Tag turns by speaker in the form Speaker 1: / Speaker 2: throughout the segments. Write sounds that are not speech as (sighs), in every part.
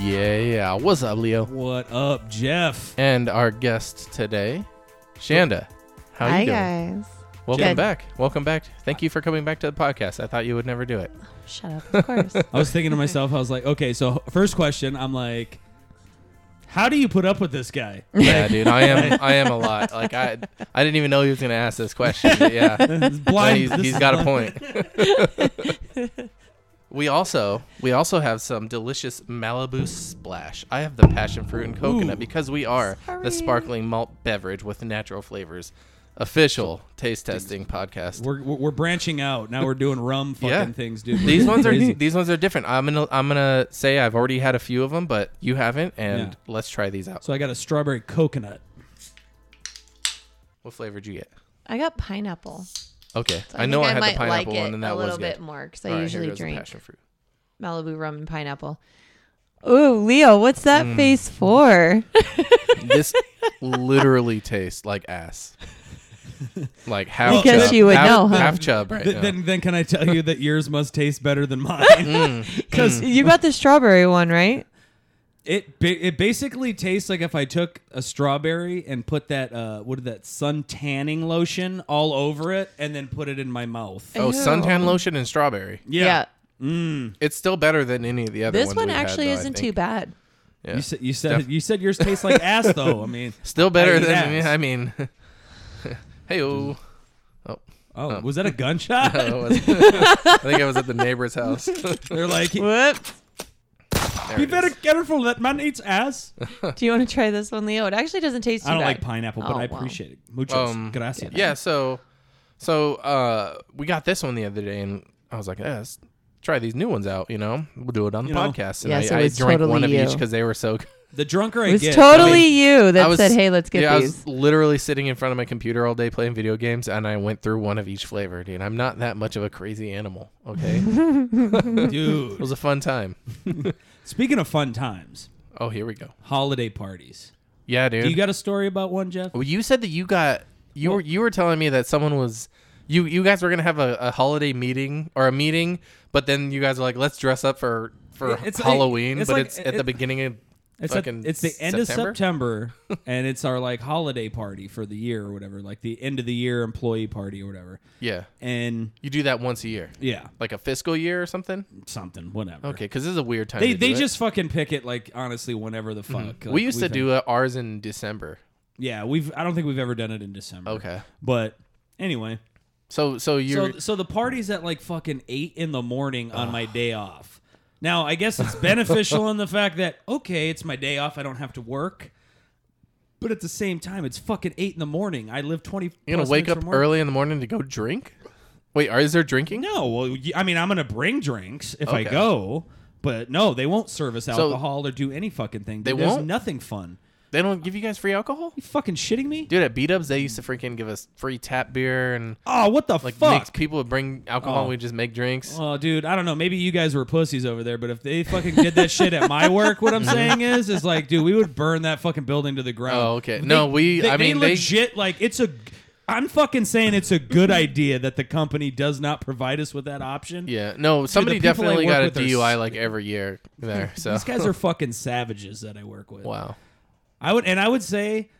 Speaker 1: Yeah. What's up, Leo?
Speaker 2: What up, Jeff?
Speaker 1: And our guest today, Shanda. How
Speaker 3: Hi
Speaker 1: you doing?
Speaker 3: guys.
Speaker 1: Welcome
Speaker 3: Good.
Speaker 1: back. Welcome back. Thank you for coming back to the podcast. I thought you would never do
Speaker 3: (laughs)
Speaker 1: it.
Speaker 3: Shut up. Of course.
Speaker 2: I was thinking to myself, I was like, okay, so first question, I'm like, how do you put up with this guy?
Speaker 1: Yeah, dude. I am. I am a lot. Like I. I didn't even know he was gonna ask this question. But yeah. (laughs)
Speaker 2: It's
Speaker 1: But
Speaker 2: blind.
Speaker 1: he's,
Speaker 2: this
Speaker 1: he's
Speaker 2: is
Speaker 1: got a
Speaker 2: blind-
Speaker 1: point. we also we also have some delicious Malibu splash. I have the passion fruit and coconut
Speaker 2: Ooh.
Speaker 1: because we are the
Speaker 3: Sorry.
Speaker 1: sparkling malt beverage with natural flavors. Official taste testing podcast.
Speaker 2: We're, we're, we're branching out now. We're doing rum fucking
Speaker 1: Yeah.
Speaker 2: things, dude. We're
Speaker 1: These
Speaker 2: getting
Speaker 1: ones are
Speaker 2: crazy.
Speaker 1: these ones are different. I'm gonna I'm gonna say I've already had a few of them, but you haven't, and
Speaker 2: Yeah.
Speaker 1: let's try these out.
Speaker 2: So I got a strawberry coconut.
Speaker 1: What flavor did you get?
Speaker 3: (laughs) I got pineapple.
Speaker 1: Okay,
Speaker 3: So
Speaker 1: I, know I
Speaker 3: think
Speaker 1: had
Speaker 3: might
Speaker 1: the pineapple
Speaker 3: like
Speaker 1: one,
Speaker 3: it
Speaker 1: and that
Speaker 3: a little
Speaker 1: was good.
Speaker 3: bit more because I
Speaker 1: All right, here
Speaker 3: usually
Speaker 1: goes the
Speaker 3: drink
Speaker 1: passion fruit.
Speaker 3: Malibu rum and pineapple. Ooh, Leo, what's that
Speaker 1: Mm.
Speaker 3: face (laughs) for?
Speaker 1: this literally tastes like
Speaker 2: (laughs)
Speaker 1: ass. Like half
Speaker 3: Because
Speaker 1: chub,
Speaker 3: you would
Speaker 1: half,
Speaker 3: know, huh?
Speaker 1: half chub right
Speaker 2: Th-
Speaker 1: now.
Speaker 2: Then then can I tell you that yours must taste better
Speaker 1: (laughs)
Speaker 2: than mine?
Speaker 1: Mm.
Speaker 3: Because you got the strawberry one, right?
Speaker 2: it ba- it basically tastes like if I took a strawberry and put that uh, what is that sun tanning lotion all over it and then put it in my mouth.
Speaker 1: oh,
Speaker 3: Ew.
Speaker 1: suntan lotion and strawberry. It's still better than any of the other
Speaker 3: This
Speaker 1: ones.
Speaker 3: one
Speaker 1: we've had,
Speaker 3: actually
Speaker 1: though, I
Speaker 3: isn't too
Speaker 1: think. (laughs)
Speaker 3: bad.
Speaker 1: Yeah.
Speaker 2: You said you said you said yours tastes like ass though.
Speaker 1: (laughs)
Speaker 2: I mean,
Speaker 1: Still better
Speaker 2: I eat
Speaker 1: than
Speaker 2: ass.
Speaker 1: I mean. (laughs) hey,
Speaker 2: (laughs)
Speaker 1: oh.
Speaker 2: oh, was that a gunshot?
Speaker 1: I think (laughs) I was at the neighbor's house. There
Speaker 2: (laughs) They're like, be
Speaker 3: Whoops.
Speaker 1: it is.
Speaker 2: better careful. That man eats ass.
Speaker 3: Do you want to try this one, Leo? It actually doesn't taste too
Speaker 2: I don't
Speaker 3: bad.
Speaker 2: like pineapple, but
Speaker 3: Oh,
Speaker 2: I
Speaker 3: well.
Speaker 2: appreciate it. Muchas
Speaker 1: Um,
Speaker 2: gracias.
Speaker 1: Yeah, so so uh we got this one the other day and I was like, yeah, let's try these new ones out, you know? We'll do it on the
Speaker 2: You know.
Speaker 1: podcast. And
Speaker 3: Yes,
Speaker 1: I,
Speaker 3: it
Speaker 1: I
Speaker 3: was
Speaker 1: drank one
Speaker 3: totally
Speaker 1: of each
Speaker 3: you.
Speaker 1: because they were
Speaker 3: (laughs)
Speaker 1: so good.
Speaker 2: The drunker
Speaker 3: It
Speaker 2: I
Speaker 3: was
Speaker 2: get,
Speaker 3: totally
Speaker 1: I mean,
Speaker 3: you that
Speaker 1: I was-
Speaker 3: said, "Hey, let's get
Speaker 1: yeah, I
Speaker 3: these."
Speaker 1: was literally sitting in front of my computer all day playing video games, and I went through one of each flavor, dude. I'm not that much of a crazy animal, okay?
Speaker 3: (laughs)
Speaker 1: it
Speaker 2: dude.
Speaker 1: was a fun time.
Speaker 2: Speaking of fun times,
Speaker 1: Oh, here we go.
Speaker 2: holiday parties.
Speaker 1: Yeah, dude.
Speaker 2: Do
Speaker 1: You,
Speaker 2: you got a story about one, Jeff?
Speaker 1: well, you said that you got you were you were telling me that someone was you you guys were gonna have a, a holiday meeting or a meeting, but then you guys were like, let's dress up for for
Speaker 2: It- it's like-
Speaker 1: Halloween,
Speaker 2: it's
Speaker 1: but
Speaker 2: like-
Speaker 1: it's at the
Speaker 2: it-
Speaker 1: beginning of
Speaker 2: It's, at-
Speaker 1: fucking
Speaker 2: it's the end
Speaker 1: September?
Speaker 2: of September,
Speaker 1: (laughs)
Speaker 2: and it's our like holiday party for the year or whatever, like the end of the year employee party or whatever.
Speaker 1: yeah.
Speaker 2: And
Speaker 1: You do that once a year,
Speaker 2: yeah,
Speaker 1: like a fiscal year or something.
Speaker 2: something, whatever.
Speaker 1: Okay, because this is a weird time.
Speaker 2: They
Speaker 1: to do
Speaker 2: they
Speaker 1: it. Mm-hmm.
Speaker 2: just fucking pick it like honestly whenever the fuck. Like,
Speaker 1: we used to
Speaker 2: we've-
Speaker 1: do uh, ours in December.
Speaker 2: Yeah, we've I don't think we've ever done it in December.
Speaker 1: Okay.
Speaker 2: But anyway,
Speaker 1: So so you're
Speaker 2: so so the party's at like fucking eight in the morning on my day off. Now I guess
Speaker 1: (laughs)
Speaker 2: it's beneficial in the fact that okay, it's my day off. I don't have to work. But at the same time, it's fucking eight in the morning. I live twenty.
Speaker 1: You're gonna
Speaker 2: plus
Speaker 1: wake
Speaker 2: minutes
Speaker 1: up
Speaker 2: from work.
Speaker 1: early in the morning to go drink? Wait, are, is there drinking?
Speaker 2: No, well, y- I mean, I'm gonna bring drinks if I
Speaker 1: Okay.
Speaker 2: go. But no, they won't service alcohol or do any fucking thing.
Speaker 1: They
Speaker 2: There's
Speaker 1: won't?
Speaker 2: nothing fun.
Speaker 1: They don't give you guys free alcohol?
Speaker 2: You fucking shitting me?
Speaker 1: Dude, at beat ups they used to freaking give us free tap beer and
Speaker 2: Oh, what the
Speaker 1: like
Speaker 2: fuck?
Speaker 1: makes people would bring alcohol. We just make drinks.
Speaker 2: Oh, dude, I don't know. Maybe you guys were pussies over there, but if they fucking did that shit at my
Speaker 1: (laughs)
Speaker 2: work, what I'm saying is, is like, dude, we would burn that fucking building to the ground.
Speaker 1: Mm-hmm. Oh, okay. No, we-
Speaker 2: They,
Speaker 1: I mean, they-
Speaker 2: legit, like, it's a. I'm fucking saying it's
Speaker 1: (laughs)
Speaker 2: a good idea that the company does not provide us with that option.
Speaker 1: yeah, no, somebody
Speaker 2: people I
Speaker 1: definitely
Speaker 2: work
Speaker 1: got a
Speaker 2: with are
Speaker 1: DUI
Speaker 2: s-
Speaker 1: like every year
Speaker 2: (laughs)
Speaker 1: there. So (laughs)
Speaker 2: These guys are fucking savages that I work with.
Speaker 1: wow,
Speaker 2: I would, and I would say,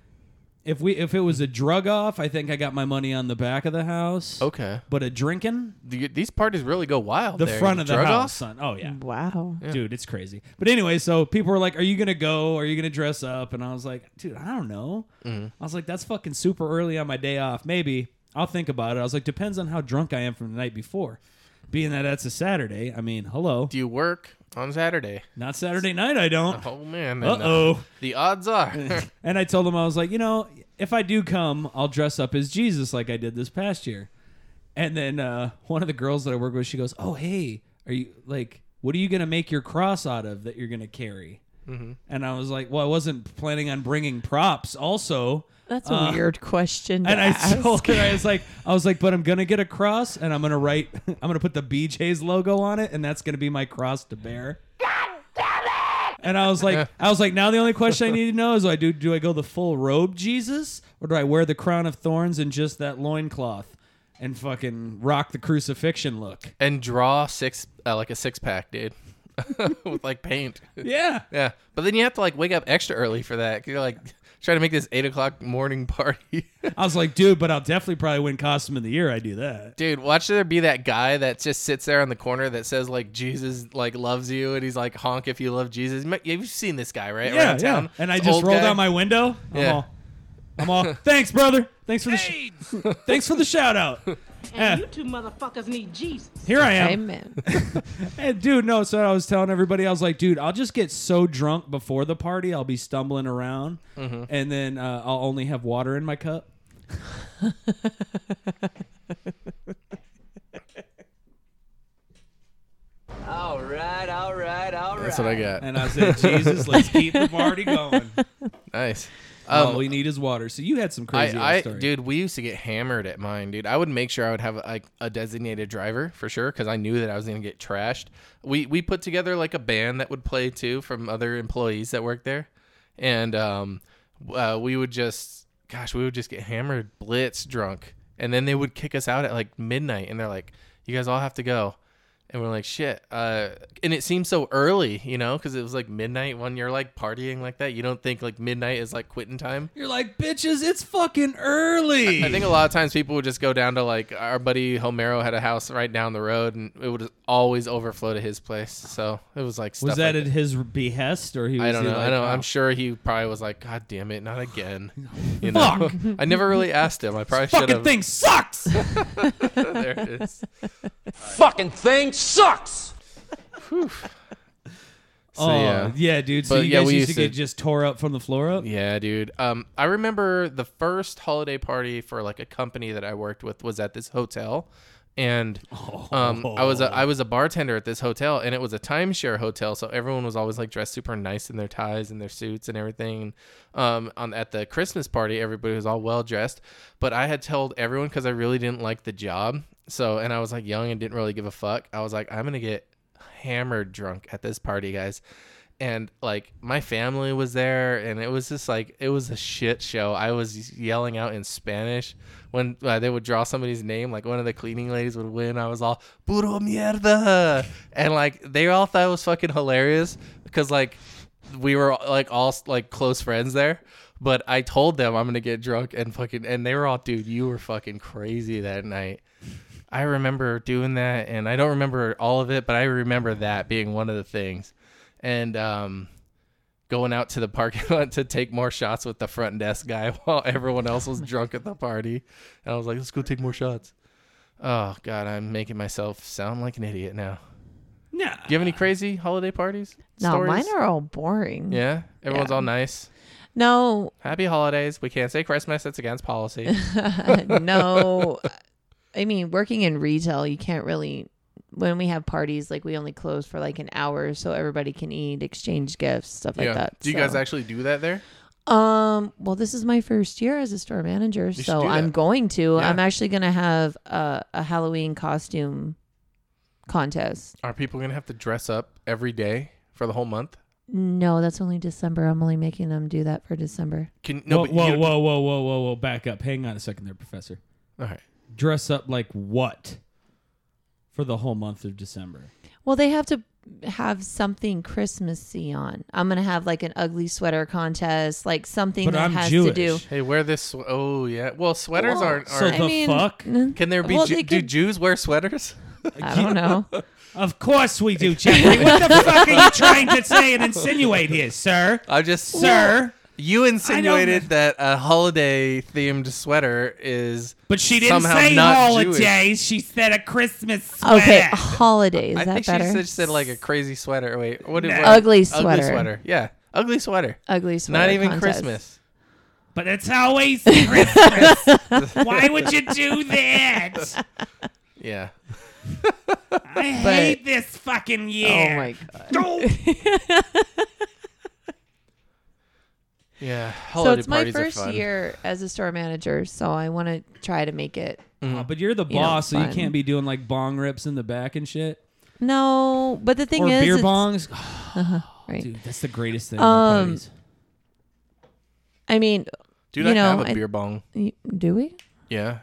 Speaker 2: if we, if it was a drug off, I think I got my money on the back of the house.
Speaker 1: okay,
Speaker 2: But a drinking,
Speaker 1: The- these parties really go wild.
Speaker 2: the
Speaker 1: there.
Speaker 2: front of the
Speaker 1: Drug
Speaker 2: house,
Speaker 1: off?
Speaker 2: son. Oh yeah.
Speaker 3: wow.
Speaker 2: dude it's crazy but anyway so people were like are you gonna go are you gonna dress up and i was like dude i don't know
Speaker 1: Mm-hmm.
Speaker 2: i was like that's fucking super early on my day off maybe i'll think about it i was like depends on how drunk i am from the night before being that that's a saturday i mean hello
Speaker 1: Do you work on Saturday?
Speaker 2: not saturday night
Speaker 1: (laughs)
Speaker 2: i don't
Speaker 1: Oh man, then,
Speaker 2: uh-oh
Speaker 1: the odds are.
Speaker 2: (laughs) and i told them i was like you know if i do come i'll dress up as jesus like i did this past year and then uh, one of the girls that i work with she goes oh hey are you like what are you gonna make your cross out of that you're gonna carry And I was like, well, I wasn't planning on bringing props also.
Speaker 3: That's a weird question. To
Speaker 2: Uh,
Speaker 3: (laughs)
Speaker 2: And I
Speaker 3: ask.
Speaker 2: told her, I was like, I was like, but I'm going to get a cross and I'm going to write, (laughs) I'm going to put the BJ's logo on it. And that's going to be my cross to bear. And I was like, I was like, now the only question I need to know is, do I do do I go the full robe Jesus, or do I wear the crown of thorns and just that loincloth? and fucking rock the crucifixion look.
Speaker 1: and draw six uh, like a six pack, dude, (laughs) with like
Speaker 2: (laughs)
Speaker 1: paint.
Speaker 2: Yeah.
Speaker 1: Yeah, but then you have to like wake up extra early for that. you you're like (laughs) trying to make this eight o'clock morning party. (laughs)
Speaker 2: I was like, dude, but I'll definitely probably win costume of the year. I do that.
Speaker 1: Dude, watch there be that guy that just sits there on the corner that says like Jesus like loves you and he's like honk if you love Jesus. You might- You've seen this guy (laughs) right
Speaker 2: Yeah,
Speaker 1: around
Speaker 2: yeah.
Speaker 1: town.
Speaker 2: And I
Speaker 1: This
Speaker 2: just
Speaker 1: old
Speaker 2: roll
Speaker 1: guy.
Speaker 2: down my window. I'm
Speaker 1: Yeah.
Speaker 2: all, I'm all, (laughs) thanks, brother. Thanks for the, sh- (laughs) thanks for the shout out. Yeah.
Speaker 4: And you two motherfuckers need Jesus.
Speaker 2: Here I am.
Speaker 3: Amen.
Speaker 2: Hey, dude, no. So I was telling everybody, I was like, dude, I'll just get so drunk before the party, I'll be stumbling around,
Speaker 1: Mm-hmm.
Speaker 2: and then uh, I'll only have water in my cup.
Speaker 5: All right, all right, all right.
Speaker 1: That's what I got.
Speaker 2: And I said, Jesus, let's keep the
Speaker 1: (laughs)
Speaker 2: party going.
Speaker 1: Nice.
Speaker 2: All we need is water. So you had some crazy
Speaker 1: Um, I, I
Speaker 2: story.
Speaker 1: dude, we used to get hammered at mine, dude. I would make sure I would have like a designated driver for sure because I knew that I was gonna get trashed. We we put together like a band that would play too from other employees that worked there, and um, w- uh, we would just, gosh, we would just get hammered, blitz drunk, and then they would kick us out at like midnight, and they're like, "You guys all have to go." And we're like, shit. Uh, and it seems so early, you know, because it was like midnight when you're like partying like that. You don't think like midnight is like quitting time.
Speaker 2: You're like, bitches, it's fucking early.
Speaker 1: I think a lot of times people would just go down to like our buddy Homero had a house right down the road, and it would always overflow to his place. So it was like stuff
Speaker 2: was that
Speaker 1: like
Speaker 2: at his behest, or he? Was
Speaker 1: I don't
Speaker 2: he
Speaker 1: know.
Speaker 2: Like,
Speaker 1: I don't.
Speaker 2: oh,
Speaker 1: I'm sure he probably was like, "God damn it, not
Speaker 2: (laughs)
Speaker 1: again." You know? (laughs)
Speaker 2: Fuck.
Speaker 1: I never really asked him. I probably should
Speaker 2: Fucking
Speaker 1: have.
Speaker 2: thing
Speaker 1: (laughs)
Speaker 2: sucks.
Speaker 1: there it is.
Speaker 5: Fucking thing sucks.
Speaker 1: So
Speaker 2: oh,
Speaker 1: yeah.
Speaker 2: yeah. dude. So
Speaker 1: But,
Speaker 2: you
Speaker 1: yeah,
Speaker 2: guys
Speaker 1: we
Speaker 2: used,
Speaker 1: used
Speaker 2: to,
Speaker 1: to-
Speaker 2: get just tore up from the floor up.
Speaker 1: Yeah, dude. Um, I remember the first holiday party for like a company that I worked with was at this hotel, and um, I was a, I was a bartender at this hotel, and it was a timeshare hotel, so everyone was always like dressed super nice in their ties and their suits and everything. Um, on at the Christmas party, everybody was all well dressed, but I had told everyone because I really didn't like the job. So, and I was like young and didn't really give a fuck. I was like, I'm gonna get hammered drunk at this party, guys and like my family was there and it was just like it was a shit show i was yelling out in spanish when uh, they would draw somebody's name like one of the cleaning ladies would win i was all puro mierda and like they all thought it was fucking hilarious because like we were like all like close friends there but i told them i'm gonna get drunk and fucking and they were all dude you were fucking crazy that night I remember doing that, and I don't remember all of it, but I remember that being one of the things. And um, going out to the parking (laughs) lot to take more shots with the front desk guy (laughs) while everyone else was drunk at the party. And I was like, let's go take more shots. Oh, God, I'm making myself sound like an idiot now.
Speaker 2: Nah.
Speaker 1: Do you
Speaker 3: (sighs)
Speaker 1: have any crazy holiday parties?
Speaker 3: No,
Speaker 1: Stories?
Speaker 3: mine are all boring.
Speaker 1: Yeah, everyone's
Speaker 3: Yeah.
Speaker 1: all nice.
Speaker 3: No, (laughs)
Speaker 1: Happy holidays. We can't say Christmas, it's against policy.
Speaker 3: no. I mean, working in retail, you can't really. When we have parties, like we only close for like an hour, so everybody can eat, exchange gifts, stuff like that.
Speaker 1: Do you guys
Speaker 3: so-
Speaker 1: actually do that there?
Speaker 3: Um, well, this is my first year as a store manager,
Speaker 1: should
Speaker 3: so
Speaker 1: do
Speaker 3: I'm
Speaker 1: that.
Speaker 3: going to.
Speaker 1: Yeah.
Speaker 3: I'm actually going to have a, a Halloween costume contest.
Speaker 1: Are people going to have to dress up every day for the whole month?
Speaker 3: No, that's only December. I'm only making them do that for December.
Speaker 1: Can no,
Speaker 2: whoa,
Speaker 1: but
Speaker 2: whoa,
Speaker 1: you-
Speaker 2: whoa, whoa, whoa, whoa, whoa! Back up. Hang on a second, there, Professor.
Speaker 1: All right.
Speaker 2: dress up like what for the whole month of December?
Speaker 3: Well, they have to have something Christmassy on. I'm going to have like an ugly sweater contest, like something
Speaker 2: But
Speaker 3: that
Speaker 2: I'm
Speaker 3: has
Speaker 2: Jewish.
Speaker 3: to do.
Speaker 1: Hey, wear this. sw- Oh yeah. Well, sweaters
Speaker 3: Well,
Speaker 1: aren't.
Speaker 2: So
Speaker 1: aren't
Speaker 2: the
Speaker 3: I mean,
Speaker 2: fuck?
Speaker 1: can there be?
Speaker 3: well,
Speaker 1: Ju-
Speaker 3: they
Speaker 1: do
Speaker 3: could-
Speaker 1: Jews wear sweaters?
Speaker 3: (laughs)
Speaker 2: (laughs)
Speaker 3: I don't know.
Speaker 2: Of course we do, Jeffrey. What the fuck are you trying to say and insinuate here, sir?
Speaker 1: I just
Speaker 2: Sir.
Speaker 1: You insinuated that a holiday themed sweater is.
Speaker 2: But she didn't
Speaker 1: somehow
Speaker 2: say
Speaker 1: not
Speaker 2: holidays.
Speaker 1: Jewish.
Speaker 2: She said a Christmas sweater.
Speaker 3: Okay, holiday. Is
Speaker 1: I
Speaker 3: that
Speaker 1: think
Speaker 3: better?
Speaker 1: she said, she said like a crazy sweater. Wait, what? did-
Speaker 2: No.
Speaker 1: what-
Speaker 3: Ugly
Speaker 1: Ugly
Speaker 3: sweater.
Speaker 1: sweater. Yeah, ugly sweater.
Speaker 3: ugly sweater.
Speaker 1: Not even
Speaker 3: contest.
Speaker 1: Christmas.
Speaker 2: But it's always Christmas.
Speaker 3: (laughs)
Speaker 2: Why would you do that?
Speaker 1: Yeah.
Speaker 2: I
Speaker 3: But-
Speaker 2: hate this fucking year.
Speaker 3: Oh my god.
Speaker 1: Mm-hmm. Yeah.
Speaker 3: So
Speaker 1: Holiday
Speaker 3: it's my
Speaker 1: parties are
Speaker 3: first
Speaker 1: fun.
Speaker 3: year as a store manager, so I want to try to make it
Speaker 2: Oh, but you're the
Speaker 3: You know,
Speaker 2: boss, so you
Speaker 3: fun.
Speaker 2: can't be doing like bong rips in the back and shit.
Speaker 3: No, but the thing
Speaker 2: or
Speaker 3: is,
Speaker 2: beer
Speaker 3: it's-
Speaker 2: bongs. Oh,
Speaker 3: right.
Speaker 2: Dude, that's the greatest thing.
Speaker 3: Um,
Speaker 2: about parties.
Speaker 3: I mean,
Speaker 1: Dude,
Speaker 3: you
Speaker 1: I
Speaker 3: know,
Speaker 1: have a
Speaker 3: I-
Speaker 1: beer bong.
Speaker 3: y- do we?
Speaker 1: Yeah.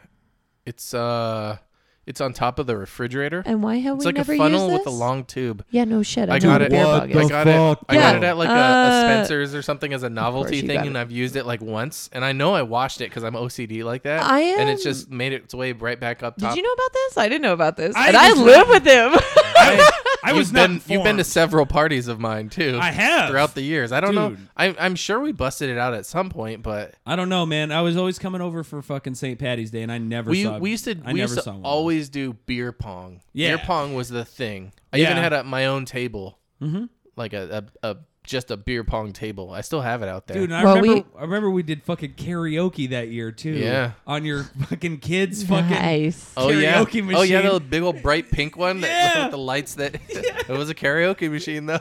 Speaker 1: It's uh, it's on top of the refrigerator.
Speaker 3: And why have
Speaker 1: It's
Speaker 3: we
Speaker 1: like a
Speaker 3: never
Speaker 1: funnel
Speaker 3: used this?
Speaker 1: with a long tube.
Speaker 3: yeah, no shit.
Speaker 1: I
Speaker 3: don't
Speaker 1: got
Speaker 3: have
Speaker 1: it. I
Speaker 3: beer
Speaker 2: What
Speaker 3: buckets.
Speaker 2: the
Speaker 1: got it. I got
Speaker 3: Yeah.
Speaker 1: it at like a, a
Speaker 3: Uh,
Speaker 1: Spencer's or something as a
Speaker 3: you
Speaker 1: novelty thing,
Speaker 3: got
Speaker 1: and
Speaker 3: it.
Speaker 1: I've used it like once, and I know I washed it because I'm OCD like that.
Speaker 3: I
Speaker 1: and it's
Speaker 3: am-
Speaker 1: just made its way right back up top.
Speaker 3: Did you know about this? I didn't know about this,
Speaker 2: I
Speaker 3: and I
Speaker 2: just-
Speaker 3: live with him. (laughs)
Speaker 2: I, I
Speaker 1: You've
Speaker 2: was not
Speaker 1: been you've been to
Speaker 2: informed.
Speaker 1: several parties of mine too.
Speaker 2: I have.
Speaker 1: throughout the years. I don't know.
Speaker 2: Dude.
Speaker 1: I, I'm sure we busted it out at some point, but
Speaker 2: I don't know, man. I was always coming over for fucking St. Patty's Day, and I never
Speaker 1: we
Speaker 2: saw.
Speaker 1: we used to
Speaker 2: I
Speaker 1: we
Speaker 2: never
Speaker 1: used
Speaker 2: saw
Speaker 1: to
Speaker 2: one.
Speaker 1: always do beer pong.
Speaker 2: Yeah.
Speaker 1: Beer pong was the thing. I even
Speaker 2: Yeah.
Speaker 1: had a, my own table, mm-hmm. like a, a a just a beer pong table. I still have it out there.
Speaker 2: Dude, and I
Speaker 3: Well,
Speaker 2: remember.
Speaker 3: we-
Speaker 2: I remember we did fucking karaoke that year too.
Speaker 1: Yeah.
Speaker 2: On your fucking kids, fucking.
Speaker 3: nice.
Speaker 1: Oh yeah!
Speaker 2: karaoke
Speaker 1: Oh yeah,
Speaker 2: machine.
Speaker 1: the big old bright pink one that (laughs)
Speaker 2: (laughs) Yeah.
Speaker 1: with the lights. That (laughs) it was a karaoke machine though.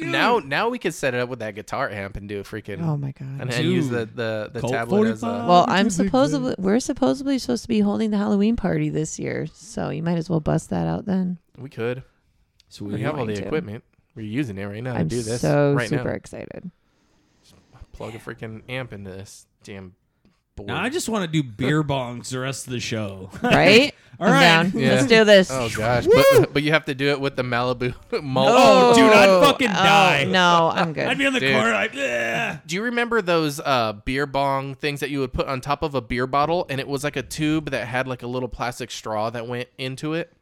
Speaker 1: now, now we could set it up with that guitar amp and do a freaking
Speaker 3: Oh my god.
Speaker 1: and, and use the
Speaker 2: Dude.
Speaker 1: the, the
Speaker 2: Colt
Speaker 1: tablet as
Speaker 2: 45.
Speaker 1: a
Speaker 3: Well,
Speaker 2: we could
Speaker 3: I'm
Speaker 2: be
Speaker 3: supposedly we're supposedly supposed to be holding the Halloween party this year, so you might as well bust that out then.
Speaker 1: we could.
Speaker 2: Sweet.
Speaker 1: We have all the
Speaker 3: going to.
Speaker 1: equipment. We're using it right now
Speaker 3: I'm
Speaker 1: to do this
Speaker 3: so
Speaker 1: right
Speaker 3: super
Speaker 1: now.
Speaker 3: excited.
Speaker 1: Plug a freaking amp into this damn board.
Speaker 2: Now I just want to do beer bongs the rest of the show. (laughs)
Speaker 3: Right?
Speaker 2: All
Speaker 3: I'm
Speaker 2: right.
Speaker 3: down.
Speaker 1: Yeah.
Speaker 3: Let's do this. (laughs)
Speaker 1: oh gosh, but, but you have to do it with the Malibu (laughs) malt.
Speaker 2: Oh, dude, I'd fucking
Speaker 3: oh,
Speaker 2: die.
Speaker 3: No, I'm good.
Speaker 2: I'd be on the
Speaker 1: Dude.
Speaker 2: corner like, yeah.
Speaker 1: Do you remember those uh, beer bong things that you would put on top of a beer bottle, and it was like a tube that had like a little plastic straw that went into it?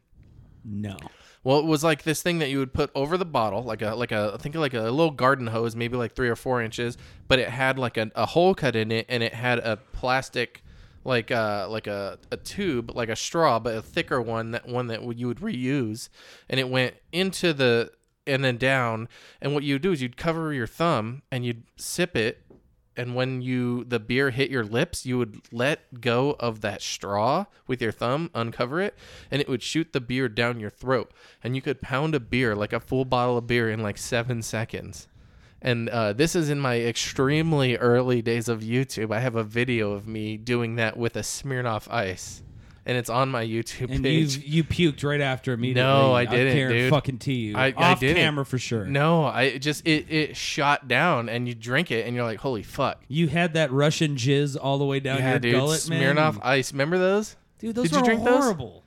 Speaker 2: No.
Speaker 1: Well, it was like this thing that you would put over the bottle, like a like a I think like a little garden hose, maybe like three or four inches, but it had like a, a hole cut in it, and it had a plastic, like a like a, a tube, like a straw, but a thicker one that one that you would reuse, and it went into the and then down, and what you would do is you'd cover your thumb and you'd sip it, and when you the beer hit your lips, you would let go of that straw with your thumb, uncover it, and it would shoot the beer down your throat. And you could pound a beer, like a full bottle of beer, in like seven seconds. And uh, this is in my extremely early days of YouTube. I have a video of me doing that with a Smirnoff Ice, and it's on my YouTube
Speaker 2: And you
Speaker 1: page.
Speaker 2: you puked right after immediately.
Speaker 1: No, I
Speaker 2: I'm
Speaker 1: didn't,
Speaker 2: carrying
Speaker 1: dude.
Speaker 2: Fucking to you.
Speaker 1: I- I
Speaker 2: Off
Speaker 1: didn't.
Speaker 2: camera for sure.
Speaker 1: No, I it just it it shot down, and you drink it, and you're like, holy fuck.
Speaker 2: You had that Russian jizz all the way down
Speaker 1: Yeah,
Speaker 2: your
Speaker 1: dude,
Speaker 2: gullet, man.
Speaker 1: Smirnoff Ice. Remember those?
Speaker 2: Dude, those
Speaker 1: Did
Speaker 2: were
Speaker 1: you drink those?
Speaker 2: horrible.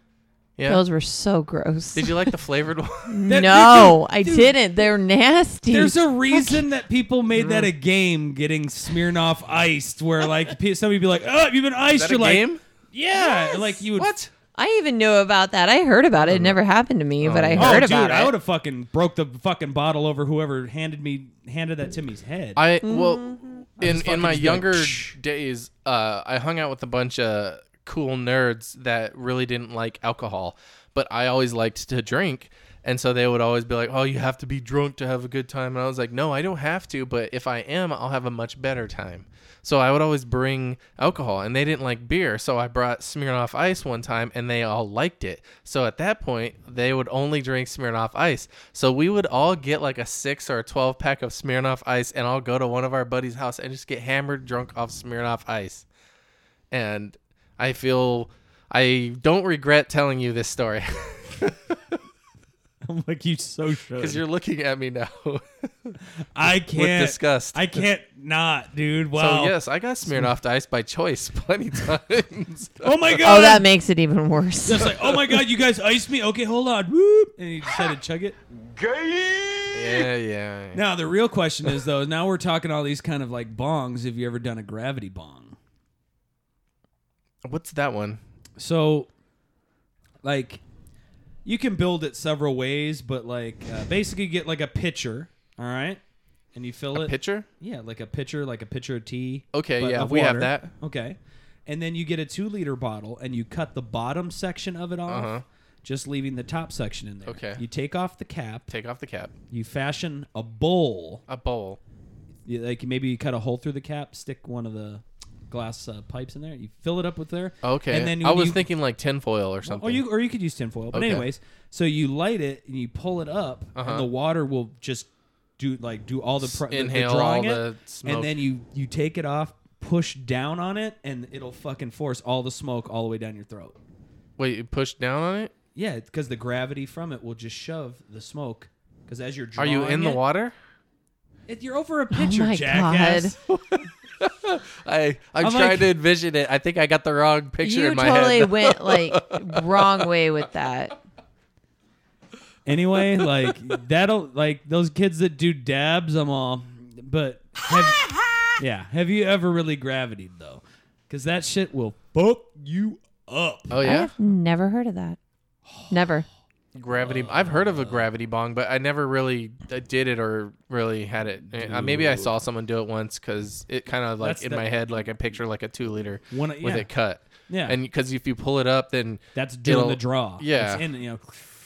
Speaker 1: Yeah.
Speaker 3: Those were so gross.
Speaker 1: Did you like the flavored one?
Speaker 2: (laughs) That-
Speaker 3: no, I
Speaker 2: dude,
Speaker 3: didn't. They're nasty.
Speaker 2: There's a reason that people made that a
Speaker 1: Mm.
Speaker 2: game, getting Smirnoff iced, where like pe- somebody would be like, "Oh, you've been iced."
Speaker 1: Is that
Speaker 2: You're
Speaker 1: a
Speaker 2: like,
Speaker 1: game?
Speaker 2: "Yeah," like you would.
Speaker 1: What?
Speaker 3: I even knew about that. I heard about it. It never happened to me, but I
Speaker 1: Oh. no.
Speaker 2: Oh,
Speaker 3: heard
Speaker 2: dude,
Speaker 3: about
Speaker 2: I
Speaker 3: it.
Speaker 2: would have fucking broke the fucking bottle over whoever handed me handed that Timmy's head.
Speaker 1: I well
Speaker 3: Mm-hmm.
Speaker 1: in
Speaker 2: fucking
Speaker 1: in my
Speaker 2: just be like,
Speaker 1: younger
Speaker 2: "Shh."
Speaker 1: days, uh, I hung out with a bunch of cool nerds that really didn't like alcohol, but I always liked to drink. And so they would always be like, "Oh, you have to be drunk to have a good time." And I was like, "No, I don't have to, but if I am, I'll have a much better time." So I would always bring alcohol, and they didn't like beer, so I brought Smirnoff Ice one time, and they all liked it. So at that point, they would only drink Smirnoff Ice. So we would all get like a six or a twelve pack of Smirnoff Ice, and I'll go to one of our buddies' house and just get hammered, drunk off Smirnoff Ice. And I feel I don't regret telling you this story
Speaker 2: (laughs)
Speaker 1: (laughs)
Speaker 2: I'm like, you so should.
Speaker 1: because you're looking at me now. (laughs)
Speaker 2: I can't
Speaker 1: disgust.
Speaker 2: I can't not, dude. Wow.
Speaker 1: so yes, I got Smirnoff Ice by choice (laughs)
Speaker 2: (laughs)
Speaker 1: plenty times. (laughs)
Speaker 2: Oh my god.
Speaker 3: Oh, that makes it even worse.
Speaker 2: Just like, oh my god, you guys iced me. Okay, hold on. Whoop. And he just had to chug it.
Speaker 1: yeah, yeah.
Speaker 2: Now the real question is though. Now we're talking all these kind of like bongs. Have you ever done a gravity bong?
Speaker 1: What's that one?
Speaker 2: So, like, you can build it several ways, but like, uh, basically, you get like a pitcher. All right, and you fill it.
Speaker 1: Pitcher?
Speaker 2: Yeah, like a pitcher, like a pitcher of tea.
Speaker 1: Okay,
Speaker 2: but
Speaker 1: yeah,
Speaker 2: of
Speaker 1: we have
Speaker 2: water.
Speaker 1: that.
Speaker 2: Okay, and then you get a two-liter bottle, and you cut the bottom section of it off,
Speaker 1: Uh-huh.
Speaker 2: just leaving the top section in there.
Speaker 1: Okay.
Speaker 2: You take off the cap.
Speaker 1: Take off the cap.
Speaker 2: You fashion a bowl.
Speaker 1: A bowl.
Speaker 2: You, like maybe you cut a hole through the cap, stick one of the glass uh, pipes in there. You fill it up with there.
Speaker 1: Okay.
Speaker 2: And then
Speaker 1: I
Speaker 2: when
Speaker 1: was
Speaker 2: you-
Speaker 1: thinking like tinfoil or something.
Speaker 2: Or you or you could use tinfoil. But
Speaker 1: Okay. Uh-huh.
Speaker 2: anyways, so you light it and you pull it up, and the water will just do like do all the pr- the- the
Speaker 1: inhale
Speaker 2: drawing
Speaker 1: all
Speaker 2: it,
Speaker 1: the smoke.
Speaker 2: and then you you take it off, push down on it, and it'll fucking force all the smoke all the way down your throat.
Speaker 1: Wait, you push down on it?
Speaker 2: Yeah, because the gravity from it will just shove the smoke. Because as you're
Speaker 1: Are
Speaker 2: drawing
Speaker 1: you in the
Speaker 2: it-
Speaker 1: water?
Speaker 2: It- You're over a picture,
Speaker 3: my
Speaker 2: jackass.
Speaker 1: I I'm,
Speaker 2: I'm
Speaker 1: trying
Speaker 2: like-
Speaker 1: to envision it. I think I got the wrong picture
Speaker 3: you
Speaker 1: in my (laughs)
Speaker 3: totally
Speaker 1: head.
Speaker 3: went like wrong way with that.
Speaker 2: Anyway, like that'll like those kids that do dabs. I'm all, but have, yeah. Have you ever really gravitated though? Because that shit will fuck you up.
Speaker 1: Oh
Speaker 2: (laughs)
Speaker 3: I
Speaker 1: yeah,
Speaker 3: have never heard of that. Never.
Speaker 1: gravity. I've heard of a gravity bong, but I never really uh, did it or really had it. Uh, maybe I saw someone do it once because it kind of like
Speaker 2: That's
Speaker 1: in
Speaker 2: the-
Speaker 1: my head, like I picture like a two liter
Speaker 2: One-
Speaker 1: with
Speaker 2: yeah.
Speaker 1: it cut.
Speaker 2: Yeah.
Speaker 1: and because if you pull it up, then
Speaker 2: That's doing
Speaker 1: it'll-
Speaker 2: the draw.
Speaker 1: Yeah,
Speaker 2: It's in, you know,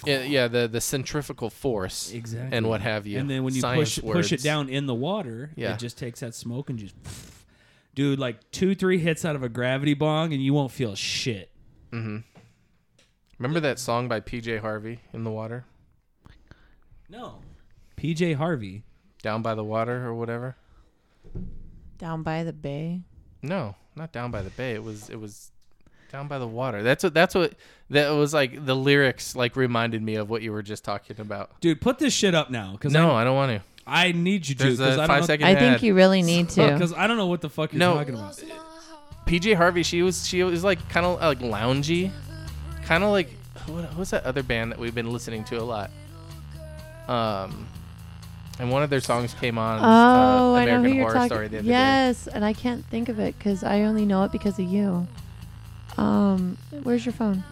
Speaker 1: yeah, yeah, the the centrifugal force,
Speaker 2: Exactly.
Speaker 1: and what have you.
Speaker 2: And then when you
Speaker 1: Science
Speaker 2: push push it
Speaker 1: words.
Speaker 2: down in the water,
Speaker 1: Yeah.
Speaker 2: it just takes that smoke and just dude like two three hits out of a gravity bong and you won't feel shit.
Speaker 1: Remember that song by PJ Harvey in the water,
Speaker 2: No, PJ Harvey.
Speaker 1: down by the water or whatever.
Speaker 3: (sighs) Down by the bay.
Speaker 1: No, not down by the bay. It was it was down by the water. That's what that's what that was like. The lyrics like reminded me of what you were just talking about.
Speaker 2: Dude, put this shit up now because
Speaker 1: No, I don't want to.
Speaker 2: I, I need you to.
Speaker 1: There's
Speaker 2: Because
Speaker 1: a
Speaker 2: I
Speaker 1: five
Speaker 2: don't
Speaker 1: second.
Speaker 3: I think
Speaker 1: ad.
Speaker 3: you really need to.
Speaker 2: (laughs) Because I don't know what the fuck you're
Speaker 1: No.
Speaker 2: talking about.
Speaker 1: PJ Harvey. She was she was like kind of like loungy, kind of like what what was that other band that we've been listening to a lot. Um, and one of their songs came on.
Speaker 3: Oh,
Speaker 1: uh,
Speaker 3: I know
Speaker 1: American
Speaker 3: who you're
Speaker 1: Horror Story
Speaker 3: talking.
Speaker 1: the other day.
Speaker 3: Yes, and I can't think of it because I only know it because of you. Um, where's your phone?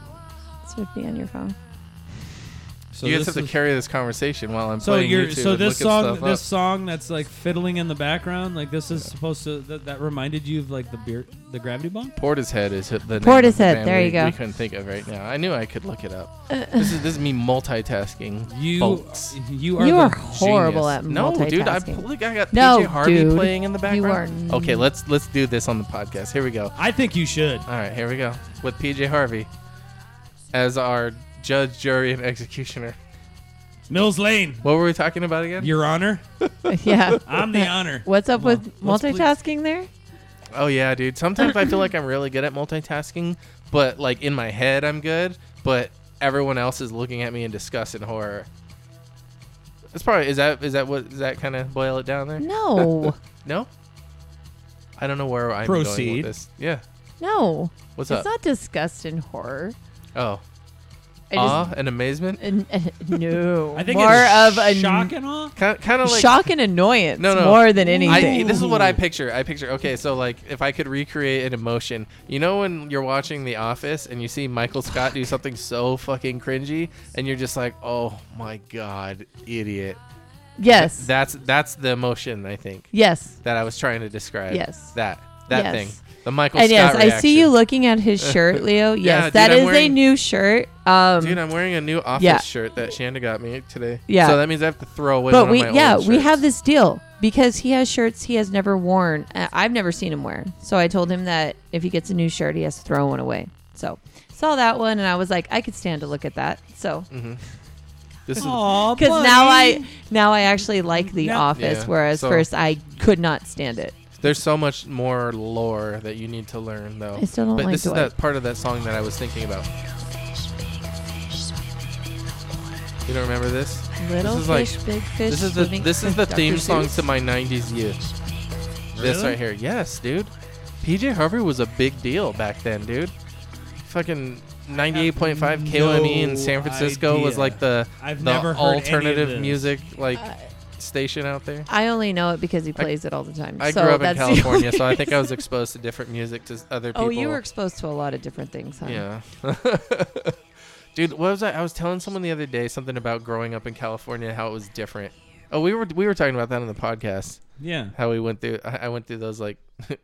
Speaker 3: This would be on your phone.
Speaker 2: So
Speaker 1: you
Speaker 2: this
Speaker 1: just have to
Speaker 2: is-
Speaker 1: carry this conversation while I'm
Speaker 2: so
Speaker 1: playing
Speaker 2: you're
Speaker 1: YouTube
Speaker 2: so
Speaker 1: and
Speaker 2: this
Speaker 1: looking
Speaker 2: song
Speaker 1: stuff
Speaker 2: this
Speaker 1: up.
Speaker 2: song that's like fiddling in the background like this is supposed to that, that reminded you of like the beer the gravity bong.
Speaker 1: Portishead is the name
Speaker 3: Portishead,
Speaker 1: of the band
Speaker 3: there
Speaker 1: we-
Speaker 3: you go.
Speaker 1: We couldn't think of right now. I knew I could look it up. this is this is me multitasking.
Speaker 2: You
Speaker 1: folks.
Speaker 2: you are
Speaker 3: You
Speaker 2: the-
Speaker 3: are horrible
Speaker 1: Genius.
Speaker 3: at multitasking.
Speaker 1: No, dude, I,
Speaker 3: (laughs)
Speaker 1: look, I got
Speaker 3: No,
Speaker 1: PJ Harvey
Speaker 3: dude,
Speaker 1: playing in the
Speaker 3: you
Speaker 1: background.
Speaker 3: are-
Speaker 1: Okay, let's let's do this on the podcast. Here we go.
Speaker 2: I think you should.
Speaker 1: All right, here we go with PJ Harvey as our judge, jury, and executioner.
Speaker 2: Mills Lane,
Speaker 1: What were we talking about again?
Speaker 2: Your Honor.
Speaker 1: (laughs)
Speaker 3: yeah.
Speaker 1: Ah,
Speaker 2: I'm
Speaker 3: (laughs)
Speaker 2: the honor.
Speaker 3: What's up
Speaker 2: Come on,
Speaker 3: with
Speaker 2: let's please-
Speaker 3: multitasking there?
Speaker 1: oh yeah, dude. Sometimes I feel like I'm really good at multitasking, but like in my head I'm good, but everyone else is looking at me in disgust and horror. That's probably is that is that what does that kind of boil it down there? (laughs)
Speaker 3: No,
Speaker 1: No. I don't know where I'm going with
Speaker 2: Proceed.
Speaker 1: this. Yeah.
Speaker 3: no.
Speaker 1: What's
Speaker 3: it's
Speaker 1: up?
Speaker 3: not disgust and horror.
Speaker 1: oh,
Speaker 3: I
Speaker 1: awe
Speaker 3: just,
Speaker 1: and amazement.
Speaker 3: an- (laughs) an- no.
Speaker 2: I think
Speaker 3: more
Speaker 2: it's
Speaker 3: of a
Speaker 2: shock and awe.
Speaker 1: Kind kind of like
Speaker 3: shock and annoyance
Speaker 1: No, no.
Speaker 3: more than
Speaker 1: I,
Speaker 3: anything.
Speaker 1: this is what I picture. I picture okay, so like if I could recreate an emotion, you know, when you're watching The Office and you see Michael Scott do something so fucking cringy, and you're just like, oh my god, idiot.
Speaker 3: yes.
Speaker 1: That's that's the emotion I think
Speaker 3: yes.
Speaker 1: that I was trying to describe.
Speaker 3: Yes.
Speaker 1: that that
Speaker 3: Yes.
Speaker 1: thing, the Michael
Speaker 3: And yes,
Speaker 1: Scott reaction.
Speaker 3: I see you looking at
Speaker 1: (laughs)
Speaker 3: his shirt, Leo.
Speaker 1: Yeah,
Speaker 3: Yes,
Speaker 1: dude,
Speaker 3: that
Speaker 1: I'm
Speaker 3: is a
Speaker 1: wearing-
Speaker 3: new shirt. Um,
Speaker 1: Dude, I'm wearing a new office
Speaker 3: Yeah.
Speaker 1: shirt that Shanda got me today.
Speaker 3: Yeah.
Speaker 1: So that means I have to throw away.
Speaker 3: but
Speaker 1: one
Speaker 3: we,
Speaker 1: of my
Speaker 3: yeah,
Speaker 1: old
Speaker 3: we
Speaker 1: shirts.
Speaker 3: have this deal because he has shirts he has never worn. Uh, I've never seen him wear. So I told him that if he gets a new shirt, he has to throw one away. So saw that one, and I was like, I could stand to look at that. So
Speaker 1: Mm. This is
Speaker 3: because now I now I actually like The
Speaker 2: Now-
Speaker 3: Office,
Speaker 1: Yeah,
Speaker 3: whereas
Speaker 1: so-
Speaker 3: first I could not stand it.
Speaker 1: There's so much more lore that you need to learn, though.
Speaker 3: I still don't
Speaker 1: but
Speaker 3: like
Speaker 1: this
Speaker 3: the
Speaker 1: is
Speaker 3: way-
Speaker 1: that part of that song that I was thinking about. You don't remember this? this
Speaker 3: Little
Speaker 1: is
Speaker 3: fish,
Speaker 1: like
Speaker 3: big fish.
Speaker 1: this is the
Speaker 3: swimming
Speaker 1: this is the
Speaker 3: with
Speaker 1: theme
Speaker 3: Dr.
Speaker 1: song
Speaker 3: Seuss.
Speaker 1: to my '90s youth. This
Speaker 2: Really?
Speaker 1: right here, yes, dude. PJ Harvey was a big deal back then, dude. Fucking 98.5 KLME E in
Speaker 2: no
Speaker 1: San Francisco was
Speaker 2: idea.
Speaker 1: like the
Speaker 2: I've
Speaker 1: the
Speaker 2: never heard any of
Speaker 1: alternative
Speaker 2: this.
Speaker 1: music like
Speaker 3: Uh,
Speaker 1: station out there.
Speaker 3: I only know it because he plays it all the time.
Speaker 1: I
Speaker 3: so
Speaker 1: grew up in
Speaker 3: that's (laughs) the
Speaker 1: California,
Speaker 3: only
Speaker 1: so I think I was
Speaker 3: reason.
Speaker 1: exposed to different music to s- other people.
Speaker 3: Oh, you were exposed to a lot of different things, huh?
Speaker 1: Yeah. (laughs) Dude, what was I? I was telling someone the other day something about growing up in California, how it was different. Oh, we were we were talking about that on the podcast.
Speaker 2: Yeah.
Speaker 1: How we went through, I I went through those like (laughs)
Speaker 2: That-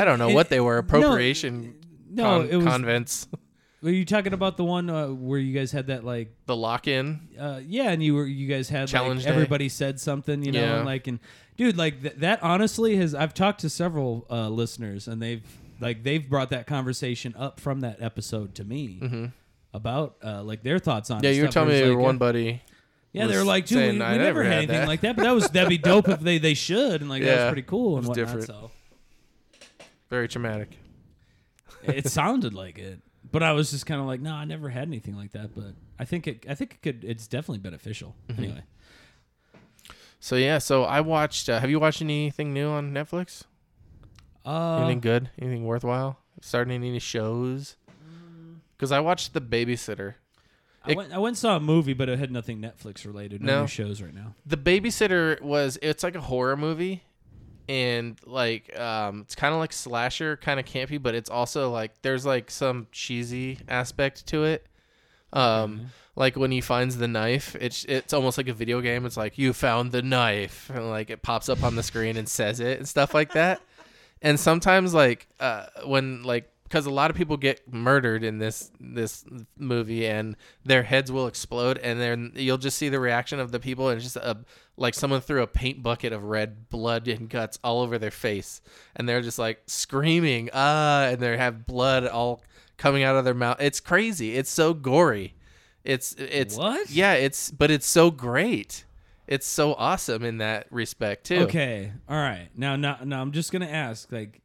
Speaker 1: I don't know
Speaker 2: it-
Speaker 1: what they were
Speaker 2: no,
Speaker 1: appropriation
Speaker 2: No,
Speaker 1: con-
Speaker 2: it was.
Speaker 1: convents, (laughs)
Speaker 2: Were you talking about the one uh, where you guys had that like?
Speaker 1: the lock in.
Speaker 2: Uh, yeah, and you were you guys had
Speaker 1: Challenge
Speaker 2: like
Speaker 1: day.
Speaker 2: everybody said something, you know,
Speaker 1: Yeah.
Speaker 2: and like and dude, like th- that honestly has I've talked to several uh, listeners and they've like they've brought that conversation up from that episode to me about uh, like their thoughts on
Speaker 1: Mm-hmm. Yeah,
Speaker 2: it,
Speaker 1: you were
Speaker 2: stuff.
Speaker 1: telling me
Speaker 2: It was
Speaker 1: your
Speaker 2: like,
Speaker 1: one
Speaker 2: uh,
Speaker 1: buddy.
Speaker 2: Yeah, they were
Speaker 1: was
Speaker 2: like, dude, we,
Speaker 1: saying,
Speaker 2: we
Speaker 1: "I
Speaker 2: never,
Speaker 1: never
Speaker 2: had
Speaker 1: had
Speaker 2: anything
Speaker 1: that."
Speaker 2: like that, but that was that'd be dope if they they should and like that
Speaker 1: Yeah,
Speaker 2: was pretty cool and
Speaker 1: it was
Speaker 2: whatnot.
Speaker 1: different. (laughs)
Speaker 2: So
Speaker 1: Very traumatic.
Speaker 2: it sounded like it, but I was just kind of like, no, I never had
Speaker 1: Mm-hmm.
Speaker 2: anything like that, but I think it I think it could it's definitely beneficial anyway.
Speaker 1: So yeah, so I watched. Uh, have you watched anything new on Netflix?
Speaker 2: Uh,
Speaker 1: Anything good? Anything worthwhile? Starting any shows? Because I watched The Babysitter.
Speaker 2: I, went, I went and saw a movie, but it had nothing Netflix related. No,
Speaker 1: No.
Speaker 2: new shows right now.
Speaker 1: The Babysitter was it's like a horror movie, and like um, it's kind of like slasher, kind of campy, but it's also like there's like some cheesy aspect to it. Um, like when he finds the knife, it's it's almost like a video game. It's like you found the knife, and like it pops up on the screen and says it and stuff like that. and sometimes like uh, when like because a lot of people get murdered in this this movie and their heads will explode and then you'll just see the reaction of the people and it's just a, like someone threw a paint bucket of red blood and guts all over their face and they're just like screaming ah and they have blood all coming out of their mouth it's crazy it's so gory it's it's
Speaker 2: What?
Speaker 1: yeah it's but it's so great it's so awesome in that respect too
Speaker 2: Okay, all right. Now, now, now, I'm just gonna ask. Like,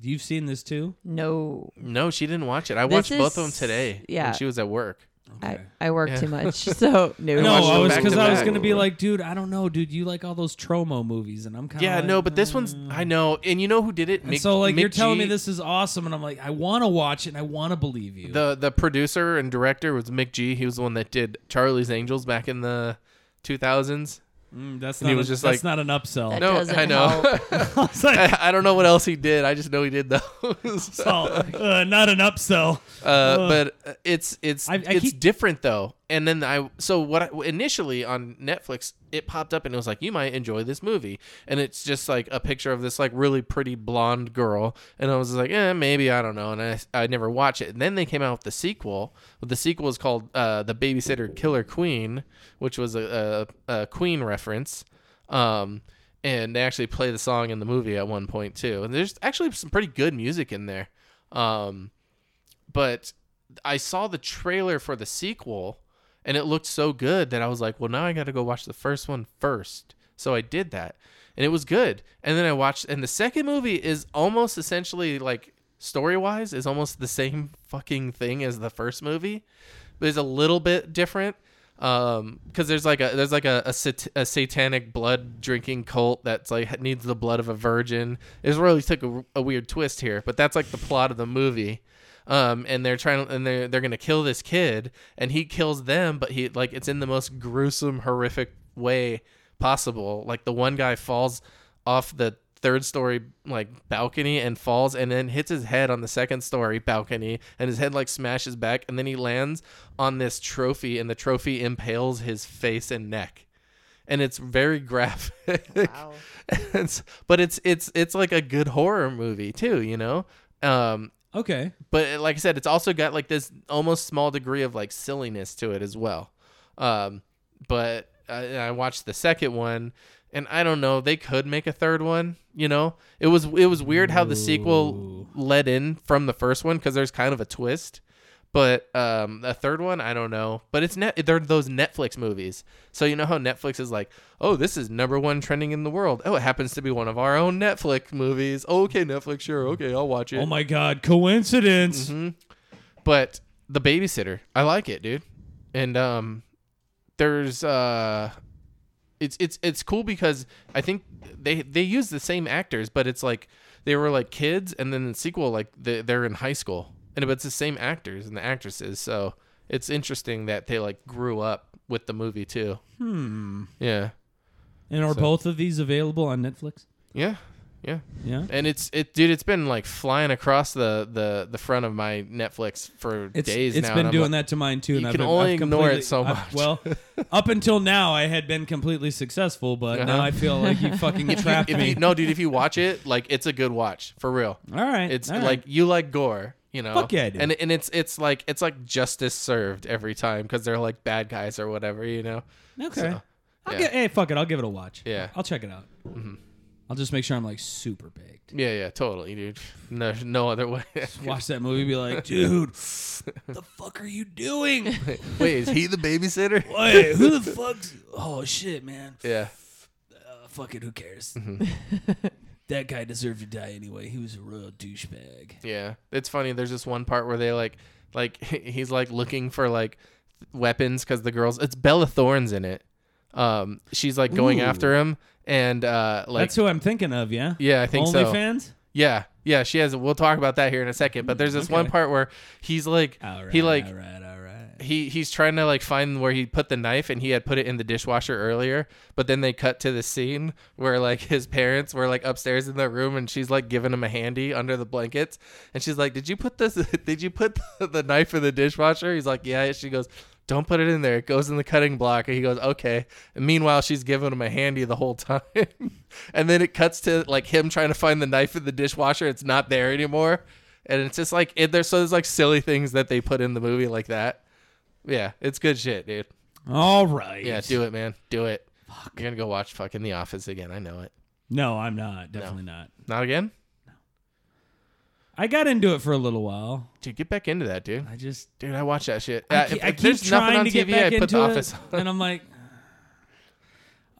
Speaker 2: you've seen this too?
Speaker 3: No,
Speaker 1: No, she didn't watch it. I
Speaker 3: This
Speaker 1: watched both of them
Speaker 3: is-
Speaker 1: today.
Speaker 3: yeah.
Speaker 1: when she was at work.
Speaker 3: I, I work
Speaker 1: Yeah. (laughs)
Speaker 3: too much, so no.
Speaker 2: No,
Speaker 1: watched
Speaker 2: I
Speaker 1: them
Speaker 2: was
Speaker 1: back
Speaker 2: because
Speaker 1: to
Speaker 2: I was
Speaker 1: back.
Speaker 2: gonna be like, dude, I don't know, dude. You like all those Tromo movies, and I'm kind of
Speaker 1: Yeah, no, but this one's I know, and you know who did it? Mick,
Speaker 2: Um, so like you're
Speaker 1: Mick
Speaker 2: telling me
Speaker 1: G-
Speaker 2: this is awesome, and I'm like, I want to watch it, and I want to believe you.
Speaker 1: The the producer and director was Mick G. He was the one that did Charlie's Angels back in the 2000s.
Speaker 2: Mm, that's
Speaker 1: and
Speaker 2: not.
Speaker 1: he
Speaker 2: a-
Speaker 1: was just
Speaker 2: that's
Speaker 1: like-
Speaker 2: not an upsell.
Speaker 3: That
Speaker 1: No,
Speaker 3: doesn't
Speaker 1: I know.
Speaker 2: (laughs)
Speaker 3: help.
Speaker 2: It's
Speaker 1: (laughs)
Speaker 2: like,
Speaker 1: I, I don't know what else he did. I just know he did those.
Speaker 2: oh,
Speaker 1: (laughs)
Speaker 2: uh, not an upsell.
Speaker 1: Uh, but uh, it's it's
Speaker 2: I- I
Speaker 1: it's
Speaker 2: keep-
Speaker 1: different though. And then I so what I, initially on Netflix it popped up and it was like you might enjoy this movie, and it's just like a picture of this like really pretty blonde girl, and I was like eh maybe I don't know, and I I never watch it. And then they came out with the sequel. The sequel is called uh, the Babysitter Killer Queen, which was a, a, a Queen reference. Um, and they actually play the song in the movie at one point too. And there's actually some pretty good music in there. Um, but I saw the trailer for the sequel and it looked so good that I was like, well, now I got to go watch the first one first. So I did that and it was good. And then I watched, and the second movie is almost essentially like story wise, is almost the same (laughs) fucking thing as the first movie, but it's a little bit different. Um, because there's like a there's like a, a, sat- a satanic blood drinking cult that's like needs the blood of a virgin. It really took a, a weird twist here, but that's like the plot of the movie um, and they're trying to, and they're they're gonna kill this kid, and he kills them, but he like it's in the most gruesome, horrific way possible. Like the one guy falls off the third story like balcony and falls, and then hits his head on the second story balcony, and his head like smashes back, and then he lands on this trophy, and the trophy impales his face and neck and it's very (laughs) graphic. (laughs) It's- but it's it's it's like a good horror movie too, you know. Um,
Speaker 2: Okay,
Speaker 1: but it- like I said, it's also got like this almost small degree of like silliness to it as well. Um, but I, I watched the second one, and I don't know. They could make a third one. You know, it was it was weird how the sequel led in from the first one because there's kind of a twist. But um, a third one, I don't know. But it's net. They're those Netflix movies. So you know how Netflix is like, oh, this is number one trending in the world. Oh, it happens to be one of our own Netflix movies. okay, Netflix, sure, okay, I'll watch it
Speaker 2: Oh my God, coincidence.
Speaker 1: Mm-hmm. but the babysitter i like it dude and um there's uh it's it's it's cool because i think they they use the same actors but it's like they were like kids and then the sequel like they, they're in high school and but it's the same actors and the actresses so it's interesting that they like grew up with the movie too hmm yeah
Speaker 2: And are both of these available on Netflix?
Speaker 1: yeah yeah
Speaker 2: Yeah.
Speaker 1: and it's it dude it's been like flying across the the the front of my netflix for
Speaker 2: It's,
Speaker 1: days
Speaker 2: it's
Speaker 1: now
Speaker 2: been
Speaker 1: and I'm
Speaker 2: doing
Speaker 1: like-
Speaker 2: that to mine too.
Speaker 1: You
Speaker 2: and
Speaker 1: can
Speaker 2: I've,
Speaker 1: only
Speaker 2: I've
Speaker 1: ignore it
Speaker 2: completely-
Speaker 1: so
Speaker 2: I've-
Speaker 1: much. (laughs)
Speaker 2: well, up until now, I had been completely successful, but now
Speaker 1: Uh-huh.
Speaker 2: I feel like you fucking
Speaker 1: (laughs)
Speaker 2: trapped
Speaker 1: if
Speaker 2: me.
Speaker 1: you, no, dude, if you watch it, like it's a good watch for real.
Speaker 2: all right,
Speaker 1: It's
Speaker 2: all right.
Speaker 1: like you like gore, you know.
Speaker 2: Fuck yeah, I do.
Speaker 1: And and it's it's like it's like justice served every time because they're like bad guys or whatever, you know.
Speaker 2: okay.
Speaker 1: so,
Speaker 2: I'll
Speaker 1: yeah.
Speaker 2: get, hey, fuck it. I'll give it a watch.
Speaker 1: Yeah. Mm-hmm.
Speaker 2: I'll check it out. I'll just make sure I'm like super baked.
Speaker 1: Yeah, yeah, totally, dude. No, no other way.
Speaker 2: Watch that movie, be like, dude, the fuck are
Speaker 1: (laughs)
Speaker 2: you doing?
Speaker 1: (laughs) Wait, is he the babysitter?
Speaker 2: Wait, who the fuck's? (laughs) Oh shit, man.
Speaker 1: (laughs) Yeah,
Speaker 2: Uh, fuck it. Who cares?
Speaker 1: Mm-hmm.
Speaker 2: (laughs) that guy deserved to die anyway. He was a real douchebag.
Speaker 1: yeah. It's funny. There's this one part where they like (laughs) like he's like looking for like weapons because the girls. It's Bella Thorne's in it. um, she's like going after him, and uh, like
Speaker 2: That's who I'm thinking of, yeah?
Speaker 1: Yeah, I think so.
Speaker 2: OnlyFans?
Speaker 1: yeah, yeah, she has. We'll talk about that here in a second. But there's this one part where he's like,
Speaker 2: All right.
Speaker 1: he like
Speaker 2: All right, all right.
Speaker 1: he he's trying to like find where he put the knife and he had put it in the dishwasher earlier but then they cut to the scene where like his parents were like upstairs in their room and she's like giving him a handy under the blankets and she's like did you put this (laughs) did you put the, the knife in the dishwasher he's like yeah she goes don't put it in there it goes in the cutting block and he goes okay and meanwhile she's giving him a handy the whole (laughs) time and then it cuts to like him trying to find the knife in the dishwasher it's not there anymore and it's just like it, there's so there's like silly things that they put in the movie like that yeah, it's good shit, dude.
Speaker 2: All right.
Speaker 1: Yeah, do it, man. Do it. You're gonna go watch fucking The Office again. I know it.
Speaker 2: No, I'm not. Definitely not.
Speaker 1: Not again,
Speaker 2: I got into it for a little while.
Speaker 1: dude. Get back into that, dude.
Speaker 2: I just
Speaker 1: Dude, I watch that shit.
Speaker 2: I
Speaker 1: Uh,
Speaker 2: keep,
Speaker 1: if-
Speaker 2: I
Speaker 1: if
Speaker 2: keep
Speaker 1: there's nothing
Speaker 2: trying
Speaker 1: on
Speaker 2: to
Speaker 1: TV,
Speaker 2: get back
Speaker 1: I
Speaker 2: into
Speaker 1: put The
Speaker 2: it,
Speaker 1: Office on.
Speaker 2: and I'm like, (sighs)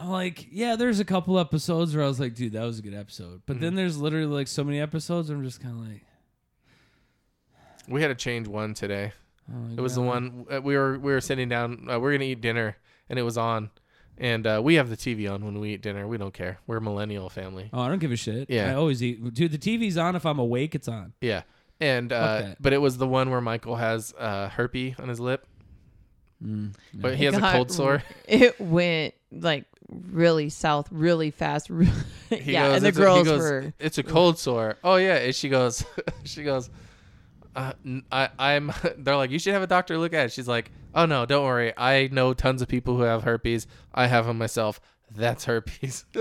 Speaker 2: I'm like, yeah, there's a couple episodes where I was like, dude, that was a good episode, but
Speaker 1: Mm-hmm.
Speaker 2: then there's literally like so many episodes, where I'm just kind of like,
Speaker 1: We had to change one today.
Speaker 2: oh my
Speaker 1: It was the
Speaker 2: God.
Speaker 1: one uh, we were we were sitting down. Uh, we we're gonna eat dinner, and it was on. And uh, we have the TV on when we eat dinner. We don't care. We're a millennial family.
Speaker 2: Oh, I don't give a shit.
Speaker 1: Yeah.
Speaker 2: I always eat. Dude, the TV's on. If I'm awake, it's on.
Speaker 1: Yeah. And uh,
Speaker 2: that.
Speaker 1: but it was the one where Michael has uh, herpes on his lip,
Speaker 2: Oh
Speaker 1: but (laughs) he has a
Speaker 3: got
Speaker 1: cold sore.
Speaker 3: It went like really south, really fast. (laughs) really-
Speaker 1: He
Speaker 3: yeah,
Speaker 1: goes,
Speaker 3: and the
Speaker 1: "It's a- he
Speaker 3: girls
Speaker 1: goes,
Speaker 3: were.
Speaker 1: It's a cold sore. Oh yeah, and she goes, (laughs) she goes. Uh, n- I, am (laughs) They're like, you should have a doctor look at it. She's like, oh no, don't worry. I know tons of people who have herpes. I have them myself. That's herpes. (laughs)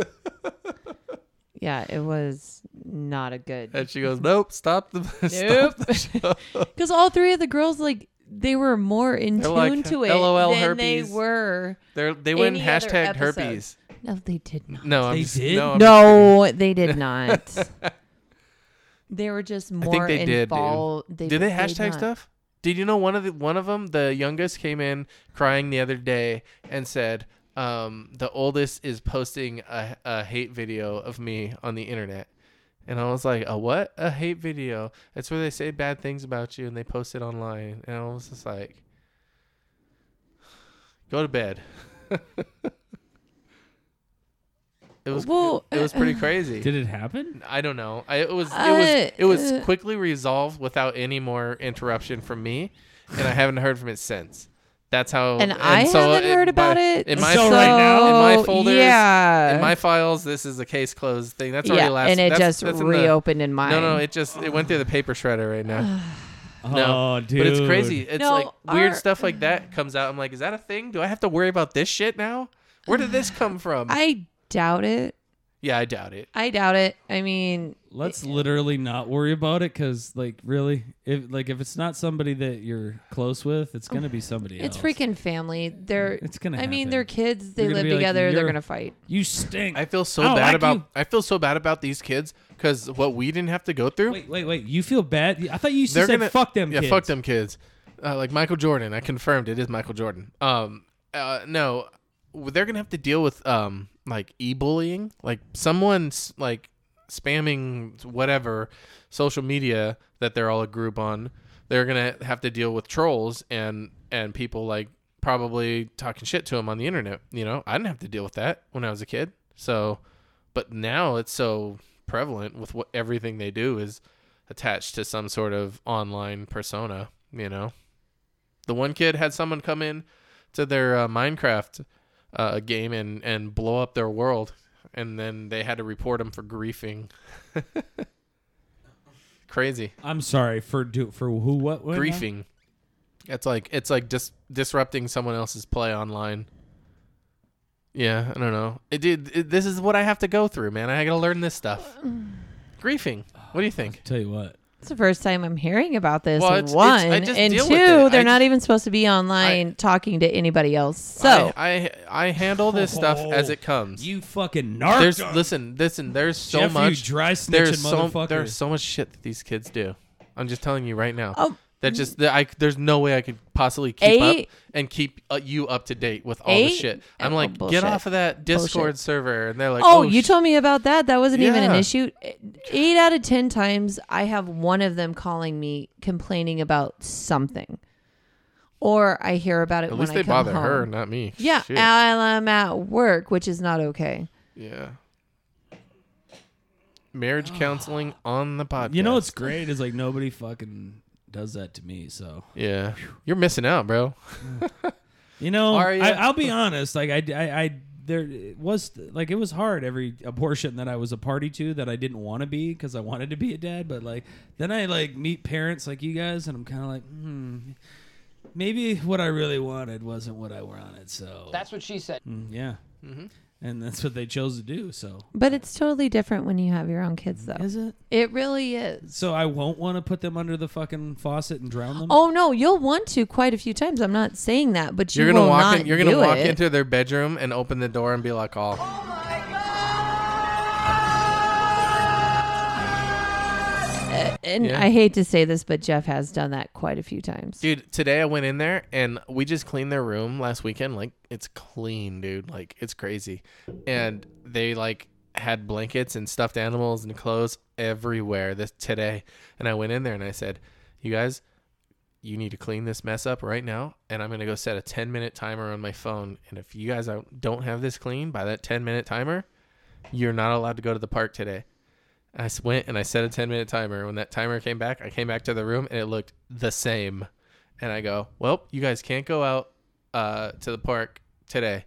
Speaker 3: Yeah, it was not a good.
Speaker 1: and she goes, nope, stop the. (laughs) Stop.
Speaker 3: Nope. (laughs)
Speaker 1: (laughs)
Speaker 3: Because all three of the girls, like, they were more in
Speaker 1: They're
Speaker 3: tune
Speaker 1: like,
Speaker 3: to it
Speaker 1: "LOL
Speaker 3: than
Speaker 1: herpes."
Speaker 3: they were.
Speaker 1: They're, they went and
Speaker 3: Any other
Speaker 1: hashtagged
Speaker 3: episode.
Speaker 1: herpes.
Speaker 3: No, they did not.
Speaker 1: No, I'm
Speaker 2: They
Speaker 1: just,
Speaker 2: did?
Speaker 1: No, I'm just kidding.
Speaker 3: No, they
Speaker 1: (laughs)
Speaker 3: did not. they were just more
Speaker 1: I think they did,
Speaker 3: involved.
Speaker 1: dude. Did they hashtag
Speaker 3: not.
Speaker 1: stuff? Did you know one of the one of them, the youngest, came in crying the other day and said, um, "The oldest is posting a, a hate video of me on the internet," and I was like, "A what? A hate video? That's where they say bad things about you and they post it online." And I was just like, "Go to bed." (laughs) it was
Speaker 3: Well,
Speaker 1: it was pretty crazy.
Speaker 2: Did it happen?
Speaker 1: I don't know. I, it was
Speaker 3: Uh,
Speaker 1: it was it was
Speaker 3: uh.
Speaker 1: quickly resolved without any more interruption from me, and I haven't heard from it since. That's how.
Speaker 3: And I haven't heard about
Speaker 1: my-
Speaker 3: it.
Speaker 1: in my
Speaker 2: So
Speaker 1: fol-
Speaker 2: right now-
Speaker 1: in
Speaker 3: so,
Speaker 1: my folders,
Speaker 3: yeah.
Speaker 1: in my files, this is a case closed thing. That's already
Speaker 3: yeah,
Speaker 1: last.
Speaker 3: and it
Speaker 1: that's-
Speaker 3: just
Speaker 1: that's in the-
Speaker 3: reopened in mine.
Speaker 1: no, no, it just it went through the paper shredder right
Speaker 3: (sighs)
Speaker 1: now. No,
Speaker 2: Oh, dude.
Speaker 1: But it's crazy. It's
Speaker 3: No,
Speaker 1: like weird
Speaker 3: our-
Speaker 1: stuff like that comes out. I'm like, is that a thing? Do I have to worry about this shit now? Where did this come from?
Speaker 3: I doubt it.
Speaker 1: yeah, I doubt it.
Speaker 3: I doubt it. I mean,
Speaker 2: Let's literally not worry about it because, like, really, if like if it's not somebody that you're close with, it's gonna be somebody
Speaker 3: it's
Speaker 2: else.
Speaker 3: freaking family. They're.
Speaker 2: It's gonna
Speaker 3: I mean,
Speaker 2: happen.
Speaker 3: they're kids. They
Speaker 2: You're gonna
Speaker 3: live
Speaker 2: be like,
Speaker 3: together. they're
Speaker 2: "You're-
Speaker 3: gonna fight.
Speaker 2: You stink.
Speaker 1: I feel so
Speaker 2: I don't
Speaker 1: bad
Speaker 2: like
Speaker 1: about
Speaker 2: you.
Speaker 1: I feel so bad about these kids because what we didn't have to go through.
Speaker 2: Wait, wait, wait. You feel bad? I thought you
Speaker 1: they're
Speaker 2: said
Speaker 1: gonna
Speaker 2: fuck them.
Speaker 1: Yeah,
Speaker 2: kids.
Speaker 1: fuck them kids. Uh, like Michael Jordan, I confirmed it is Michael Jordan. Um, uh, no, they're gonna have to deal with um like e bullying, like someone's like spamming whatever social media that they're all a group on. They're gonna have to deal with trolls and and people like probably talking shit to them on the internet. You know, I didn't have to deal with that when I was a kid. So, but now it's so prevalent with what everything they do is attached to some sort of online persona, you know. The one kid had someone come in to their uh, Minecraft uh, game and and blow up their world and then they had to report him for griefing. (laughs) Crazy.
Speaker 2: I'm sorry for do for who what what now?
Speaker 1: griefing. It's like it's like dis- disrupting someone else's play online. Yeah, I don't know. It, dude, it, this is what I have to go through, man. I got to learn this stuff. Griefing. What do you think?
Speaker 2: Tell you what.
Speaker 3: It's the first time I'm hearing about this.
Speaker 1: Well, it's- it's-
Speaker 3: one
Speaker 1: I just
Speaker 3: and
Speaker 1: deal with
Speaker 3: two,
Speaker 1: it.
Speaker 3: they're
Speaker 1: I-
Speaker 3: not even supposed to be online talking to anybody else. So
Speaker 1: I, I I handle this stuff as it comes.
Speaker 2: Oh. You fucking narc.
Speaker 1: there's listen, listen. There's so
Speaker 2: Jeff, you
Speaker 1: much
Speaker 2: dry snitching
Speaker 1: There's so
Speaker 2: motherfucker.
Speaker 1: there's so much shit that these kids do. I'm just telling you right now.
Speaker 3: Oh.
Speaker 1: that just that I there's no way I could possibly keep
Speaker 3: Eight-
Speaker 1: up and keep uh, you up to date with all the
Speaker 3: Eight?
Speaker 1: shit.
Speaker 3: Oh,
Speaker 1: I'm like,
Speaker 3: bullshit.
Speaker 1: get off of that Discord
Speaker 3: Bullshit.
Speaker 1: server, and they're like,
Speaker 3: oh,
Speaker 1: oh,
Speaker 3: you
Speaker 1: sh-
Speaker 3: told me about that. That wasn't even an
Speaker 1: Yeah.
Speaker 3: issue. Eight out of ten times, I have one of them calling me complaining about something. or I hear about it
Speaker 1: At
Speaker 3: when
Speaker 1: least
Speaker 3: I
Speaker 1: they
Speaker 3: come
Speaker 1: bother
Speaker 3: home.
Speaker 1: her, not me.
Speaker 3: Yeah, uh,
Speaker 1: Shit.
Speaker 3: while I'm at work, which is not okay.
Speaker 1: yeah.
Speaker 3: (sighs)
Speaker 1: Marriage counseling on the podcast.
Speaker 2: You know what's great is like nobody fucking does that to me. So
Speaker 1: yeah, you're missing out, bro.
Speaker 2: you know,
Speaker 1: Are ya?
Speaker 2: I, I'll be honest. Like I, I, I there it was like it was hard every abortion that I was a party to that I didn't want to be because I wanted to be a dad. But like then I like meet parents like you guys, and I'm kind of like, hmm, maybe what I really wanted wasn't what I wanted. So
Speaker 6: That's what she said. Mm-hmm.
Speaker 2: Mm, yeah, and that's what they chose to do. So
Speaker 3: But it's totally different when you have your own kids, though.
Speaker 2: is it?
Speaker 3: It really is.
Speaker 2: So I won't want to put them under the fucking faucet and drown them.
Speaker 3: Oh no, you'll want to quite a few times. I'm not saying that, but you
Speaker 1: You're gonna
Speaker 3: will
Speaker 1: walk.
Speaker 3: not
Speaker 1: In, you're gonna
Speaker 3: do
Speaker 1: walk
Speaker 3: it.
Speaker 1: into their bedroom and open the door and be like, "Oh,
Speaker 3: Uh, And
Speaker 1: Yeah.
Speaker 3: I hate to say this, but Jeff has done that quite a few times.
Speaker 1: dude." Today I went in there and we just cleaned their room last weekend. Like it's clean, dude. Like it's crazy. And they like had blankets and stuffed animals and clothes everywhere this today. And I went in there and I said, "You guys." You need to clean this mess up right now, and I'm gonna go set a 10 minute timer on my phone. And if you guys don't don't have this clean by that 10 minute timer, you're not allowed to go to the park today. I s- went and I set a 10 minute timer. When that timer came back, I came back to the room and it looked the same. And I go, well, you guys can't go out uh, to the park today.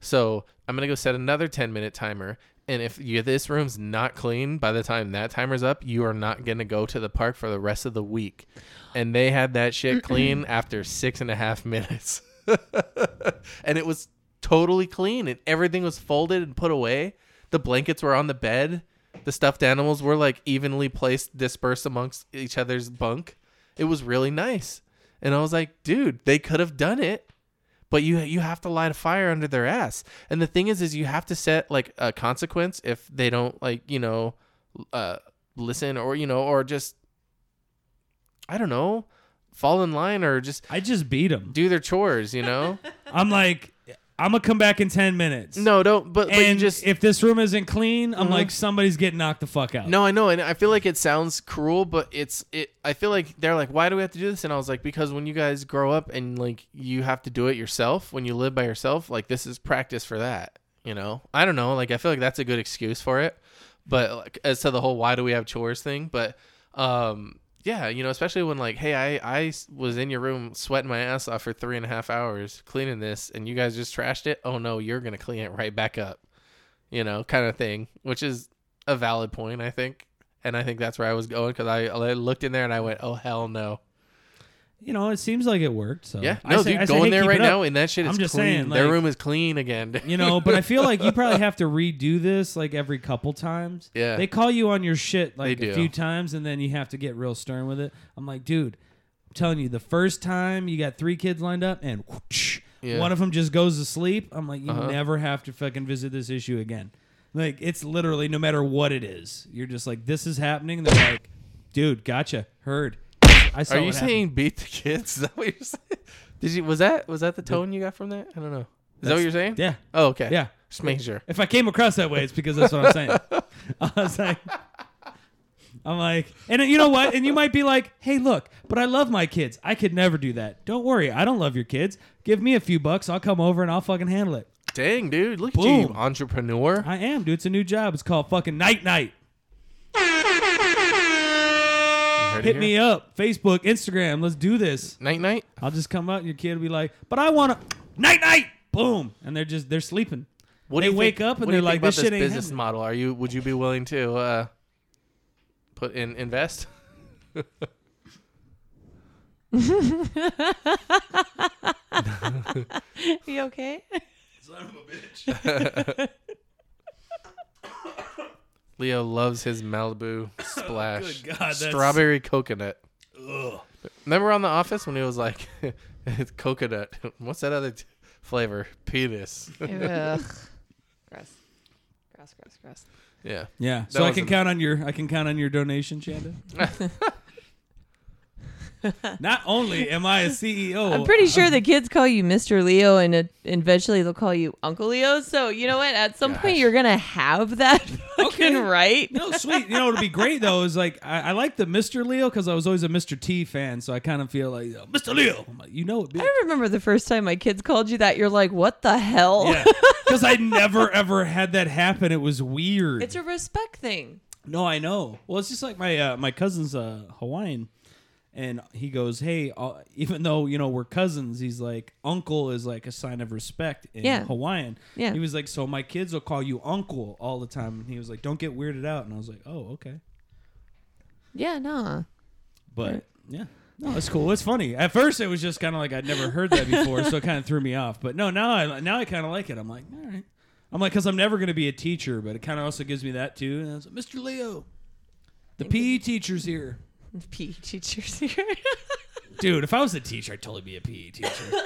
Speaker 1: So I'm going to go set another 10 minute timer. And if you, this room's not clean by the time that timer's up, you are not going to go to the park for the rest of the week. And they had that shit clean after six and a half minutes. (laughs) and it was totally clean and everything was folded and put away. The blankets were on the bed. The stuffed animals were like evenly placed, dispersed amongst each other's bunk. It was really nice. And I was like, dude, they could have done it, but you you have to light a fire under their ass. And the thing is is you have to set like a consequence if they don't like, you know, uh listen or you know or just I don't know, fall in line or just
Speaker 2: I just beat them.
Speaker 1: do their chores, you
Speaker 2: (laughs)
Speaker 1: know?
Speaker 2: I'm like, I'm gonna come back in ten minutes.
Speaker 1: no, don't but, but you
Speaker 2: and
Speaker 1: just Uh-huh.
Speaker 2: if this room isn't clean, I'm like somebody's getting knocked the fuck out.
Speaker 1: No, I know, and I feel like it sounds cruel, but it's it. I feel like they're like, why do we have to do this? And I was like, because when you guys grow up and like you have to do it yourself, when you live by yourself, like this is practice for that. You know, I don't know. Like I feel like that's a good excuse for it. But like, as to the whole why do we have chores thing, but um, yeah, you know, especially when like, hey, I I s- was in your room sweating my ass off for three and a half hours cleaning this, and you guys just trashed it. Oh no, you're gonna clean it right back up you know, kind of thing, which is a valid point, I think. And I think that's where I was going because I, I looked in there and I went, oh, hell no.
Speaker 2: you know it seems like it worked. So
Speaker 1: Yeah.
Speaker 2: I
Speaker 1: No,
Speaker 2: say- I
Speaker 1: dude,
Speaker 2: say,
Speaker 1: go
Speaker 2: hey,
Speaker 1: in there
Speaker 2: keep
Speaker 1: right
Speaker 2: it up.
Speaker 1: now and that shit is
Speaker 2: I'm just
Speaker 1: clean.
Speaker 2: saying,
Speaker 1: Their
Speaker 2: like-
Speaker 1: room is clean (laughs) again.
Speaker 2: You know, but I feel like you probably have to redo this like every couple times.
Speaker 1: Yeah.
Speaker 2: they call you on your shit like
Speaker 1: They do.
Speaker 2: a few times, and then you have to get real stern with it. I'm like, dude, I'm telling you, the first time you got three kids lined up, and whoosh,
Speaker 1: Yeah. Uh-huh.
Speaker 2: one of them just goes to sleep. I'm like, you never have to fucking visit this issue again. Like it's literally no matter what it is, you're just like, this is happening. They're like, dude, gotcha, heard. I saw
Speaker 1: Are you
Speaker 2: what happened.
Speaker 1: saying beat the kids? (laughs) Is that what you're saying? Did you, was that, was that the tone you got from that? I don't know. Is that what
Speaker 2: That's-
Speaker 1: you're saying?
Speaker 2: Yeah.
Speaker 1: Oh, okay.
Speaker 2: Yeah.
Speaker 1: Just making sure.
Speaker 2: If I came across that way, it's because that's what I'm saying. I was like, I'm like, and you know what? And you might be like, hey, look, but I love my kids. I could never do that. Don't worry. I don't love your kids. Give me a few bucks. I'll come over and I'll fucking handle it.
Speaker 1: Dang, dude. Look at you,
Speaker 2: Boom.
Speaker 1: you entrepreneur.
Speaker 2: I am, dude. It's a new job. It's called fucking Night Night.
Speaker 1: Heard it
Speaker 2: Hit
Speaker 1: here.
Speaker 2: me up. Facebook, Instagram. Let's do this.
Speaker 1: Night, night.
Speaker 2: I'll just come out and your kid will be like, but I want to night night. Boom. And they're just, they're sleeping.
Speaker 1: What do
Speaker 2: They
Speaker 1: you
Speaker 2: wake
Speaker 1: think-
Speaker 2: up and
Speaker 1: what do
Speaker 2: they're
Speaker 1: you think about
Speaker 2: like, this shit ain't
Speaker 1: business
Speaker 2: happening.
Speaker 1: model. Are you, would you be willing to, uh, put in, invest? (laughs)
Speaker 3: (laughs) You okay?
Speaker 1: Leo loves his
Speaker 2: (laughs)
Speaker 1: Malibu splash.
Speaker 2: Good God, that's-
Speaker 1: Strawberry coconut. Remember on The Office when he was like, (laughs) it's coconut. (laughs) What's that other t- flavor? Penis. (laughs)
Speaker 3: Ugh. Gross. Gross, gross, gross.
Speaker 1: yeah.
Speaker 2: Yeah. so I
Speaker 1: was
Speaker 2: can
Speaker 1: a-
Speaker 2: count on your I can count on your donation,
Speaker 3: (laughs)
Speaker 2: Shanda. Not only am I a E CEO,
Speaker 3: I'm pretty (laughs)
Speaker 2: um,
Speaker 3: sure the kids call you Mr. Leo and uh, eventually they'll call you Uncle Leo. So, you know what? At some point,
Speaker 1: Gosh.
Speaker 3: you're going to have that. (laughs) fucking right.
Speaker 2: No, sweet. You know, it'd be great though. Is like I, I like the Mr. Leo because I was always a Mr. T fan, so I kind of feel like oh, Mr. Leo. I'm like, you know it, bitch.
Speaker 3: I remember the first time my kids called you that. You're like, what the hell?
Speaker 2: Yeah,
Speaker 3: (laughs)
Speaker 2: because I never ever had that happen. It was weird.
Speaker 3: It's a respect thing.
Speaker 2: No, I know. Well, it's just like my uh, my cousin's uh, Hawaiian, and he goes, "Hey, uh, even though you know we're cousins, he's like uncle is like a sign of respect in
Speaker 3: Yeah.
Speaker 2: Hawaiian."
Speaker 3: Yeah.
Speaker 2: He was like, "So my kids will call you uncle all the time," and he was like, "Don't get weirded out." And I was like, "Oh, okay."
Speaker 3: Yeah, (laughs) nah.
Speaker 2: But yeah, no, it's cool. It's funny. At first, it was just kind of like I'd never heard that before, so it kind of threw me off. But no, now I now I kind of like it. I'm like, all right. I'm like, because I'm never going to be a teacher, but it kind of also gives me that too. And I was like, Mr. Leo, the PE teacher's here.
Speaker 3: PE E teachers here.
Speaker 2: Dude, if I was a teacher, I'd totally be a PE teacher.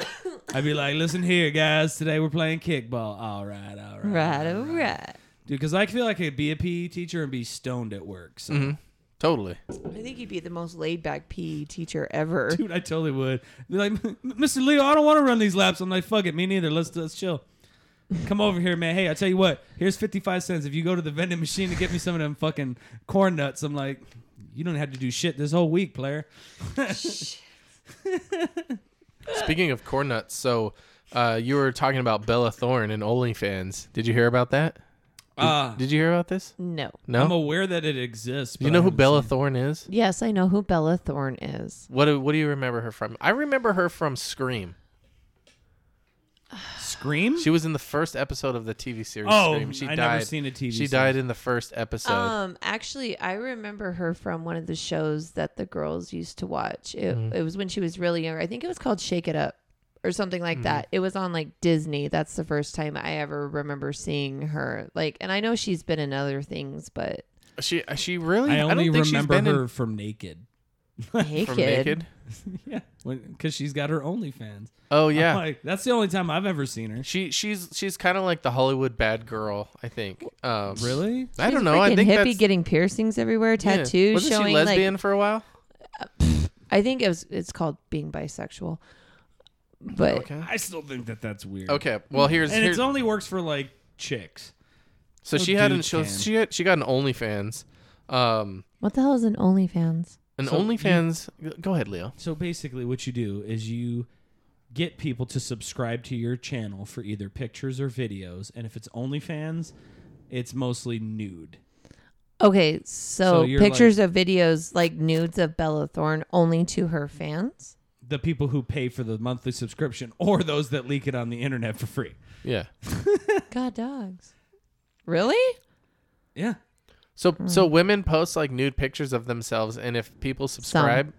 Speaker 2: I'd be like, listen here, guys, today we're playing kickball. All right, all right.
Speaker 3: right, all right.
Speaker 2: Dude, because I feel like I could be a PE teacher and be stoned at work. So.
Speaker 1: Mm-hmm. Totally.
Speaker 3: I think you'd be the most laid back PE teacher ever.
Speaker 2: (laughs) Dude, I totally would. They're like, Mr. Leo, I don't want to run these laps. I'm like, fuck it, me neither. Let's let's chill. Come over here, man. Hey, I tell you what. Here's 55 cents. If you go to the vending machine to get me some of them fucking corn nuts, I'm like, you don't have to do shit this whole week, player.
Speaker 1: Speaking of corn nuts, so uh, you were talking about Bella Thorne and OnlyFans. Did you hear about that?
Speaker 2: Uh,
Speaker 1: Did you hear about this?
Speaker 3: No.
Speaker 1: No.
Speaker 2: I'm aware that it exists.
Speaker 1: Do
Speaker 2: but
Speaker 1: you
Speaker 2: I
Speaker 1: know who
Speaker 2: haven't
Speaker 1: Bella
Speaker 2: seen it.
Speaker 1: Thorne is?
Speaker 3: Yes, I know who Bella Thorne is.
Speaker 1: What do, What do you remember her from? I remember her from Scream.
Speaker 2: Scream?
Speaker 1: She was in the first episode of the TV series
Speaker 2: Oh,
Speaker 1: Scream. She
Speaker 2: I
Speaker 1: died.
Speaker 2: never seen a TV
Speaker 1: She
Speaker 2: series.
Speaker 1: died in the first episode.
Speaker 3: Um, actually, I remember her from one of the shows that the girls used to watch. It,
Speaker 1: Mm-hmm.
Speaker 3: it was when she was really younger. I think it was called Shake It Up or something like
Speaker 1: Mm-hmm.
Speaker 3: that. It was on like Disney. That's the first time I ever remember seeing her. Like, and I know she's been in other
Speaker 1: (laughs)
Speaker 3: things, but
Speaker 1: she She really.
Speaker 2: I only
Speaker 1: don't think
Speaker 2: remember
Speaker 1: she's been in-
Speaker 2: her from Naked.
Speaker 3: naked.
Speaker 1: from Naked.
Speaker 2: Yeah, because she's got her OnlyFans.
Speaker 1: Oh
Speaker 2: I'm
Speaker 1: yeah.
Speaker 2: like, that's the only time I've ever seen her.
Speaker 1: She she's she's kind of like the Hollywood bad girl, I think. Um,
Speaker 2: Really?
Speaker 1: I
Speaker 3: She's
Speaker 1: don't
Speaker 3: a
Speaker 1: know. I
Speaker 3: freaking
Speaker 1: think
Speaker 3: hippie
Speaker 1: that's,
Speaker 3: getting piercings everywhere,
Speaker 1: yeah.
Speaker 3: tattoos
Speaker 1: Wasn't
Speaker 3: showing
Speaker 1: she lesbian
Speaker 3: like
Speaker 1: for a while?
Speaker 3: I think it was it's called being bisexual. But
Speaker 1: Okay.
Speaker 2: I still think that that's weird.
Speaker 1: Okay. Well, here's
Speaker 2: and
Speaker 1: here's
Speaker 2: it only works for like chicks.
Speaker 1: so
Speaker 2: no
Speaker 1: she had an
Speaker 2: dude
Speaker 1: she,
Speaker 2: can.
Speaker 1: she had she got an OnlyFans, um,
Speaker 3: what the hell is an OnlyFans?
Speaker 1: an
Speaker 2: So you-
Speaker 1: OnlyFans. go ahead, Leo.
Speaker 2: So basically, what you do is you get people to subscribe to your channel for either pictures or videos, and if it's OnlyFans, it's mostly nude.
Speaker 3: Okay,
Speaker 2: So
Speaker 3: so,
Speaker 2: you're
Speaker 3: pictures of videos like nudes of Bella Thorne only to her fans.
Speaker 2: The people who pay for the monthly subscription, (laughs) or those that leak it on the internet for free.
Speaker 1: Yeah.
Speaker 3: God dogs. Really?
Speaker 2: Yeah,
Speaker 1: So so women post like nude pictures of themselves, and if people subscribe,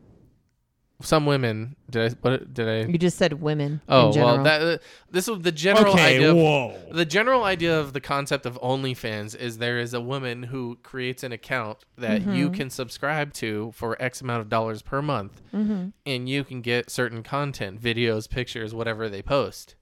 Speaker 1: some, women did I what did I?
Speaker 3: You just said women.
Speaker 1: Oh
Speaker 3: in general.
Speaker 1: well, that uh, this was the general
Speaker 2: Okay,
Speaker 1: idea. of-
Speaker 2: whoa.
Speaker 1: The general idea of the concept of OnlyFans is there is a woman who creates an account that you
Speaker 3: Mm-hmm.
Speaker 1: can subscribe to for X amount of dollars per month,
Speaker 3: Mm-hmm.
Speaker 1: and you can get certain content, videos, pictures, whatever they post,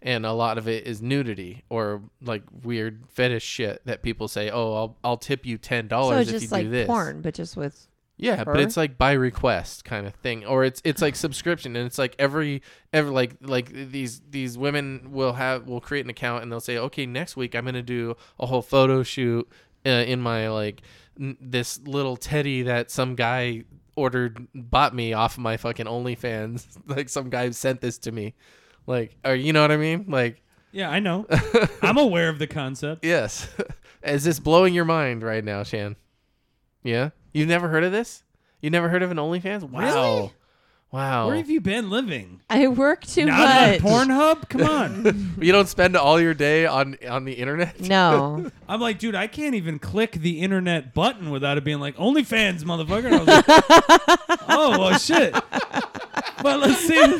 Speaker 1: and a lot of it is nudity or like weird fetish shit that people say, "Oh, I'll I'll tip you ten
Speaker 3: so
Speaker 1: dollars
Speaker 3: it's
Speaker 1: if
Speaker 3: just
Speaker 1: you
Speaker 3: like
Speaker 1: do this."
Speaker 3: porn, but just with (laughs)
Speaker 1: Yeah, but
Speaker 3: Her?
Speaker 1: it's like by request kind of thing, or it's it's like subscription, and it's like every every like like these these women will have will create an account, and they'll say, okay, next week I'm gonna do a whole photo shoot uh, in my like n- this little teddy that some guy ordered bought me off my fucking OnlyFans, (laughs) like some guy sent this to me, like or you know what I mean, like
Speaker 2: yeah,
Speaker 1: (laughs)
Speaker 2: I know. I'm aware of the concept.
Speaker 1: yes, (laughs) is this blowing your mind right now, Shan? Yeah, you've never heard of this? You never heard of an OnlyFans? Wow.
Speaker 2: Really?
Speaker 1: Wow.
Speaker 2: Where have you been living?
Speaker 3: I work too
Speaker 2: Not
Speaker 3: much.
Speaker 2: on Pornhub? Come on.
Speaker 1: you don't spend all your day on on the internet? (laughs)
Speaker 3: No.
Speaker 2: (laughs) I'm like, dude, I can't even click the internet button without it being like OnlyFans, motherfucker. And I was like, (laughs) oh well, shit. Well, let's see.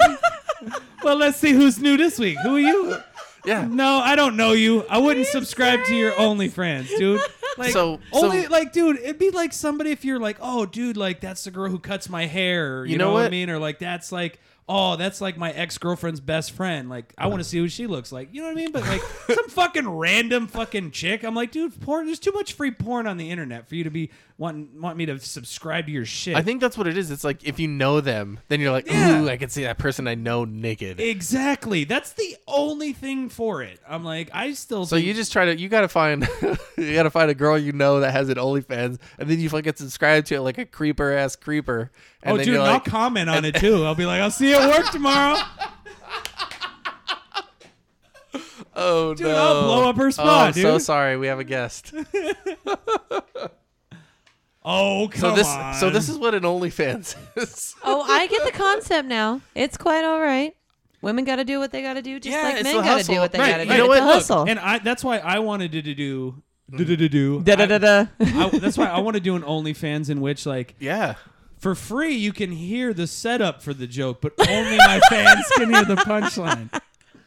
Speaker 2: Well, let's see who's new this week. Who are you?
Speaker 1: Yeah.
Speaker 2: No, I don't know you. I wouldn't subscribe to your OnlyFans, dude. Like,
Speaker 1: So-
Speaker 2: only
Speaker 1: so-
Speaker 2: like, dude, it'd be like somebody if you're like, oh, dude, like that's the girl who cuts my hair. You,
Speaker 1: You know
Speaker 2: what? I
Speaker 1: what?
Speaker 2: mean? Or like that's like oh, that's like my ex girlfriend's best friend. Like, I want to see who she looks like. You know what I mean?
Speaker 1: (laughs)
Speaker 2: But like some fucking random fucking chick. I'm like, dude, porn. There's too much free porn on the internet for you to be want want me to subscribe to your shit.
Speaker 1: I think that's what it is. It's like if you know them, then you're like,
Speaker 2: Yeah.
Speaker 1: ooh, I can see that person I know naked.
Speaker 2: exactly. That's the only thing for it. I'm like, I still.
Speaker 1: so you just try to you gotta find (laughs) you gotta find a girl you know that has an OnlyFans, and then you fucking subscribe to it like a creeper ass creeper. And
Speaker 2: Oh,
Speaker 1: then
Speaker 2: dude,
Speaker 1: you're
Speaker 2: I'll
Speaker 1: like,
Speaker 2: comment on it too. I'll be like, I'll see you at work
Speaker 1: (laughs)
Speaker 2: tomorrow.
Speaker 1: oh
Speaker 2: Dude,
Speaker 1: no,
Speaker 2: I'll blow up her spot,
Speaker 1: oh, so
Speaker 2: dude.
Speaker 1: sorry, we have a guest.
Speaker 2: Oh, come
Speaker 1: So this
Speaker 2: on.
Speaker 1: so this is what an OnlyFans is. (laughs)
Speaker 3: Oh, I get the concept now. It's quite all right. Women got to do what they got to do, just
Speaker 1: Yeah,
Speaker 3: like
Speaker 1: it's
Speaker 3: men
Speaker 1: the
Speaker 3: got to do
Speaker 1: hustle.
Speaker 3: what they
Speaker 1: Right,
Speaker 3: got to
Speaker 1: you
Speaker 3: do.
Speaker 1: know
Speaker 3: It's
Speaker 1: what?
Speaker 3: the
Speaker 1: Look,
Speaker 3: hustle.
Speaker 2: and I that's why I wanted to do do do do
Speaker 1: Mm.
Speaker 2: do.
Speaker 3: Da da da
Speaker 1: (laughs)
Speaker 3: da.
Speaker 2: I, that's why I want to do an OnlyFans in which, like,
Speaker 1: Yeah.
Speaker 2: for free, you can hear the setup for the joke, but
Speaker 1: (laughs)
Speaker 2: only my fans can hear the punchline.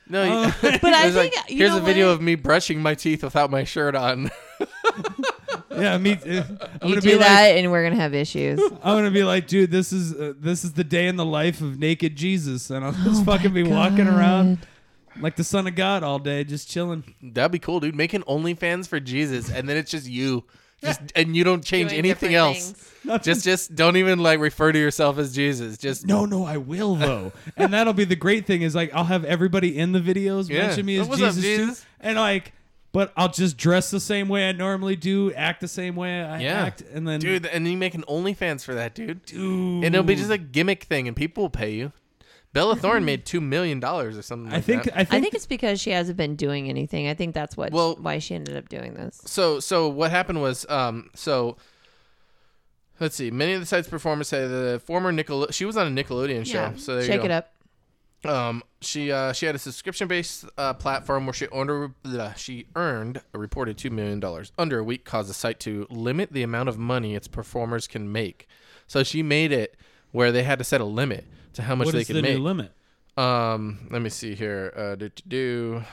Speaker 1: No, you-
Speaker 3: Uh,
Speaker 1: (laughs)
Speaker 3: But I
Speaker 1: it's like,
Speaker 3: think you
Speaker 1: here's
Speaker 3: know
Speaker 1: a video
Speaker 3: what?
Speaker 1: of me brushing my teeth without my shirt on. (laughs)
Speaker 2: Yeah, me. too. I'm
Speaker 3: you
Speaker 2: gonna
Speaker 3: do
Speaker 2: be
Speaker 3: that,
Speaker 2: like,
Speaker 3: and we're gonna have issues.
Speaker 2: I'm gonna be like, dude, this is uh, this is the day in the life of naked Jesus, and I'll
Speaker 1: Oh
Speaker 2: just fucking be walking around like the son of God all day, just chilling.
Speaker 1: That'd be cool, dude. Make an OnlyFans for Jesus, and then it's just you, just and you don't change
Speaker 3: Doing
Speaker 1: anything
Speaker 3: different
Speaker 1: else.
Speaker 3: things.
Speaker 1: Just, just don't even like refer to yourself as Jesus. Just
Speaker 2: No, no, I
Speaker 1: (laughs)
Speaker 2: will though, and that'll be the great thing is like I'll have everybody in the videos
Speaker 1: Yeah.
Speaker 2: mention me
Speaker 1: Oh,
Speaker 2: as
Speaker 1: what's up,
Speaker 2: Jesus,
Speaker 1: Jesus?
Speaker 2: Too, and like, but I'll just dress the same way I normally do, act the same way I
Speaker 1: Yeah.
Speaker 2: act, and then
Speaker 1: dude, and you make an OnlyFans for that, dude.
Speaker 2: dude,
Speaker 1: And it'll be just a gimmick thing, and people will pay you. Bella Thorne made two million dollars or something.
Speaker 2: I
Speaker 1: like
Speaker 2: think
Speaker 1: that.
Speaker 2: I
Speaker 3: I
Speaker 1: (laughs)
Speaker 2: think,
Speaker 3: think it's because she hasn't been doing anything. I think that's what
Speaker 1: Well-
Speaker 3: why she ended up doing this.
Speaker 1: so so what happened was um so let's see many of the sites performers say the former Nickel she was on a Nickelodeon show so there you
Speaker 3: shake
Speaker 1: go.
Speaker 3: it up.
Speaker 1: Um, she uh, she had a subscription based uh, platform where she earned uh, she earned a reported two million dollars under a week, caused the site to limit the amount of money its performers can make. So she made it where they had to set a limit to how much
Speaker 2: what
Speaker 1: they
Speaker 2: is
Speaker 1: could
Speaker 2: the
Speaker 1: make.
Speaker 2: new limit?
Speaker 1: Um, let me see here. Uh, do, do, do.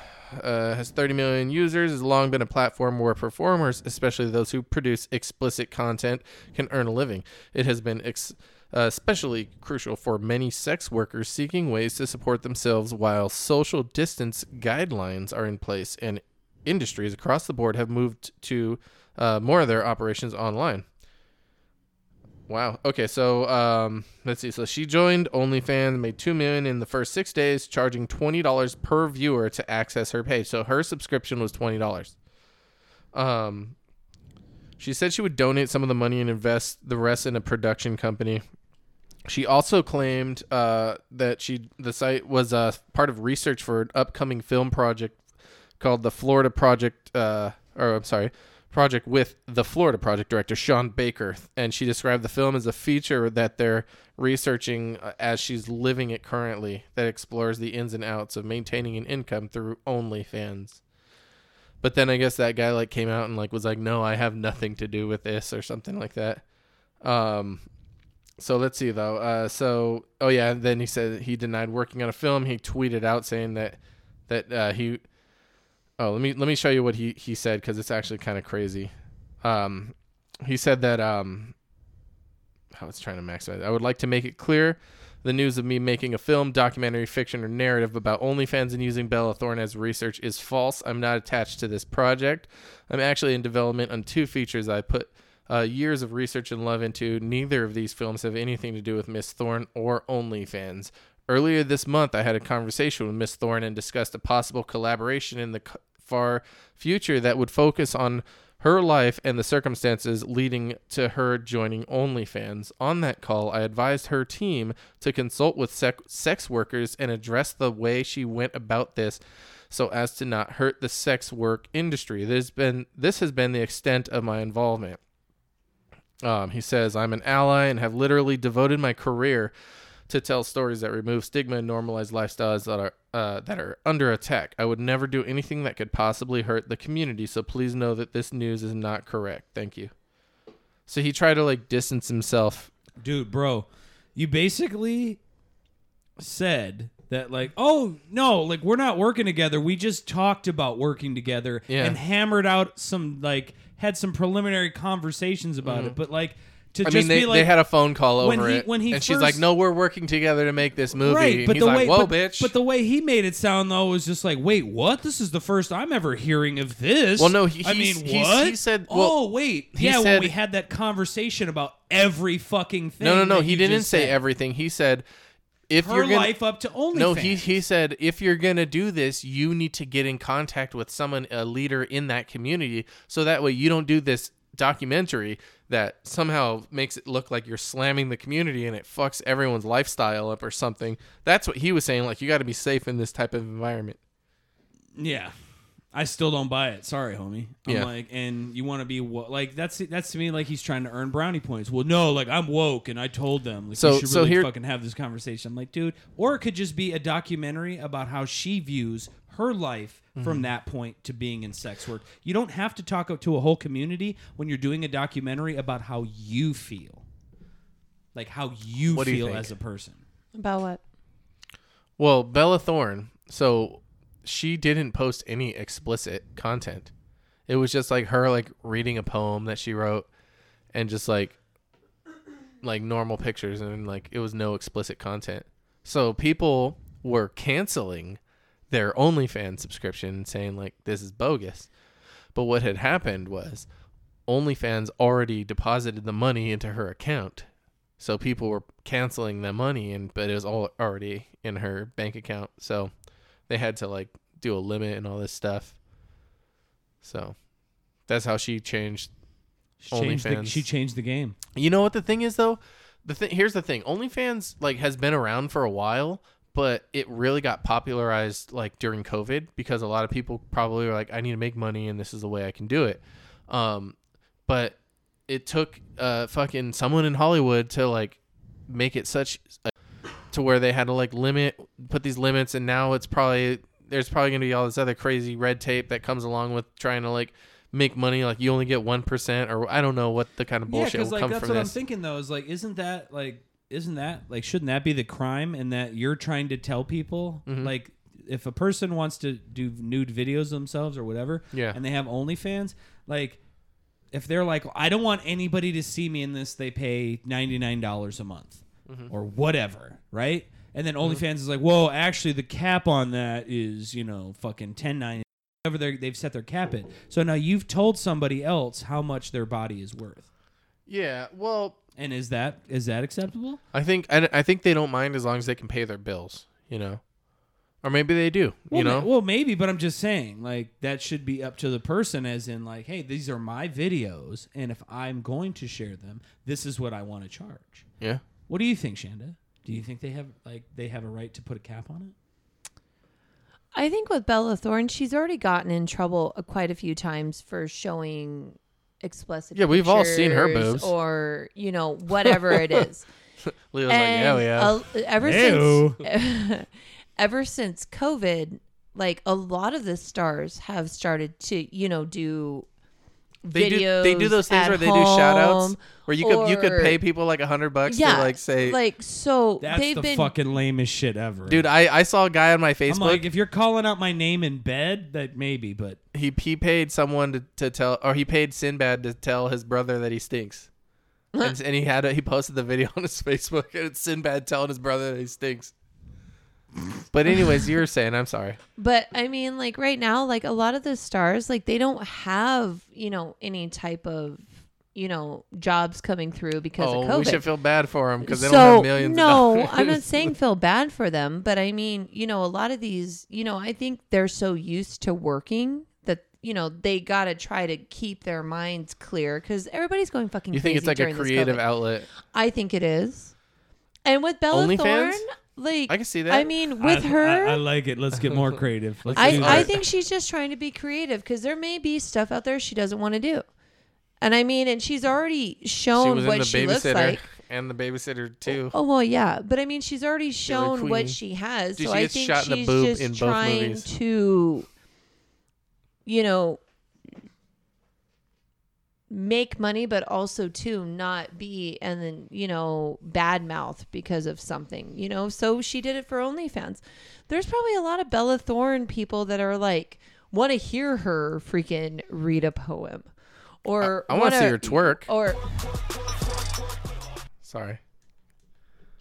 Speaker 1: Uh, has 30 million users. Has long been a platform where performers, especially those who produce explicit content, can earn a living. It has been ex- uh, especially crucial for many sex workers seeking ways to support themselves while social distance guidelines are in place and industries across the board have moved to uh, more of their operations online. Wow. Okay, so um, let's see. So she joined OnlyFans, made two million in the first six days, charging twenty dollars per viewer to access her page. So her subscription was twenty dollars. Um, she said she would donate some of the money and invest the rest in a production company. She also claimed uh, that she the site was uh, part of research for an upcoming film project called the Florida Project. Uh, or I'm sorry, project with the Florida Project director Sean Baker, and she described the film as a feature that they're researching uh, as she's living it currently that explores the ins and outs of maintaining an income through OnlyFans. But then I guess that guy like came out and like was like, "No, I have nothing to do with this" or something like that. Um, so let's see though. Uh, so oh yeah, and then he said he denied working on a film. He tweeted out saying that that uh, he. Oh, let me let me show you what he he said because it's actually kind of crazy. Um, he said that um. I was trying to maximize. I would like to make it clear the news of me making a film, documentary, fiction, or narrative about OnlyFans and using Bella Thorne as research is false. I'm not attached to this project. I'm actually in development on two features I put uh, years of research and love into. Neither of these films have anything to do with Miss Thorne or OnlyFans. Earlier this month, I had a conversation with Miss Thorne and discussed a possible collaboration in the c- far future that would focus on her life and the circumstances leading to her joining OnlyFans. On that call, I advised her team to consult with sec- sex workers and address the way she went about this so as to not hurt the sex work industry. There's been this has been the extent of my involvement. Um, he says, I'm an ally and have literally devoted my career to tell stories that remove stigma and normalize lifestyles that are uh, that are under attack. I would never do anything that could possibly hurt the community, so please know that this news is not correct. Thank you. So he tried to like distance himself.
Speaker 2: Dude, bro, you basically said that like, oh no, like we're not working together. We just talked about working together
Speaker 1: Yeah.
Speaker 2: and hammered out some like had some preliminary conversations about it, but like. to
Speaker 1: Mm-hmm. I
Speaker 2: just
Speaker 1: mean, they,
Speaker 2: be like
Speaker 1: they had a phone call over
Speaker 2: when he-
Speaker 1: it,
Speaker 2: when he
Speaker 1: and she's like,
Speaker 2: first-
Speaker 1: "No, we're working together to make this movie."
Speaker 2: right,
Speaker 1: and
Speaker 2: but
Speaker 1: he's
Speaker 2: the
Speaker 1: like,
Speaker 2: way
Speaker 1: "Whoa,
Speaker 2: but,
Speaker 1: bitch!"
Speaker 2: but the way he made it sound though was just like, wait, what? This is the first I'm ever hearing of this.
Speaker 1: Well, no, he-
Speaker 2: I
Speaker 1: he's-
Speaker 2: mean,
Speaker 1: he's-
Speaker 2: what?
Speaker 1: he said-
Speaker 2: oh
Speaker 1: well,
Speaker 2: wait,
Speaker 1: he
Speaker 2: yeah, when
Speaker 1: said-
Speaker 2: we had that conversation about every fucking thing.
Speaker 1: no, no, no,
Speaker 2: that
Speaker 1: he, didn't
Speaker 2: just
Speaker 1: say
Speaker 2: said.
Speaker 1: everything. He said, "If
Speaker 2: Her
Speaker 1: you're gonna,
Speaker 2: life up to OnlyFans.
Speaker 1: no, he he said, if you're gonna do this, you need to get in contact with someone, a leader in that community, so that way you don't do this documentary that somehow makes it look like you're slamming the community and it fucks everyone's lifestyle up or something. That's what he was saying. Like, you got to be safe in this type of environment.
Speaker 2: Yeah. I still don't buy it. Sorry, homie. I'm
Speaker 1: Yeah.
Speaker 2: like, and you want to be what? Like that's that's to me like he's trying to earn brownie points. Well, no, like I'm woke and I told them like
Speaker 1: So-
Speaker 2: we should
Speaker 1: so
Speaker 2: really
Speaker 1: here-
Speaker 2: fucking have this conversation. I'm like, dude, or it could just be a documentary about how she views her life
Speaker 1: Mm-hmm.
Speaker 2: from that point to being in sex work. You don't have to talk up to a whole community when you're doing a documentary about how you feel, like how you
Speaker 1: What do you
Speaker 2: feel
Speaker 1: think?
Speaker 2: as a person.
Speaker 3: About what?
Speaker 1: Well, Bella Thorne, so she didn't post any explicit content. It was just like her like reading a poem that she wrote and just like like normal pictures and like it was no explicit content. So people were canceling their OnlyFans subscription and saying like this is bogus. But what had happened was OnlyFans already deposited the money into her account so people were canceling the money and but it was all already in her bank account so they had to like do a limit and all this stuff so that's how she changed
Speaker 2: She changed, the,
Speaker 1: OnlyFans.
Speaker 2: she changed the game.
Speaker 1: you know what the thing is though the thing here's the thing onlyfans like has been around for a while but it really got popularized like during covid because a lot of people probably were like i need to make money and this is the way i can do it um but it took uh fucking someone in hollywood to like make it such a, to where they had to like limit put these limits and now it's probably there's probably going to be all this other crazy red tape that comes along with trying to like make money like you only get 1% or i don't know what the kind of bullshit
Speaker 2: yeah,
Speaker 1: will
Speaker 2: like
Speaker 1: come
Speaker 2: that's
Speaker 1: from
Speaker 2: what I'm
Speaker 1: this
Speaker 2: thinking though. Is like, isn't that like, isn't that like, shouldn't that be the crime? And that you're trying to tell people
Speaker 1: Mm-hmm.
Speaker 2: like, if a person wants to do nude videos themselves or whatever,
Speaker 1: Yeah.
Speaker 2: and they have OnlyFans, like, if they're like, I don't want anybody to see me in this, they pay ninety nine dollars a month
Speaker 1: Mm-hmm.
Speaker 2: or whatever, right? And then OnlyFans is like, whoa, actually the cap on that is you know fucking ten nine. Whatever they're- they've set their cap at. So now you've told somebody else how much their body is worth.
Speaker 1: yeah well
Speaker 2: And is that is that acceptable?
Speaker 1: i think I, I think they don't mind as long as they can pay their bills you know or maybe they do
Speaker 2: Well,
Speaker 1: you know
Speaker 2: ma- well, maybe, but I'm just saying, like that should be up to the person, as in, like, hey, these are my videos, and if I'm going to share them, this is what I want to charge.
Speaker 1: yeah
Speaker 2: What do you think, Shanda? Do you think they have like they have a right to put a cap on it?
Speaker 3: I think with Bella Thorne, she's already gotten in trouble uh, quite a few times for showing explicit.
Speaker 1: Yeah, we've all seen her
Speaker 3: pictures
Speaker 1: boobs.
Speaker 3: or you know
Speaker 1: (laughs)
Speaker 3: whatever it is.
Speaker 1: leo's
Speaker 3: and
Speaker 1: like yeah yeah
Speaker 3: a- ever since (laughs) ever since COVID, like a lot of the stars have started to you know do
Speaker 1: they do they do
Speaker 3: videos
Speaker 1: those things
Speaker 3: at
Speaker 1: where they do shout outs
Speaker 3: home,
Speaker 1: where you could you could
Speaker 3: or-
Speaker 1: pay people like a hundred bucks
Speaker 3: yeah
Speaker 1: to like say
Speaker 3: like so
Speaker 2: That's
Speaker 3: they've
Speaker 2: the
Speaker 3: been
Speaker 2: fucking lamest shit ever,
Speaker 1: dude I, I saw a guy on my
Speaker 2: I'm
Speaker 1: facebook
Speaker 2: like, if you're calling out my name in bed, that maybe, but
Speaker 1: he he paid someone to, to tell or he paid Sinbad to tell his brother that he
Speaker 3: (laughs)
Speaker 1: stinks. and, and he had it he posted the video (laughs) on his Facebook and it's Sinbad telling his brother that he stinks. But anyways,
Speaker 3: (laughs)
Speaker 1: you were saying, I'm sorry.
Speaker 3: But I mean, like right now, like a lot of the stars, like they don't have, you know, any type of, you know, jobs coming through because of
Speaker 1: Oh,
Speaker 3: COVID.
Speaker 1: we should feel bad for him because they
Speaker 3: so
Speaker 1: don't have millions
Speaker 3: no,
Speaker 1: of dollars. (laughs)
Speaker 3: I'm not saying feel bad for them, but I mean, you know, a lot of these, you know, I think they're so used to working that you know they got to try to keep their minds clear because everybody's going fucking.
Speaker 1: you think it's like
Speaker 3: crazy
Speaker 1: a
Speaker 3: during this
Speaker 1: creative
Speaker 3: COVID.
Speaker 1: outlet.
Speaker 3: I think it is. And with Bella
Speaker 1: OnlyFans?
Speaker 3: Thorne, like
Speaker 1: I can see that.
Speaker 3: I mean, with
Speaker 2: I,
Speaker 3: her,
Speaker 2: I, I like it. Let's
Speaker 1: (laughs)
Speaker 2: get more creative. Let's do
Speaker 1: do
Speaker 3: I, I
Speaker 1: that.
Speaker 2: this.
Speaker 3: think she's just trying to be creative because there may be stuff out there she doesn't want to do. And I mean, and she's already
Speaker 1: She
Speaker 3: shown
Speaker 1: was in
Speaker 3: what
Speaker 1: the
Speaker 3: she looks
Speaker 1: babysitter
Speaker 3: like.
Speaker 1: and the babysitter too.
Speaker 3: Oh well, yeah, but I mean, she's already shown
Speaker 1: Queen.
Speaker 3: what she has.
Speaker 1: Dude,
Speaker 3: so
Speaker 1: she
Speaker 3: I
Speaker 1: gets
Speaker 3: think
Speaker 1: shot in the
Speaker 3: she's
Speaker 1: boob
Speaker 3: just
Speaker 1: in both
Speaker 3: trying
Speaker 1: movies.
Speaker 3: to, you know, make money, but also to not be and then you know bad mouth because of something. You know, so she did it for OnlyFans. There's probably a lot of Bella Thorne people that are like want to hear her freaking read a poem, or
Speaker 1: I wanna see
Speaker 3: wanna-
Speaker 1: her twerk.
Speaker 3: or
Speaker 1: Sorry.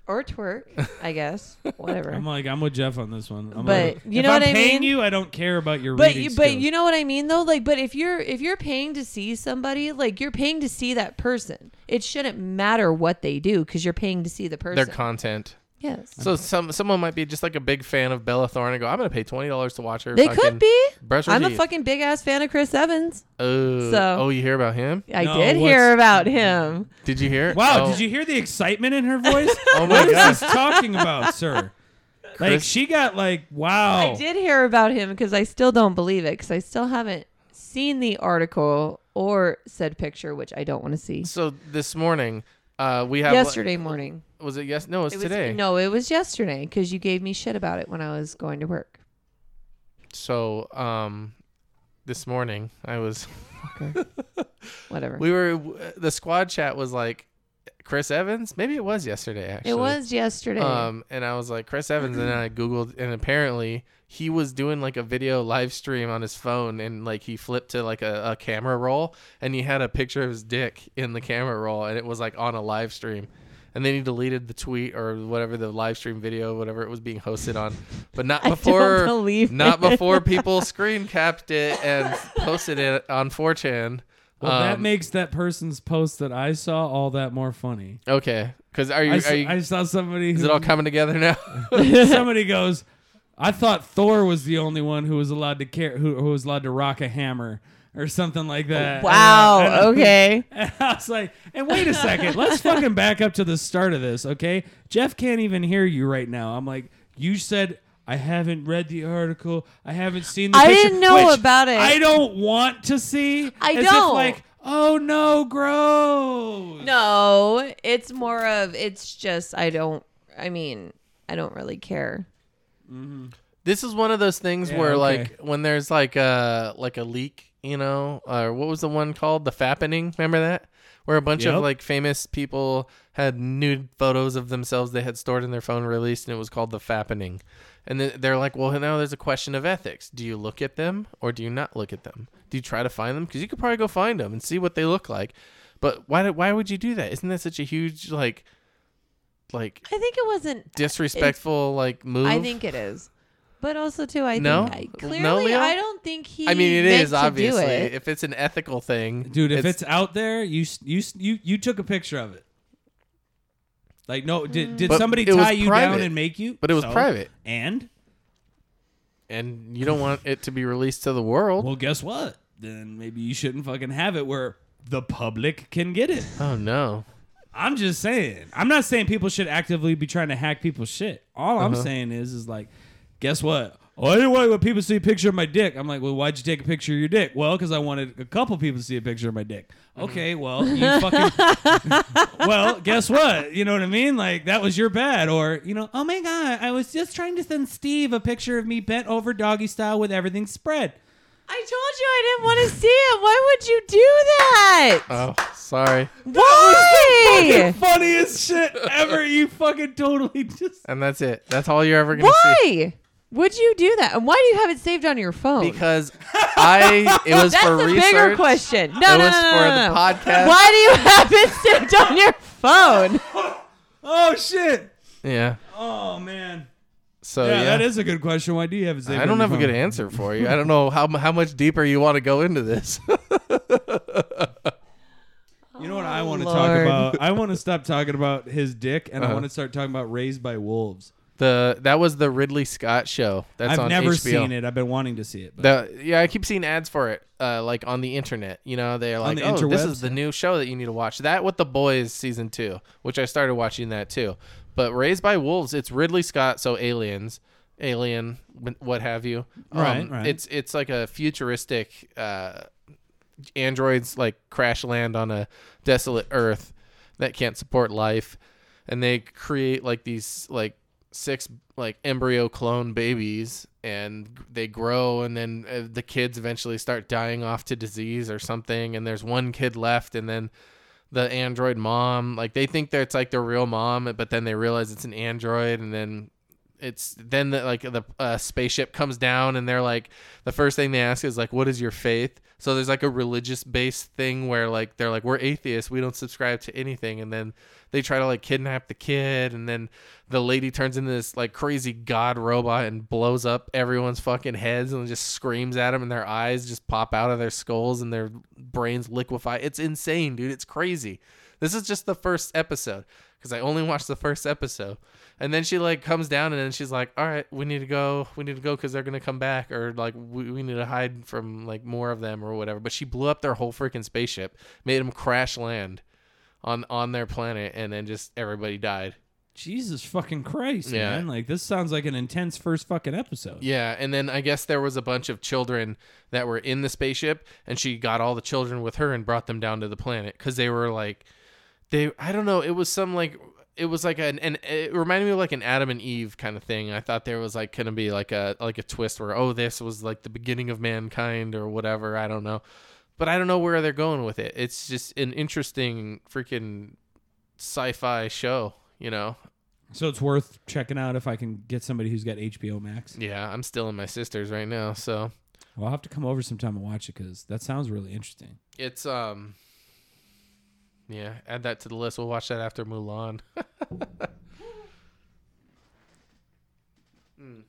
Speaker 3: or twerk, I guess.
Speaker 1: (laughs)
Speaker 3: Whatever.
Speaker 2: I'm like, I'm with Jeff on this one. I'm
Speaker 3: But
Speaker 2: like,
Speaker 3: you
Speaker 2: if
Speaker 3: know
Speaker 2: I'm
Speaker 3: what I
Speaker 2: paying
Speaker 3: mean?
Speaker 2: you, I don't care about your
Speaker 3: but
Speaker 2: reading
Speaker 3: you, but
Speaker 2: skills.
Speaker 3: you know what I mean though. Like, but if you're if you're paying to see somebody, like you're paying to see that person. It shouldn't matter what they do because you're paying to see the person.
Speaker 1: Their content.
Speaker 3: yes,
Speaker 1: So some someone might be just like a big fan of Bella Thorne and go, I'm gonna pay twenty dollars to watch her.
Speaker 3: they
Speaker 1: fucking
Speaker 3: could be.
Speaker 1: Brush her
Speaker 3: I'm a
Speaker 1: teeth."
Speaker 3: fucking big ass fan of Chris Evans.
Speaker 1: Oh,
Speaker 3: So-
Speaker 1: oh, you hear about him?
Speaker 3: I
Speaker 2: No,
Speaker 3: did
Speaker 2: what's-
Speaker 3: hear about him.
Speaker 1: Did you hear? it?
Speaker 2: wow,
Speaker 1: Oh.
Speaker 2: did you hear the excitement in her voice?
Speaker 1: (laughs) Oh my
Speaker 2: what is
Speaker 1: god!
Speaker 2: this talking about, sir?
Speaker 1: (laughs)
Speaker 2: Like
Speaker 1: Chris-
Speaker 2: she got like wow.
Speaker 3: I did hear about him because I still don't believe it because I still haven't seen the article or said picture, which I don't want to see.
Speaker 1: So this morning, uh, we have
Speaker 3: Yesterday morning.
Speaker 1: Was it yes? No, it was,
Speaker 3: It was,
Speaker 1: today.
Speaker 3: No, it was yesterday because you gave me shit about it when I was going to work.
Speaker 1: So um, this morning I was.
Speaker 3: Whatever.
Speaker 1: We were the squad chat was like Chris Evans. Maybe it was yesterday. Actually,
Speaker 3: it was yesterday.
Speaker 1: Um, and I was like Chris Evans, and then
Speaker 3: (clears throat)
Speaker 1: I googled, and apparently he was doing like a video live stream on his phone, and like he flipped to like a, a camera roll, and he had a picture of his dick in the camera roll, and it was like on a live stream. And then he deleted the tweet or whatever the live stream video, whatever it was being hosted on, but not
Speaker 3: (laughs) I don't
Speaker 1: before
Speaker 3: believe
Speaker 1: not
Speaker 3: it.
Speaker 1: before
Speaker 3: (laughs)
Speaker 1: people screen capped it and posted it on 4chan.
Speaker 2: Well, that
Speaker 1: Um,
Speaker 2: makes that person's post that I saw all that more funny.
Speaker 1: okay, because are you,
Speaker 2: I,
Speaker 1: are
Speaker 2: s-
Speaker 1: you
Speaker 2: I saw somebody.
Speaker 1: is
Speaker 2: who-
Speaker 1: it
Speaker 2: (laughs)
Speaker 1: all coming together now? (laughs)
Speaker 2: somebody goes, I thought Thor was the only one who was allowed to care, who, who was allowed to rock a hammer or something like that. And, uh,
Speaker 3: wow.
Speaker 2: and-
Speaker 1: (laughs)
Speaker 3: Okay.
Speaker 2: And (laughs) I was like, and wait a second,
Speaker 3: (laughs)
Speaker 2: let's fucking back up to the start of this, okay? Jeff can't even hear you right now. I'm like, you said I haven't read the article, I haven't seen the
Speaker 3: I
Speaker 2: picture,"
Speaker 3: didn't know
Speaker 2: which
Speaker 3: about it.
Speaker 2: I don't want to see.
Speaker 3: I
Speaker 2: as If
Speaker 3: don't.
Speaker 2: like, oh no, gross.
Speaker 3: No, it's more of it's just I don't. I mean, I don't really care.
Speaker 1: This is one of those things
Speaker 2: Yeah,
Speaker 1: where
Speaker 2: okay.
Speaker 1: like when there's like a like a leak, you know, or what was the one called? The fappening. Remember that? Where a bunch
Speaker 2: Yep.
Speaker 1: of like famous people had nude photos of themselves they had stored in their phone released, and it was called the fappening. And th- they're like, well, now there's a question of ethics. Do you look at them or do you not look at them? Do you try to find them? Because you could probably go find them and see what they look like. But why? do- Why would you do that? Isn't that such a huge like, like
Speaker 3: I think it wasn't.
Speaker 1: disrespectful like move?
Speaker 3: I think it is. But also too, I
Speaker 1: No?
Speaker 3: think I,
Speaker 1: No,
Speaker 3: clearly
Speaker 1: Leo?
Speaker 3: I don't think he.
Speaker 1: I mean, it
Speaker 3: meant
Speaker 1: is
Speaker 3: to do
Speaker 1: obviously.
Speaker 3: it.
Speaker 1: If it's an ethical thing,
Speaker 2: Dude, if it's, out there, you s- you s- you you took a picture of it. Like no, did, did
Speaker 1: But
Speaker 2: somebody
Speaker 1: it was
Speaker 2: tie you down
Speaker 1: private.
Speaker 2: and make you?
Speaker 1: But it was
Speaker 2: So?
Speaker 1: private.
Speaker 2: And
Speaker 1: and you don't want it to be released to the world.
Speaker 2: well, guess what? Then maybe you shouldn't fucking have it where the public can get it.
Speaker 1: oh no,
Speaker 2: I'm just saying. I'm not saying people should actively be trying to hack people's shit. All I'm saying is, is like, guess what? Oh, I didn't want when people see a picture of my dick. I'm like, well, why'd you take a picture of your dick? Well, because I wanted a couple people to see a picture of my dick. Okay, well, you fucking. well, guess what? You know what I mean? Like that was your bad, or you know, oh my god, I was just trying to send Steve a picture of me bent over doggy style with everything spread.
Speaker 3: I told you I didn't want to see it. Why would you do that?
Speaker 1: oh sorry.
Speaker 2: (laughs)
Speaker 3: Why?
Speaker 2: Funniest shit ever. You fucking totally just.
Speaker 1: And that's it. That's all you're ever gonna see.
Speaker 3: Why would you do that? And why do you have it saved on your phone? (laughs)
Speaker 1: Because I, it was
Speaker 3: That's
Speaker 1: for
Speaker 3: the
Speaker 1: research.
Speaker 3: bigger question. No,
Speaker 1: It
Speaker 3: no,
Speaker 1: was
Speaker 3: no, no,
Speaker 1: for
Speaker 3: no,
Speaker 1: the
Speaker 3: no.
Speaker 1: podcast.
Speaker 3: Why do you (laughs) have it saved on your phone?
Speaker 2: Oh shit.
Speaker 1: Yeah.
Speaker 2: Oh man.
Speaker 1: So
Speaker 2: Yeah,
Speaker 1: Oh, yeah,
Speaker 2: that is a good question. Why do you have it saved?
Speaker 1: I don't
Speaker 2: on
Speaker 1: have
Speaker 2: your
Speaker 1: a good
Speaker 2: phone? (laughs)
Speaker 1: answer for you. I don't know how how much deeper you want to go into this. (laughs)
Speaker 2: You know what I want to talk
Speaker 3: Lord.
Speaker 2: about? I want to stop talking about his dick, and
Speaker 1: Uh-huh.
Speaker 2: I want to start talking about Raised by Wolves.
Speaker 1: the that was the Ridley Scott show. That's
Speaker 2: I've
Speaker 1: on
Speaker 2: never
Speaker 1: HBO.
Speaker 2: seen it. I've been wanting to see it. But
Speaker 1: The, yeah, I keep seeing ads for it, uh, like on the internet. You know, they're like,
Speaker 2: the
Speaker 1: "Oh, this
Speaker 2: interwebs?
Speaker 1: is the new show that you need to watch." That with the boys season two, which I started watching that too. But Raised by Wolves, it's Ridley Scott, so aliens, alien, wh- what have you. Um,
Speaker 2: Right, right.
Speaker 1: It's it's like a futuristic uh, androids like crash land on a desolate Earth that can't support life, and they create like these like six like embryo clone babies and they grow and then uh, the kids eventually start dying off to disease or something and there's one kid left and then the android mom like they think that it's like their real mom but then they realize it's an android and then it's then that like the uh, spaceship comes down and they're like the first thing they ask is like what is your faith so there's like a religious based thing where like they're like we're atheists we don't subscribe to anything and then they try to like kidnap the kid and then the lady turns into this like crazy god robot and blows up everyone's fucking heads and just screams at them and their eyes just pop out of their skulls and their brains liquefy it's insane dude it's crazy this is just the first episode because I only watched the first episode. And then she like comes down and then she's like, "All right, we need to go. We need to go because they're gonna come back, or like we, we need to hide from like more of them or whatever." But she blew up their whole freaking spaceship, made them crash land on on their planet, and then just everybody died.
Speaker 2: Jesus fucking Christ,
Speaker 1: Yeah.
Speaker 2: man! Like this sounds like an intense first fucking episode.
Speaker 1: Yeah, and then I guess there was a bunch of children that were in the spaceship, and she got all the children with her and brought them down to the planet because they were like, they I don't know, it was some like it was like an and it reminded me of like an Adam and Eve kind of thing. I thought there was like gonna be like a like a twist where oh this was like the beginning of mankind or whatever. I don't know, but I don't know where they're going with it. It's just an interesting freaking sci-fi show, you know.
Speaker 2: So it's worth checking out if I can get somebody who's got HBO Max.
Speaker 1: Yeah, I'm still in my sister's right now, so.
Speaker 2: Well, I'll have to come over sometime and watch it because that sounds really interesting.
Speaker 1: It's um Yeah, add that to the list. We'll watch that after Mulan. (laughs) Mm.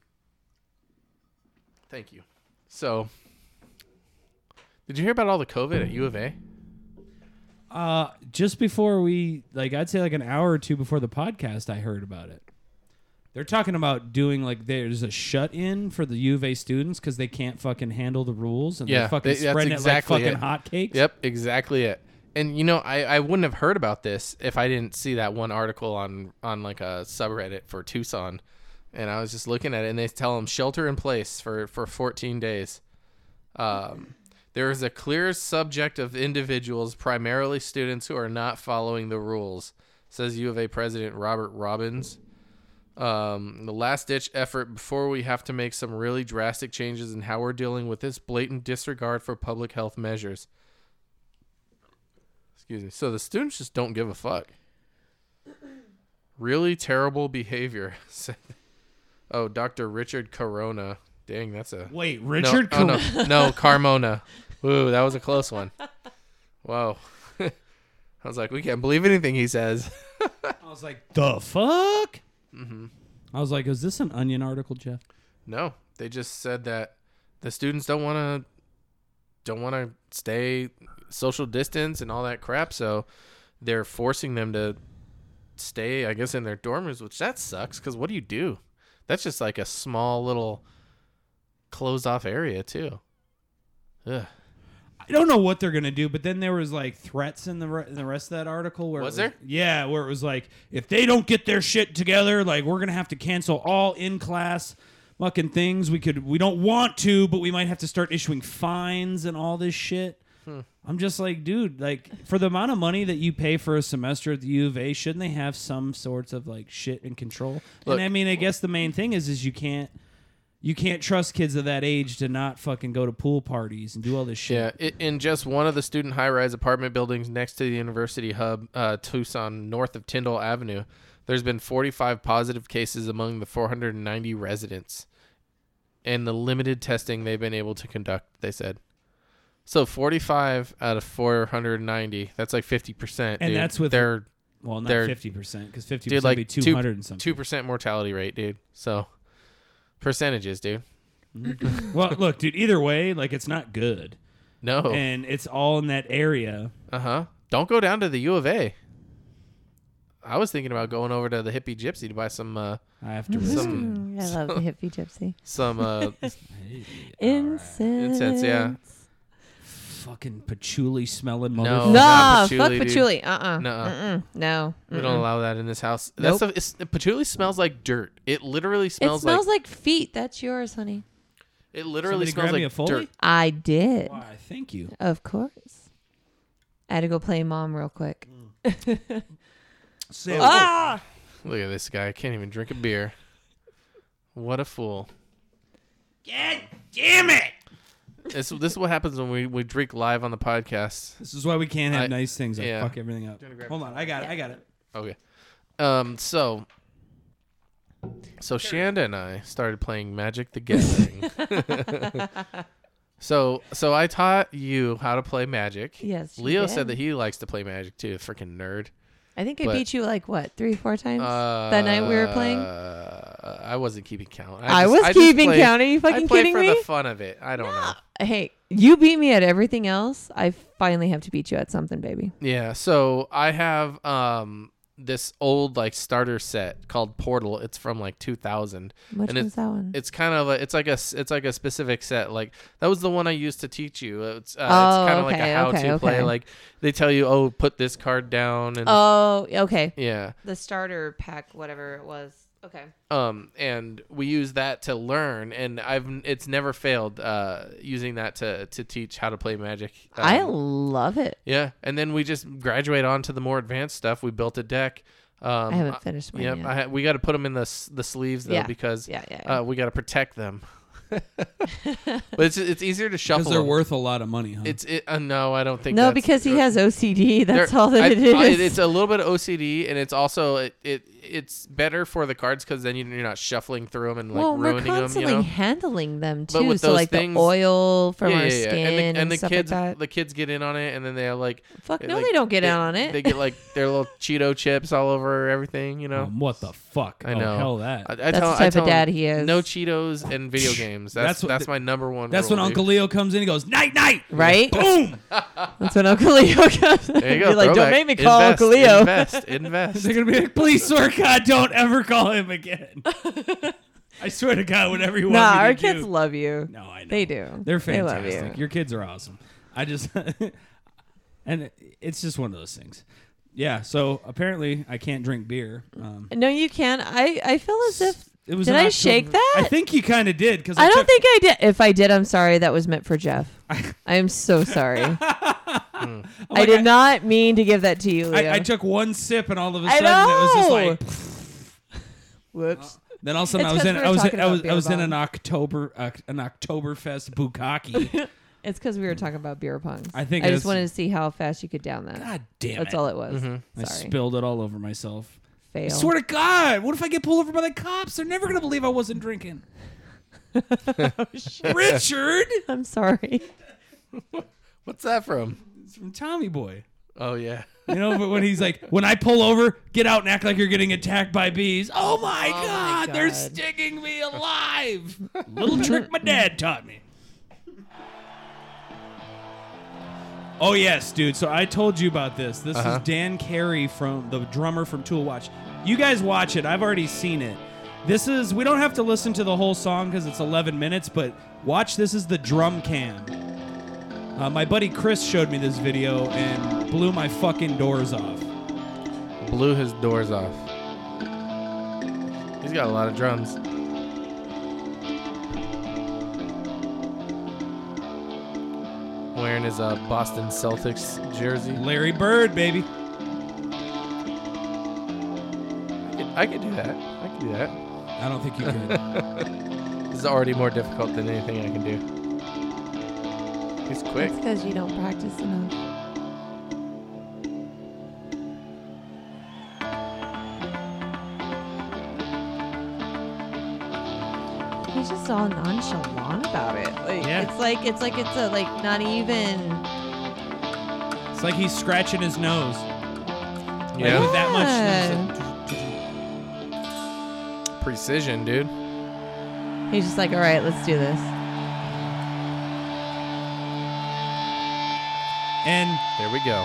Speaker 1: Thank you. So Did you hear about all the COVID at U of A?
Speaker 2: Uh, just before we like, I'd say like an hour or two before the podcast, I heard about it. They're talking about doing like there's a shut in for the U of A students because they can't fucking handle the rules and
Speaker 1: Yeah,
Speaker 2: they're fucking
Speaker 1: they- that's
Speaker 2: spreading
Speaker 1: exactly
Speaker 2: it like
Speaker 1: it.
Speaker 2: fucking hotcakes.
Speaker 1: Yep, exactly it. And you know, I, I wouldn't have heard about this if I didn't see that one article on on like a subreddit for Tucson, and I was just looking at it, and they tell them shelter in place for for 14 days. Um, there is a clear subject of individuals, primarily students, who are not following the rules, says U of A President Robert Robbins. Um, the last ditch effort before we have to make some really drastic changes in how we're dealing with this blatant disregard for public health measures. Excuse me. So the students just don't give a fuck. Really terrible behavior. (laughs) said- oh, Dr. Richard Corona. Dang, that's a
Speaker 2: Wait,
Speaker 1: no,
Speaker 2: Richard?
Speaker 1: oh, no,
Speaker 2: (laughs)
Speaker 1: no, Carmona. Ooh, that was a close one. Wow. (laughs) I was like, we can't believe anything he says.
Speaker 2: I was like, the fuck?
Speaker 1: Mm-hmm.
Speaker 2: I was like, is this an Onion article, Jeff?
Speaker 1: No, they just said that the students don't want to don't want to stay social distance and all that crap, so they're forcing them to stay, I guess, in their dorm rooms, which that sucks because what do you do? That's just like a small little closed off area too. Ugh.
Speaker 2: I don't know what they're gonna do, but then there was like threats in the re- in the rest of that article. Where it
Speaker 1: Was there?
Speaker 2: Yeah, where it was like if they don't get their shit together, like we're gonna have to cancel all in class fucking things. We could we don't want to, but we might have to start issuing fines and all this shit.
Speaker 1: Hmm.
Speaker 2: I'm just like, dude, like for the amount of money that you pay for a semester at the U of A, shouldn't they have some sorts of like shit in control?
Speaker 1: Look-
Speaker 2: and I mean, I guess the main thing is is you can't you can't trust kids of that age to not fucking go to pool parties and do all this shit.
Speaker 1: Yeah, i in just one of the student high-rise apartment buildings next to the university hub, uh, Tucson, north of Tyndall Avenue, there's been 45 positive cases among the 490 residents, and the limited testing they've been able to conduct. They said, so 45 out of 490. That's like 50 percent,
Speaker 2: And that's with-
Speaker 1: their
Speaker 2: Well, not
Speaker 1: They're-
Speaker 2: fifty percent because fifty
Speaker 1: dude
Speaker 2: percent
Speaker 1: like
Speaker 2: would be
Speaker 1: two-
Speaker 2: two hundred and something.
Speaker 1: two percent mortality rate, dude. So percentages, dude.
Speaker 2: well, look, dude. Either way, like it's not good,
Speaker 1: No,
Speaker 2: and it's all in that area.
Speaker 1: Uh huh. Don't go down to the U of A. I was thinking about going over to the hippie gypsy to buy some uh,
Speaker 2: I have to risk it.
Speaker 1: some
Speaker 3: (laughs) I love the hippie
Speaker 1: (laughs)
Speaker 3: gypsy.
Speaker 1: some
Speaker 3: (laughs)
Speaker 1: uh,
Speaker 3: Incense.
Speaker 1: incense. Yeah.
Speaker 2: fucking patchouli smelling
Speaker 1: No.
Speaker 2: mother.
Speaker 1: Oh,
Speaker 3: no,
Speaker 1: not patchouli,
Speaker 3: fuck
Speaker 1: dude.
Speaker 3: patchouli. Uh uh
Speaker 1: Nuh-uh.
Speaker 3: Mm-mm. No.
Speaker 1: We don't allow that in this house. That's
Speaker 3: Nope.
Speaker 1: the, it's, the patchouli smells like dirt. It literally
Speaker 3: It
Speaker 1: smells,
Speaker 3: smells
Speaker 1: like,
Speaker 3: like feet. That's yours, honey.
Speaker 1: it literally
Speaker 2: Somebody
Speaker 1: smells
Speaker 2: grab
Speaker 1: like
Speaker 2: me a Foley?
Speaker 1: dirt.
Speaker 3: I did.
Speaker 2: Why? Thank you.
Speaker 3: Of course. I had to go play mom real quick.
Speaker 2: So,
Speaker 3: Ah!
Speaker 1: Look at this guy. Can't even drink a beer. What a fool. God damn it. This, this is what happens when we, we drink live on the podcast.
Speaker 2: this is why we can't have
Speaker 1: I-
Speaker 2: nice things. I
Speaker 1: yeah.
Speaker 2: fuck everything up. Hold on, I got it. I got it.
Speaker 1: Okay. Um. So. So Shanda and I started playing Magic the Gathering.
Speaker 3: (laughs)
Speaker 1: so so I taught you how to play Magic.
Speaker 3: Yes, you
Speaker 1: Leo
Speaker 3: did.
Speaker 1: said that he likes to play Magic too, freaking nerd.
Speaker 3: I think I
Speaker 1: But-
Speaker 3: beat you like what three, four times that night we were playing.
Speaker 1: Uh, I wasn't keeping count.
Speaker 3: I was keeping
Speaker 1: played-
Speaker 3: count. Are you
Speaker 1: I
Speaker 3: fucking
Speaker 1: played
Speaker 3: kidding
Speaker 1: for
Speaker 3: me?
Speaker 1: the fun of it. I don't know.
Speaker 3: (gasps) Hey, you beat me at everything else. I finally have to beat you at something, baby.
Speaker 1: Yeah, so I have um this old like starter set called Portal. It's from like 2000.
Speaker 3: Which
Speaker 1: and it-
Speaker 3: one's that one?
Speaker 1: It's kind of a, it's like a s- it's like a specific set. Like that was the one I used to teach you. It's uh,
Speaker 3: Oh,
Speaker 1: it's kind of like
Speaker 3: okay,
Speaker 1: a how
Speaker 3: okay,
Speaker 1: to play.
Speaker 3: okay.
Speaker 1: Like they tell you, "Oh, put this card down." And
Speaker 3: oh, okay.
Speaker 1: yeah.
Speaker 3: The starter pack, whatever it was. Okay.
Speaker 1: um and we use that to learn and i've it's never failed uh using that to to teach how to play magic um,
Speaker 3: I love it.
Speaker 1: yeah and then we just graduate on to the more advanced stuff we built a deck um
Speaker 3: I haven't finished mine
Speaker 1: yep
Speaker 3: yet.
Speaker 1: I ha- we got to put them in the s- the sleeves though
Speaker 3: Yeah.
Speaker 1: because
Speaker 3: Yeah, yeah, yeah.
Speaker 1: Uh, we got to protect
Speaker 3: (laughs)
Speaker 1: them but it's it's easier to
Speaker 2: because
Speaker 1: shuffle
Speaker 2: they're
Speaker 1: them.
Speaker 2: worth a lot of money. Huh?
Speaker 1: it's it uh, no i don't think
Speaker 3: No,
Speaker 1: that's-
Speaker 3: because he has OCD. That's
Speaker 1: there-
Speaker 3: all that
Speaker 1: I-
Speaker 3: it is.
Speaker 1: I- it's a little bit of OCD, and it's also it, it it's better for the cards because then you- you're not shuffling through them and like
Speaker 3: well, we're
Speaker 1: ruining them.
Speaker 3: constantly
Speaker 1: You know,
Speaker 3: handling them too.
Speaker 1: But with
Speaker 3: so
Speaker 1: those
Speaker 3: like
Speaker 1: things-
Speaker 3: the oil from
Speaker 1: yeah,
Speaker 3: our
Speaker 1: yeah, yeah.
Speaker 3: skin and,
Speaker 1: and the, and the
Speaker 3: stuff
Speaker 1: kids
Speaker 3: like that.
Speaker 1: the kids get in on it, and then they're like,
Speaker 3: Fuck
Speaker 1: they're
Speaker 3: no,
Speaker 1: like-
Speaker 3: they don't get in on it.
Speaker 1: They get like their little Cheeto chips all over everything. You know,
Speaker 2: Um, what the fuck?
Speaker 1: I
Speaker 2: Oh,
Speaker 1: know.
Speaker 2: hell that.
Speaker 1: I, I
Speaker 3: That's
Speaker 1: tell,
Speaker 3: the
Speaker 1: I
Speaker 3: type of
Speaker 1: tell 'em,
Speaker 3: dad he is.
Speaker 1: No Cheetos and video games. That's
Speaker 2: That's what-
Speaker 1: that's, my number one.
Speaker 2: That's
Speaker 1: rule,
Speaker 2: when
Speaker 1: dude.
Speaker 2: Uncle Leo comes in. He goes, night, night.
Speaker 3: Right?
Speaker 2: Boom.
Speaker 3: That's when Uncle Leo comes.
Speaker 1: (laughs) There you go.
Speaker 3: You're like, don't
Speaker 1: throwback.
Speaker 3: make me call
Speaker 1: invest,
Speaker 3: Uncle Leo.
Speaker 1: Invest, invest.
Speaker 2: They're gonna be like, please, swear to God, don't ever call him
Speaker 3: (laughs)
Speaker 2: again. I swear to God, whatever you want.
Speaker 3: (laughs) Nah,
Speaker 2: me to
Speaker 3: our kids
Speaker 2: do.
Speaker 3: love you.
Speaker 2: No, I know.
Speaker 3: They do.
Speaker 2: They're
Speaker 3: They love
Speaker 2: fantastic.
Speaker 3: you.
Speaker 2: Your kids are awesome. I just (laughs) and it's just one of those things. Yeah. So apparently, I can't drink beer. Um,
Speaker 3: No, you can. I I feel as if
Speaker 2: it was
Speaker 3: did
Speaker 2: in
Speaker 3: I
Speaker 2: October.
Speaker 3: shake that?
Speaker 2: I think you kind of did because I,
Speaker 3: I don't
Speaker 2: took-
Speaker 3: think I did. If I did, I'm sorry. That was meant for Jeff. I am so (laughs) sorry. I
Speaker 2: like,
Speaker 3: did
Speaker 2: I-
Speaker 3: not mean to give that to you, Leo.
Speaker 2: I, I took one sip and all of a
Speaker 3: I
Speaker 2: sudden it was just like.
Speaker 3: Whoops.
Speaker 2: Then all of a sudden
Speaker 3: It's
Speaker 2: I was
Speaker 3: 'cause
Speaker 2: in
Speaker 3: we were
Speaker 2: I was
Speaker 3: talking
Speaker 2: in, I
Speaker 3: about
Speaker 2: was I
Speaker 3: beer
Speaker 2: was in
Speaker 3: bong.
Speaker 2: an October uh, an
Speaker 3: (laughs)
Speaker 2: Oktoberfest bukkake.
Speaker 3: It's because we were talking about beer pongs.
Speaker 2: I think
Speaker 3: I
Speaker 2: it
Speaker 3: just
Speaker 2: is-
Speaker 3: wanted to see how fast you could down that.
Speaker 2: God damn
Speaker 3: That's
Speaker 2: it!
Speaker 3: all it Mm-hmm. was.
Speaker 2: I
Speaker 3: Sorry.
Speaker 2: spilled it all over myself.
Speaker 3: Fail.
Speaker 2: I swear to God, what if I get pulled over by the cops? They're never gonna believe I wasn't drinking. (laughs) Richard,
Speaker 3: I'm sorry.
Speaker 1: What's that from?
Speaker 2: it's from Tommy Boy.
Speaker 1: Oh yeah.
Speaker 2: You know, but when he's like, when I pull over, get out and act like you're getting attacked by bees. Oh my, God, they're
Speaker 3: God.
Speaker 2: stinging me alive. Little trick my dad taught me. Oh yes, dude. So I told you about this. This
Speaker 1: Uh-huh.
Speaker 2: is Dan Carey from the drummer from Tool Watch. You guys watch it. I've already seen it. This is we don't have to listen to the whole song because it's 11 minutes, but watch. This is the drum cam. Uh, my buddy Chris showed me this video and blew my fucking doors off.
Speaker 1: Blew his doors off. He's got a lot of drums. Wearing his uh, Boston Celtics jersey.
Speaker 2: Larry Bird, baby.
Speaker 1: I could, I could do that. I could do that.
Speaker 2: I don't think you could.
Speaker 1: This is already more difficult than anything I can do. He's quick.
Speaker 3: (laughs) It's because you don't practice enough. He's just all nonchalant about it. Like,
Speaker 2: Yeah.
Speaker 3: It's like it's like it's a like not even.
Speaker 2: it's like he's scratching his nose. Like,
Speaker 1: Yeah.
Speaker 2: with that much.
Speaker 3: Yeah.
Speaker 1: Precision, dude.
Speaker 3: He's just like, all right, let's do this.
Speaker 2: And
Speaker 1: There we go.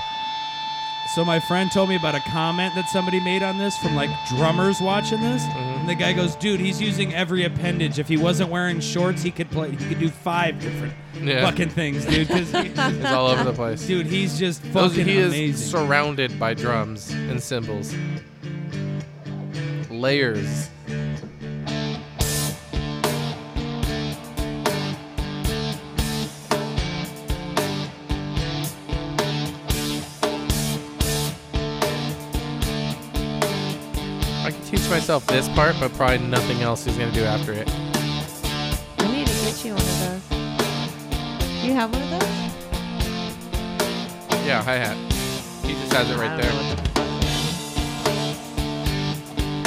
Speaker 2: So my friend told me about a comment that somebody made on this from like drummers watching this,
Speaker 1: Mm-hmm.
Speaker 2: and the guy goes, "Dude, he's using every appendage. If he wasn't wearing shorts, he could play. He could do five different
Speaker 1: Yeah.
Speaker 2: fucking things, dude. 'cause
Speaker 1: (laughs)
Speaker 2: he-
Speaker 1: He's all over
Speaker 3: (laughs)
Speaker 1: the place.
Speaker 2: dude, he's just fucking
Speaker 1: Those- he
Speaker 2: amazing.
Speaker 1: is surrounded by drums and cymbals. Layers. I can teach myself this part, but probably nothing else he's gonna do after it.
Speaker 3: I need to get you one of those. Do you have one of those?
Speaker 1: Yeah, hi hat. He just has it right there.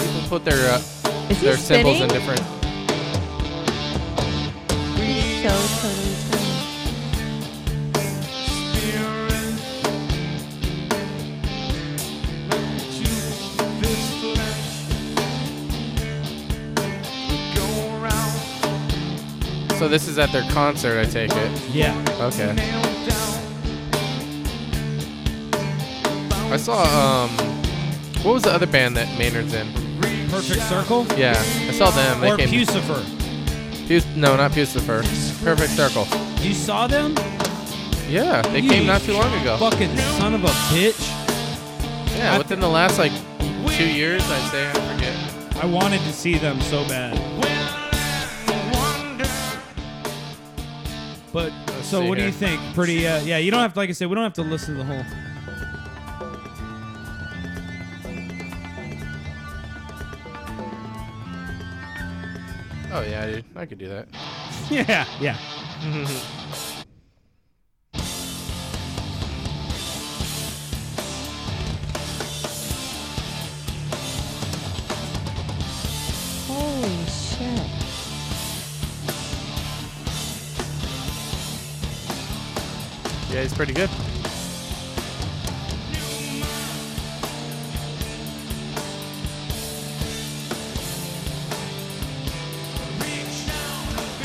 Speaker 1: People put their uh,
Speaker 3: Is he
Speaker 1: Their symbols
Speaker 3: spitting?
Speaker 1: in different.
Speaker 3: He's so totally turned.
Speaker 1: So this is at their concert, I take it.
Speaker 2: Yeah.
Speaker 1: Okay. I saw um, what was the other band that Maynard's in?
Speaker 2: Perfect circle
Speaker 1: Yeah, I saw them. They
Speaker 2: or
Speaker 1: came.
Speaker 2: Pucifer.
Speaker 1: Pu- no, not Pucifer. Perfect Circle.
Speaker 2: You saw them?
Speaker 1: Yeah, they
Speaker 2: You
Speaker 1: came not too long ago.
Speaker 2: Fucking son of a bitch.
Speaker 1: Yeah, within the last like two years, I say I forget.
Speaker 2: I wanted to see them so bad. But so
Speaker 1: see
Speaker 2: what do
Speaker 1: here.
Speaker 2: you think? Pretty uh, yeah, you don't have to like I said, we don't have to listen to the whole
Speaker 1: Oh yeah, dude, I could do that.
Speaker 2: Yeah, yeah.
Speaker 3: Holy shit.
Speaker 1: Yeah, he's pretty good.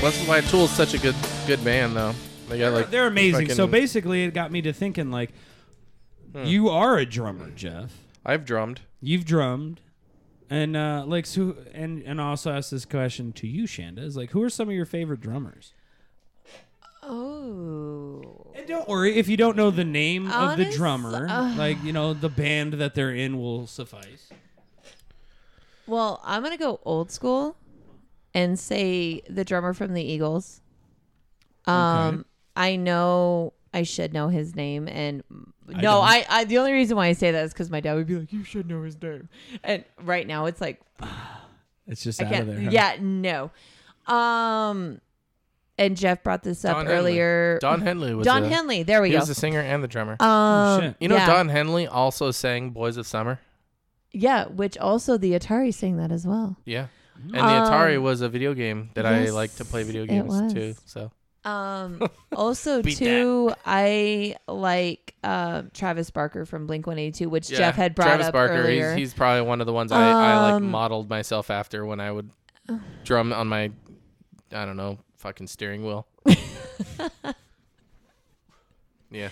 Speaker 1: That's why Tool's such a good good band, though. They got like
Speaker 2: They're amazing. So
Speaker 1: fucking-
Speaker 2: basically it got me to thinking like you are a drummer, Jeff.
Speaker 1: I've drummed.
Speaker 2: You've drummed. And uh like so and and I also ask this question to you, Shanda, is like who are some of your favorite drummers?
Speaker 3: Oh.
Speaker 2: And don't worry if you don't know the name of the
Speaker 3: Honest-
Speaker 2: drummer.
Speaker 3: uh.
Speaker 2: like you know, the band that they're in will suffice.
Speaker 3: Well, I'm gonna go old school and say the drummer from the Eagles. Um, I know I should know his name, and no,
Speaker 2: don't.
Speaker 3: I, I the only reason why I say that is because my dad would be like, "You should know his name," and right now it's like
Speaker 2: It's just
Speaker 3: I
Speaker 2: out of
Speaker 3: can't.
Speaker 2: there. huh?
Speaker 3: Yeah, no. Um, and Jeff brought this up
Speaker 1: Don Henley.
Speaker 3: earlier.
Speaker 1: Don Henley was
Speaker 3: Don
Speaker 1: a-
Speaker 3: Henley. There we
Speaker 1: He
Speaker 3: go.
Speaker 1: was the singer and the drummer.
Speaker 2: Oh,
Speaker 3: um,
Speaker 2: shit.
Speaker 1: you know,
Speaker 3: yeah.
Speaker 1: Don Henley also sang "Boys of Summer."
Speaker 3: Yeah, which also the Atari sang that as
Speaker 1: (laughs)
Speaker 3: well.
Speaker 1: Yeah, and the Atari was a video game that I
Speaker 3: Um, yes,
Speaker 1: like to play video
Speaker 3: it
Speaker 1: games too.
Speaker 3: was.
Speaker 1: So
Speaker 3: Um, also
Speaker 1: Beat
Speaker 3: too, I like uh, Travis Barker from Blink One Eighty Two, which
Speaker 1: yeah.
Speaker 3: Jeff had brought
Speaker 1: Travis
Speaker 3: up
Speaker 1: Barker.
Speaker 3: earlier.
Speaker 1: He's, he's probably one of the ones I, I like
Speaker 3: Um,
Speaker 1: modeled myself after when I would drum on my, I don't know, fucking steering
Speaker 3: (laughs)
Speaker 1: wheel. yeah,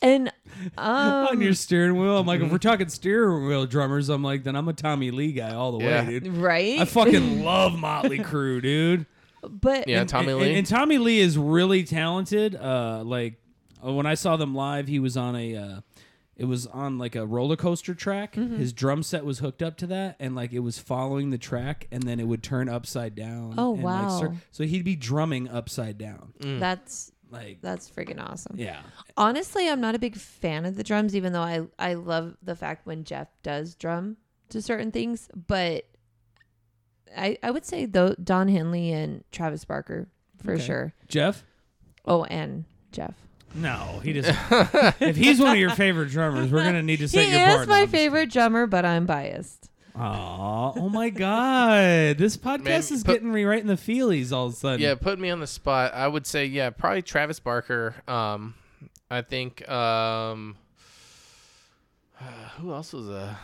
Speaker 3: and
Speaker 2: on
Speaker 3: um,
Speaker 2: your steering wheel. I'm like, if we're talking steering wheel drummers, I'm like, then I'm a Tommy Lee guy all the
Speaker 1: Yeah. Mm.
Speaker 2: way, dude.
Speaker 3: right,
Speaker 2: I fucking love
Speaker 3: (laughs)
Speaker 2: Motley Crue, dude.
Speaker 3: but
Speaker 1: yeah. Tommy
Speaker 2: and,
Speaker 1: Lee.
Speaker 2: And, and Tommy Lee is really talented. Uh, like uh, when I saw them live, he was on a. Uh, it was on like a roller coaster track.
Speaker 3: Mm-hmm.
Speaker 2: His drum set was hooked up to that, and like it was following the track, and then it would turn upside down.
Speaker 3: Oh,
Speaker 2: and, like, cir-
Speaker 3: wow.
Speaker 2: so he'd be drumming upside down,
Speaker 3: that's
Speaker 2: like
Speaker 3: that's freaking awesome.
Speaker 2: yeah.
Speaker 3: Honestly, I'm not a big fan of the drums, even though I I love the fact when Jeff does drum to certain things. But I I would say though Don Henley and Travis Barker for
Speaker 2: Okay.
Speaker 3: sure.
Speaker 2: Jeff,
Speaker 3: Oh, and Jeff.
Speaker 2: no, he doesn't. if he's one of your favorite drummers, we're gonna need to
Speaker 3: He
Speaker 2: set your bar.
Speaker 3: is my favorite drummer, but I'm biased.
Speaker 2: Aw, oh my god. This podcast
Speaker 1: Man,
Speaker 2: is
Speaker 1: put-
Speaker 2: getting me right in the feelies all of a sudden.
Speaker 1: yeah, put me on the spot. I would say yeah, probably Travis Barker. Um, I think um, (sighs) who else was a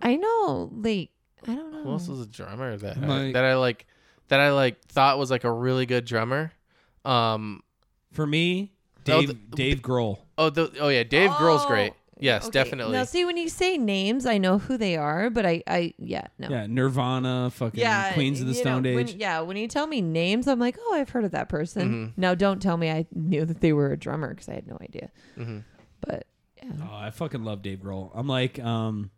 Speaker 3: I know, like I don't know.
Speaker 1: Who else was a drummer that I,
Speaker 2: Mike.
Speaker 1: that I like that I like thought was like a really good drummer? Um
Speaker 2: For me,
Speaker 1: Oh,
Speaker 2: Dave
Speaker 1: the-
Speaker 2: Dave Grohl.
Speaker 1: oh the, oh yeah, Dave Grohl's
Speaker 3: Oh,
Speaker 1: great. Yes,
Speaker 3: Okay.
Speaker 1: definitely.
Speaker 3: Now, see, when you say names, I know who they are, but I, I, yeah, no,
Speaker 2: Yeah, Nirvana, fucking Queens of the
Speaker 3: you know,
Speaker 2: Stone
Speaker 3: when-
Speaker 2: Age.
Speaker 3: yeah, when you tell me names, I'm like, oh, I've heard of that person.
Speaker 2: Mm-hmm.
Speaker 3: Now, don't tell me I knew that they were a drummer because I had no idea.
Speaker 2: Mm-hmm.
Speaker 3: But yeah,
Speaker 2: Oh, I fucking love Dave Grohl. I'm like, um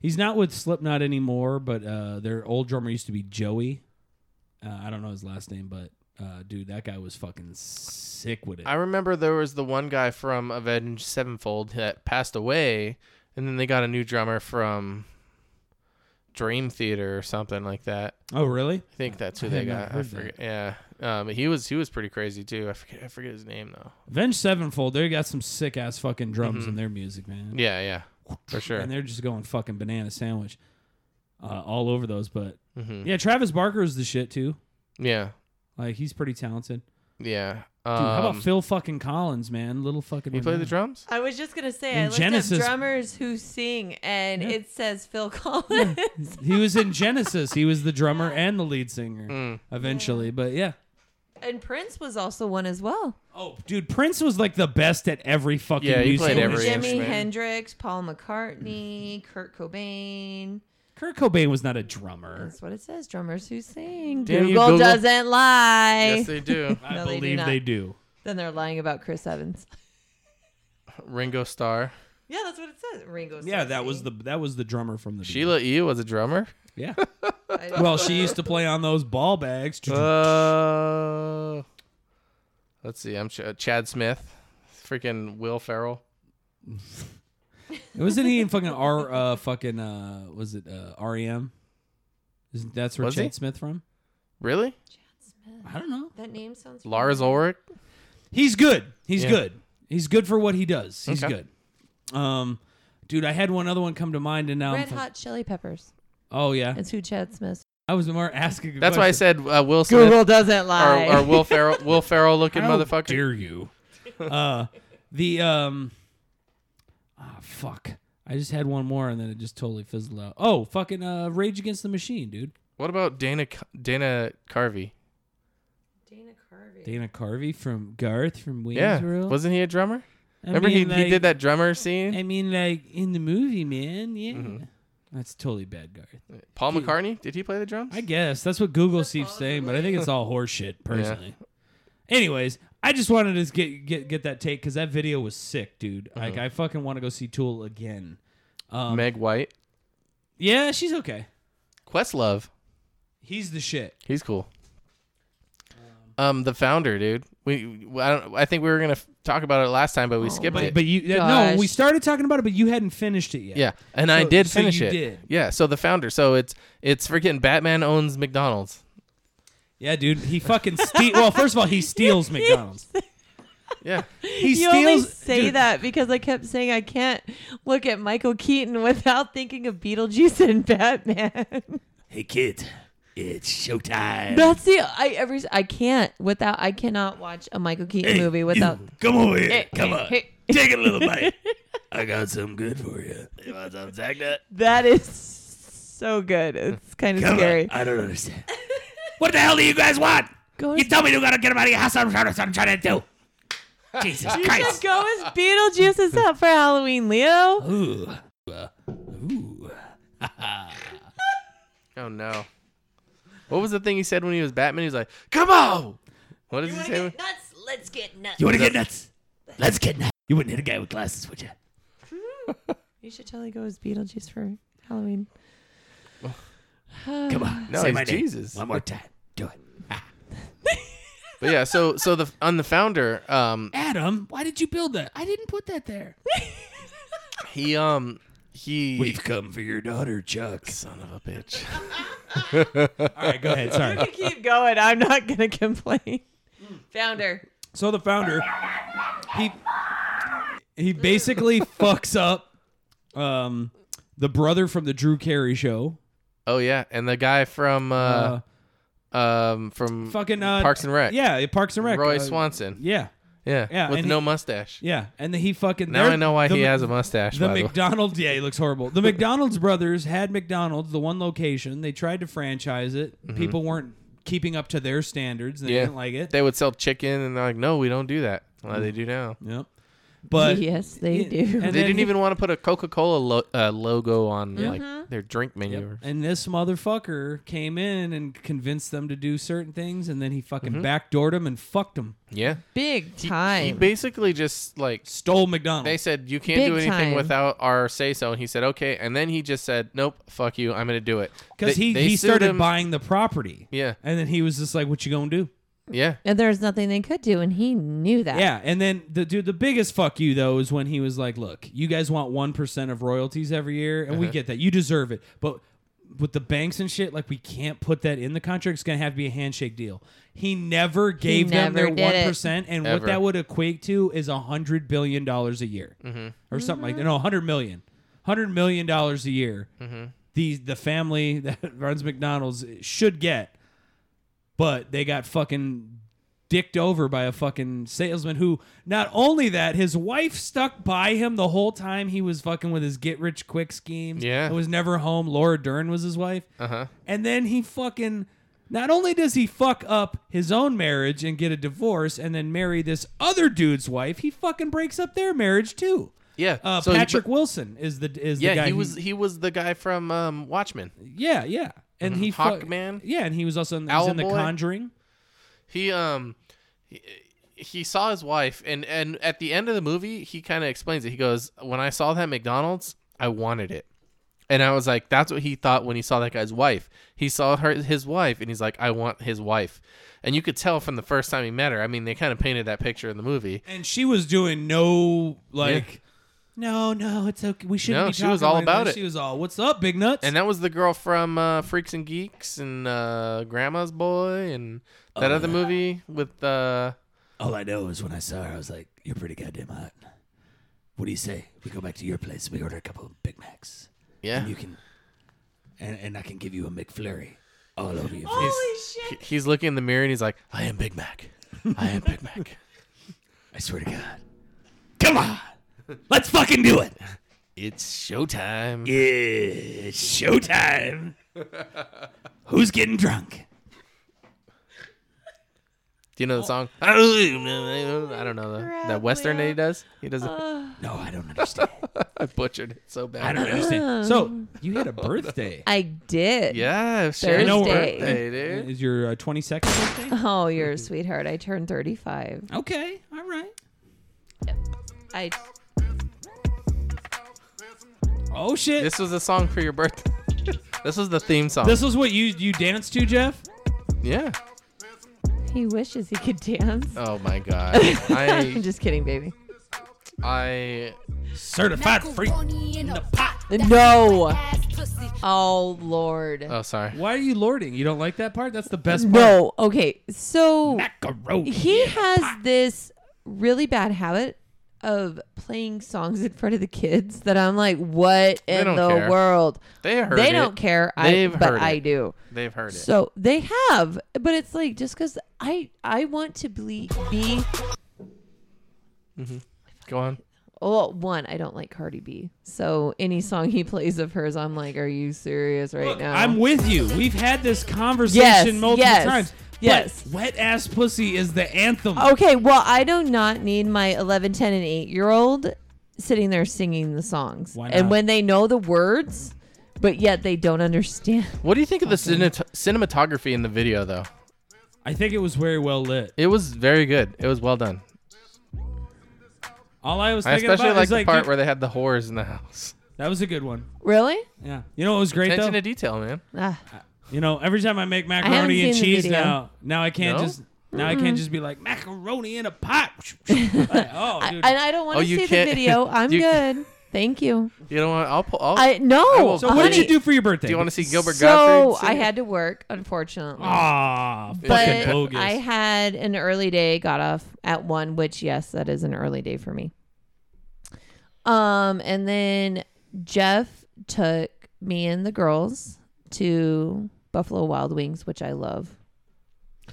Speaker 2: he's not with Slipknot anymore, but uh their old drummer used to be Joey. Uh, I don't know his last name, but uh dude, that guy was fucking sick with it.
Speaker 1: I remember there was the one guy from Avenged Sevenfold that passed away, and then they got a new drummer from Dream Theater or something like that.
Speaker 2: oh really?
Speaker 1: I think that's who
Speaker 2: I
Speaker 1: they
Speaker 2: had not
Speaker 1: got. I
Speaker 2: heard that.
Speaker 1: forget. Yeah, um, he was he was pretty crazy too. I forget I forget his name though.
Speaker 2: Avenged Sevenfold, they got some sick ass fucking drums in their music, man.
Speaker 1: Yeah, yeah, for Mm-hmm. sure.
Speaker 2: and they're just going fucking banana sandwich. uh, all over those. But
Speaker 1: Mm.
Speaker 2: yeah, Travis Barker is the shit too.
Speaker 1: Mm-hmm. Yeah.
Speaker 2: Like he's pretty talented.
Speaker 1: Yeah.
Speaker 2: Dude, how
Speaker 1: Um,
Speaker 2: about Phil fucking Collins, man? Little fucking.
Speaker 1: You play the
Speaker 2: renowned.
Speaker 1: drums?
Speaker 3: I was just gonna say
Speaker 2: In
Speaker 3: I looked
Speaker 2: Genesis-
Speaker 3: up drummers who sing, and it says Phil Collins. (laughs)
Speaker 2: He was in Genesis. He was the drummer and the lead singer
Speaker 1: Mm.
Speaker 2: eventually. But yeah.
Speaker 3: and Prince was also one as well.
Speaker 2: Oh, dude, Prince was like the best at every fucking.
Speaker 1: Yeah, he
Speaker 2: music
Speaker 1: played every
Speaker 2: instrument.
Speaker 3: Jimi
Speaker 1: instrument.
Speaker 3: Hendrix, Paul McCartney, Kurt Cobain.
Speaker 2: Kurt Cobain was not a drummer.
Speaker 3: That's what it says. Drummers who sing.
Speaker 1: Damn
Speaker 3: Google,
Speaker 1: you, Google.
Speaker 3: doesn't lie.
Speaker 1: Yes, they
Speaker 3: (laughs)
Speaker 1: do.
Speaker 2: I
Speaker 3: No, they do
Speaker 2: believe
Speaker 3: not.
Speaker 2: they do.
Speaker 3: then they're lying about Chris Evans. (laughs)
Speaker 1: Ringo Starr.
Speaker 3: Yeah, that's what it says. Ringo.
Speaker 2: Yeah, that was the that was the drummer from the.
Speaker 1: Sheila E. was a drummer.
Speaker 2: (laughs) Yeah. Well, she used to play on those ball bags.
Speaker 1: Uh, let's see. I'm Ch- Chad Smith. Freaking Will Ferrell.
Speaker 2: Wasn't he in fucking R? Uh, fucking uh, was it uh, REM? Isn't that's where
Speaker 1: Was
Speaker 2: Chad
Speaker 1: he?
Speaker 2: Smith from?
Speaker 1: Really?
Speaker 2: I don't know.
Speaker 3: That name sounds.
Speaker 1: Lars Ulrich.
Speaker 2: He's good. He's
Speaker 1: Yeah.
Speaker 2: good. He's good for what he does. He's
Speaker 1: Okay.
Speaker 2: good. Um, dude, I had one other one come to mind, and now I'm
Speaker 3: Red
Speaker 2: fu-
Speaker 3: Hot Chili Peppers.
Speaker 2: Oh yeah,
Speaker 3: It's who
Speaker 6: (laughs)
Speaker 3: Chad Smith.
Speaker 2: I was more asking. a
Speaker 1: That's why I
Speaker 2: question.
Speaker 1: said uh, Will Smith
Speaker 3: doesn't
Speaker 1: or, or Will Ferrell. Will Ferrell looking
Speaker 2: How
Speaker 1: motherfucker.
Speaker 2: Dare you? Uh, the um, ah, fuck. I just had one more, and then it just totally fizzled out. Oh, fucking uh, Rage Against the Machine, dude.
Speaker 1: What about Dana Ca- Dana Carvey?
Speaker 3: Dana Carvey.
Speaker 2: Dana Carvey from Garth from Wayne's
Speaker 1: Yeah,
Speaker 2: World.
Speaker 1: wasn't he a drummer?
Speaker 2: I
Speaker 1: Remember
Speaker 2: mean,
Speaker 1: he,
Speaker 2: like-
Speaker 1: he did that drummer scene.
Speaker 2: I mean, like in the movie, man. Yeah,
Speaker 1: Mm-hmm.
Speaker 2: that's totally bad, Garth.
Speaker 1: Paul McCartney did he play the drums?
Speaker 2: I guess that's what Google keeps saying, but I think it's all horseshit, personally. Anyways, I just wanted to get get get that take because that video was sick, dude.
Speaker 1: Uh-huh.
Speaker 2: Like, I fucking want to go see Tool again.
Speaker 1: Meg White,
Speaker 2: Yeah, she's okay.
Speaker 1: Questlove,
Speaker 2: He's the shit.
Speaker 1: he's cool. Um, the founder, dude. We I don't. I think we were gonna f- talk about it last time, but we skipped
Speaker 2: But
Speaker 1: it.
Speaker 2: but you no,
Speaker 3: Gosh.
Speaker 2: we started talking about it, but you hadn't finished it yet.
Speaker 1: yeah, and I
Speaker 2: So-
Speaker 1: did
Speaker 2: so
Speaker 1: finish
Speaker 2: you
Speaker 1: it.
Speaker 2: did.
Speaker 1: Yeah, so the founder. So it's it's freaking Batman owns McDonald's.
Speaker 2: yeah, dude. He fucking steal. well, first of all, he
Speaker 3: (laughs)
Speaker 2: steals McDonald's. (laughs)
Speaker 1: Yeah,
Speaker 2: He
Speaker 3: You
Speaker 2: steals.
Speaker 3: only say
Speaker 2: dude,
Speaker 3: that because I kept saying I can't look at Michael Keaton without thinking of Beetlejuice and Batman.
Speaker 6: (laughs)
Speaker 2: Hey kid, it's showtime.
Speaker 3: That's the I every I can't without I cannot watch a Michael Keaton movie without.
Speaker 6: Come over here.
Speaker 3: Hey,
Speaker 6: Come
Speaker 3: hey,
Speaker 6: on.
Speaker 3: hey.
Speaker 6: Take a little bite. (laughs) I got something good for you. You want some Zack Nut?
Speaker 3: That is so good. It's kind of
Speaker 6: Come on.
Speaker 3: scary.
Speaker 6: I don't understand. what the hell do you guys want?
Speaker 3: Go
Speaker 6: You tell me you gotta get him out of your house. I'm trying to, I'm trying to do. Jesus
Speaker 3: as,
Speaker 6: Christ.
Speaker 3: go as Beetlejuice is out for Halloween, Leo.
Speaker 6: Ooh. Uh, ooh.
Speaker 1: Oh no. What was the thing he said when he was Batman? He was like, "Come on." What does he say? when-
Speaker 3: nuts? Let's get nuts.
Speaker 6: You wanna get nuts? Let's get nuts. You wouldn't hit a guy with glasses, would you?
Speaker 3: You should totally go as Beetlejuice for (laughs) Halloween.
Speaker 6: Come on.
Speaker 1: No,
Speaker 6: say
Speaker 1: he's
Speaker 6: my name.
Speaker 1: Jesus.
Speaker 6: One more time. Do it.
Speaker 1: But yeah, so so the on the founder, um,
Speaker 2: Adam, why did you build that? I didn't put that there.
Speaker 1: he um he
Speaker 6: We've come for your daughter, Chuck.
Speaker 1: son of a bitch.
Speaker 2: All right, go
Speaker 6: (laughs)
Speaker 2: ahead. Sorry.
Speaker 3: Keep going. I'm not gonna complain. Founder.
Speaker 2: So the founder, he
Speaker 1: (laughs)
Speaker 2: he basically fucks up um, the brother from the Drew Carey show.
Speaker 1: Oh yeah, and the guy from
Speaker 2: Uh,
Speaker 1: uh, um from
Speaker 2: fucking uh,
Speaker 1: Parks and Rec.
Speaker 2: Yeah, Parks and Rec.
Speaker 1: Roy
Speaker 2: uh,
Speaker 1: Swanson.
Speaker 2: Yeah,
Speaker 1: Yeah,
Speaker 2: yeah,
Speaker 1: with
Speaker 2: and
Speaker 1: no
Speaker 2: he-
Speaker 1: mustache.
Speaker 2: yeah, and then he fucking.
Speaker 1: Now
Speaker 2: they're-
Speaker 1: I know why
Speaker 2: the
Speaker 1: he
Speaker 2: Mc-
Speaker 1: has a mustache.
Speaker 2: The
Speaker 1: by the way.
Speaker 2: McDonald's, yeah, he looks horrible. The McDonald's brothers had McDonald's, the one location. They tried to franchise it. People weren't keeping up to their standards. and They
Speaker 1: Mm-hmm. Yeah.
Speaker 2: didn't like it.
Speaker 1: They would sell chicken, and they're like, "No, we don't do that." Well,
Speaker 2: Mm.
Speaker 1: they do now.
Speaker 2: yep. But
Speaker 3: yes, they do.
Speaker 2: And
Speaker 1: they
Speaker 2: then
Speaker 1: didn't
Speaker 2: he-
Speaker 1: even want to put a Coca-Cola lo- uh, logo on like their drink menu. or-
Speaker 2: And this motherfucker came in and convinced them to do certain things, and then he fucking backdoored them and fucked them.
Speaker 1: Yeah,
Speaker 3: (laughs) Big
Speaker 1: He-
Speaker 3: time.
Speaker 1: He, basically just like
Speaker 2: Stole McDonald's.
Speaker 1: they said you can't
Speaker 3: Big
Speaker 1: do anything
Speaker 3: time.
Speaker 1: without our say so, and he said okay, and then he just said nope, fuck you, I'm gonna do it
Speaker 2: because
Speaker 1: They-
Speaker 2: he,
Speaker 1: they
Speaker 2: he
Speaker 1: sued
Speaker 2: started
Speaker 1: him.
Speaker 2: buying the property.
Speaker 1: Yeah.
Speaker 2: And then he was just like, "What you gonna do?"
Speaker 1: Yeah,
Speaker 3: and there was nothing they could do, and he knew that.
Speaker 2: Yeah. And then the dude, the biggest fuck you though is when he was like, "Look, you guys want one percent of royalties every year, and we
Speaker 3: Uh-huh.
Speaker 2: get that. You deserve it, but." With the banks and shit, like we can't put that in the contract. It's gonna have to be a handshake deal. He never gave them their
Speaker 3: never did it.
Speaker 2: one percent, and
Speaker 1: Ever.
Speaker 2: what that would equate to is a hundred
Speaker 3: Mm-hmm.
Speaker 2: billion dollars a year, or something like that. No, a hundred million, hundred million dollars a year the the family (laughs) that runs McDonald's should get, but they got fucking dicked over by a fucking salesman who not only that his wife stuck by him the whole time he was fucking with his get rich quick schemes
Speaker 1: Yeah.
Speaker 2: and was never home laura dern was his wife
Speaker 1: Uh-huh.
Speaker 2: and then he fucking not only does he fuck up his own marriage and get a divorce and then marry this other dude's wife he fucking breaks up their marriage too
Speaker 1: Yeah.
Speaker 2: uh,
Speaker 1: so-
Speaker 2: patrick
Speaker 1: but-
Speaker 2: wilson is the is the
Speaker 1: yeah,
Speaker 2: guy
Speaker 1: he
Speaker 2: who-
Speaker 1: was he was the guy from um, Watchmen.
Speaker 2: yeah yeah and
Speaker 1: Mm-hmm.
Speaker 2: he fuck-
Speaker 1: Hawkman.
Speaker 2: yeah and he was also in, he was in the
Speaker 1: Owlboy.
Speaker 2: conjuring
Speaker 1: He um he, he saw his wife and and at the end of the movie he kind of explains it. He goes, "When I saw that McDonald's, I wanted it." And I was like, that's what he thought when he saw that guy's wife. He saw her his wife and he's like, "I want his wife." And you could tell from the first time he met her. I mean, they kind of painted that picture in the movie.
Speaker 2: and she was doing no like no no it's okay we shouldn't
Speaker 1: No,
Speaker 2: be
Speaker 1: she was
Speaker 2: talking
Speaker 1: all
Speaker 2: like
Speaker 1: about
Speaker 2: this."
Speaker 1: it.
Speaker 2: she was all what's up big nuts
Speaker 1: And that was the girl from uh, Freaks and Geeks and uh, Grandma's Boy and that
Speaker 6: Oh,
Speaker 1: other movie with uh,
Speaker 6: All I know is when I saw her, I was like, "You're pretty goddamn hot." What do you say? We go back to your place. We order a couple of Big Macs.
Speaker 1: yeah,
Speaker 6: And you can, and, and I can give you a McFlurry all over your face.
Speaker 2: Oh,
Speaker 4: Holy shit.
Speaker 1: He- he's looking in the mirror and he's like, "I am Big Mac. I am
Speaker 6: (laughs)
Speaker 1: Big Mac."
Speaker 6: I swear to God. Come on, let's fucking do it.
Speaker 1: it's showtime.
Speaker 6: It's showtime. Who's getting drunk?
Speaker 1: Do you know the song? (laughs) I don't know the, that western that he does. He does. not
Speaker 6: No, I don't understand.
Speaker 1: I butchered it so bad.
Speaker 6: I don't understand.
Speaker 2: (laughs) so you had a birthday
Speaker 3: I did.
Speaker 1: Yeah, Sharon's
Speaker 2: No
Speaker 3: birthday.
Speaker 1: birthday, dude.
Speaker 2: is your uh, 22nd birthday
Speaker 3: Oh, you're a sweetheart. I turned 35.
Speaker 2: Okay, all right.
Speaker 3: I
Speaker 2: Oh shit! This,
Speaker 1: This was a song for your birthday. (laughs) this was the theme song.
Speaker 2: was what you you danced to, Jeff.
Speaker 1: yeah.
Speaker 3: he wishes he could dance.
Speaker 1: Oh my (laughs) god. I
Speaker 3: (laughs) I'm just kidding, baby.
Speaker 1: I
Speaker 2: Certified freak.
Speaker 3: No. Oh Lord.
Speaker 1: oh sorry.
Speaker 2: Why are you lording? You don't like that part? That's the best part.
Speaker 3: no. Okay. So
Speaker 2: Macaroni.
Speaker 3: he has this really bad habit of playing songs in front of the kids that I'm like, what in
Speaker 1: don't
Speaker 3: the
Speaker 1: care.
Speaker 3: world?
Speaker 1: They heard
Speaker 3: they
Speaker 1: it.
Speaker 3: don't care.
Speaker 1: They've
Speaker 3: I but
Speaker 1: heard
Speaker 3: I
Speaker 1: it.
Speaker 3: do.
Speaker 1: They've heard it.
Speaker 3: So they have, but it's like just because I I want to be be
Speaker 1: Go on.
Speaker 3: well one I don't like Cardi B, so any song he plays of hers, I'm like, are you serious right now?
Speaker 2: I'm with you. We've had this conversation
Speaker 3: Yes,
Speaker 2: multiple
Speaker 3: yes,
Speaker 2: times.
Speaker 3: yes. Oh.
Speaker 2: But wet ass pussy is the anthem.
Speaker 3: okay. Well, I do not need my 11, 10, and eight year old sitting there singing the songs,
Speaker 2: Why
Speaker 3: and
Speaker 2: not?
Speaker 3: when they know the words, but yet they don't understand. (laughs)
Speaker 1: What do you think of the cinemat- cinematography in the video though?
Speaker 2: I think it was very well lit.
Speaker 1: It was very good. It was well done.
Speaker 2: All I was
Speaker 1: I
Speaker 2: thinking
Speaker 1: especially
Speaker 2: about
Speaker 1: like
Speaker 2: is
Speaker 1: the
Speaker 2: like
Speaker 1: part
Speaker 2: dude,
Speaker 1: where they had the whores in the house.
Speaker 2: that was a good one.
Speaker 3: Really?
Speaker 2: Yeah. You know what was great
Speaker 1: Attention
Speaker 2: though?
Speaker 1: to detail, man.
Speaker 3: Ah,
Speaker 2: you know, every time I make
Speaker 3: haven't
Speaker 2: macaroni and
Speaker 3: seen the
Speaker 2: cheese
Speaker 3: video.
Speaker 2: now, now I can't
Speaker 1: No?
Speaker 2: just now I can't just be like macaroni in a pot. (laughs)
Speaker 3: (laughs)
Speaker 2: Like, oh, dude.
Speaker 3: and I don't want
Speaker 1: Oh,
Speaker 3: to
Speaker 1: you
Speaker 3: see the
Speaker 1: can't- (laughs)
Speaker 3: video. I'm
Speaker 1: you-
Speaker 3: good. Thank you.
Speaker 1: You know what? I'll pull. I'll,
Speaker 3: I no.
Speaker 1: will-
Speaker 2: so what did
Speaker 3: honey.
Speaker 2: you do for your birthday?
Speaker 1: do you want to see Gilbert
Speaker 3: So
Speaker 1: Gottfried?
Speaker 3: I
Speaker 1: sing it?
Speaker 3: had to work, unfortunately.
Speaker 2: Ah, fucking
Speaker 3: but
Speaker 2: bogus.
Speaker 3: I had an early day, got off at one, which yes, that is an early day for me. Um, and then Jeff took me and the girls to Buffalo Wild Wings, which I love.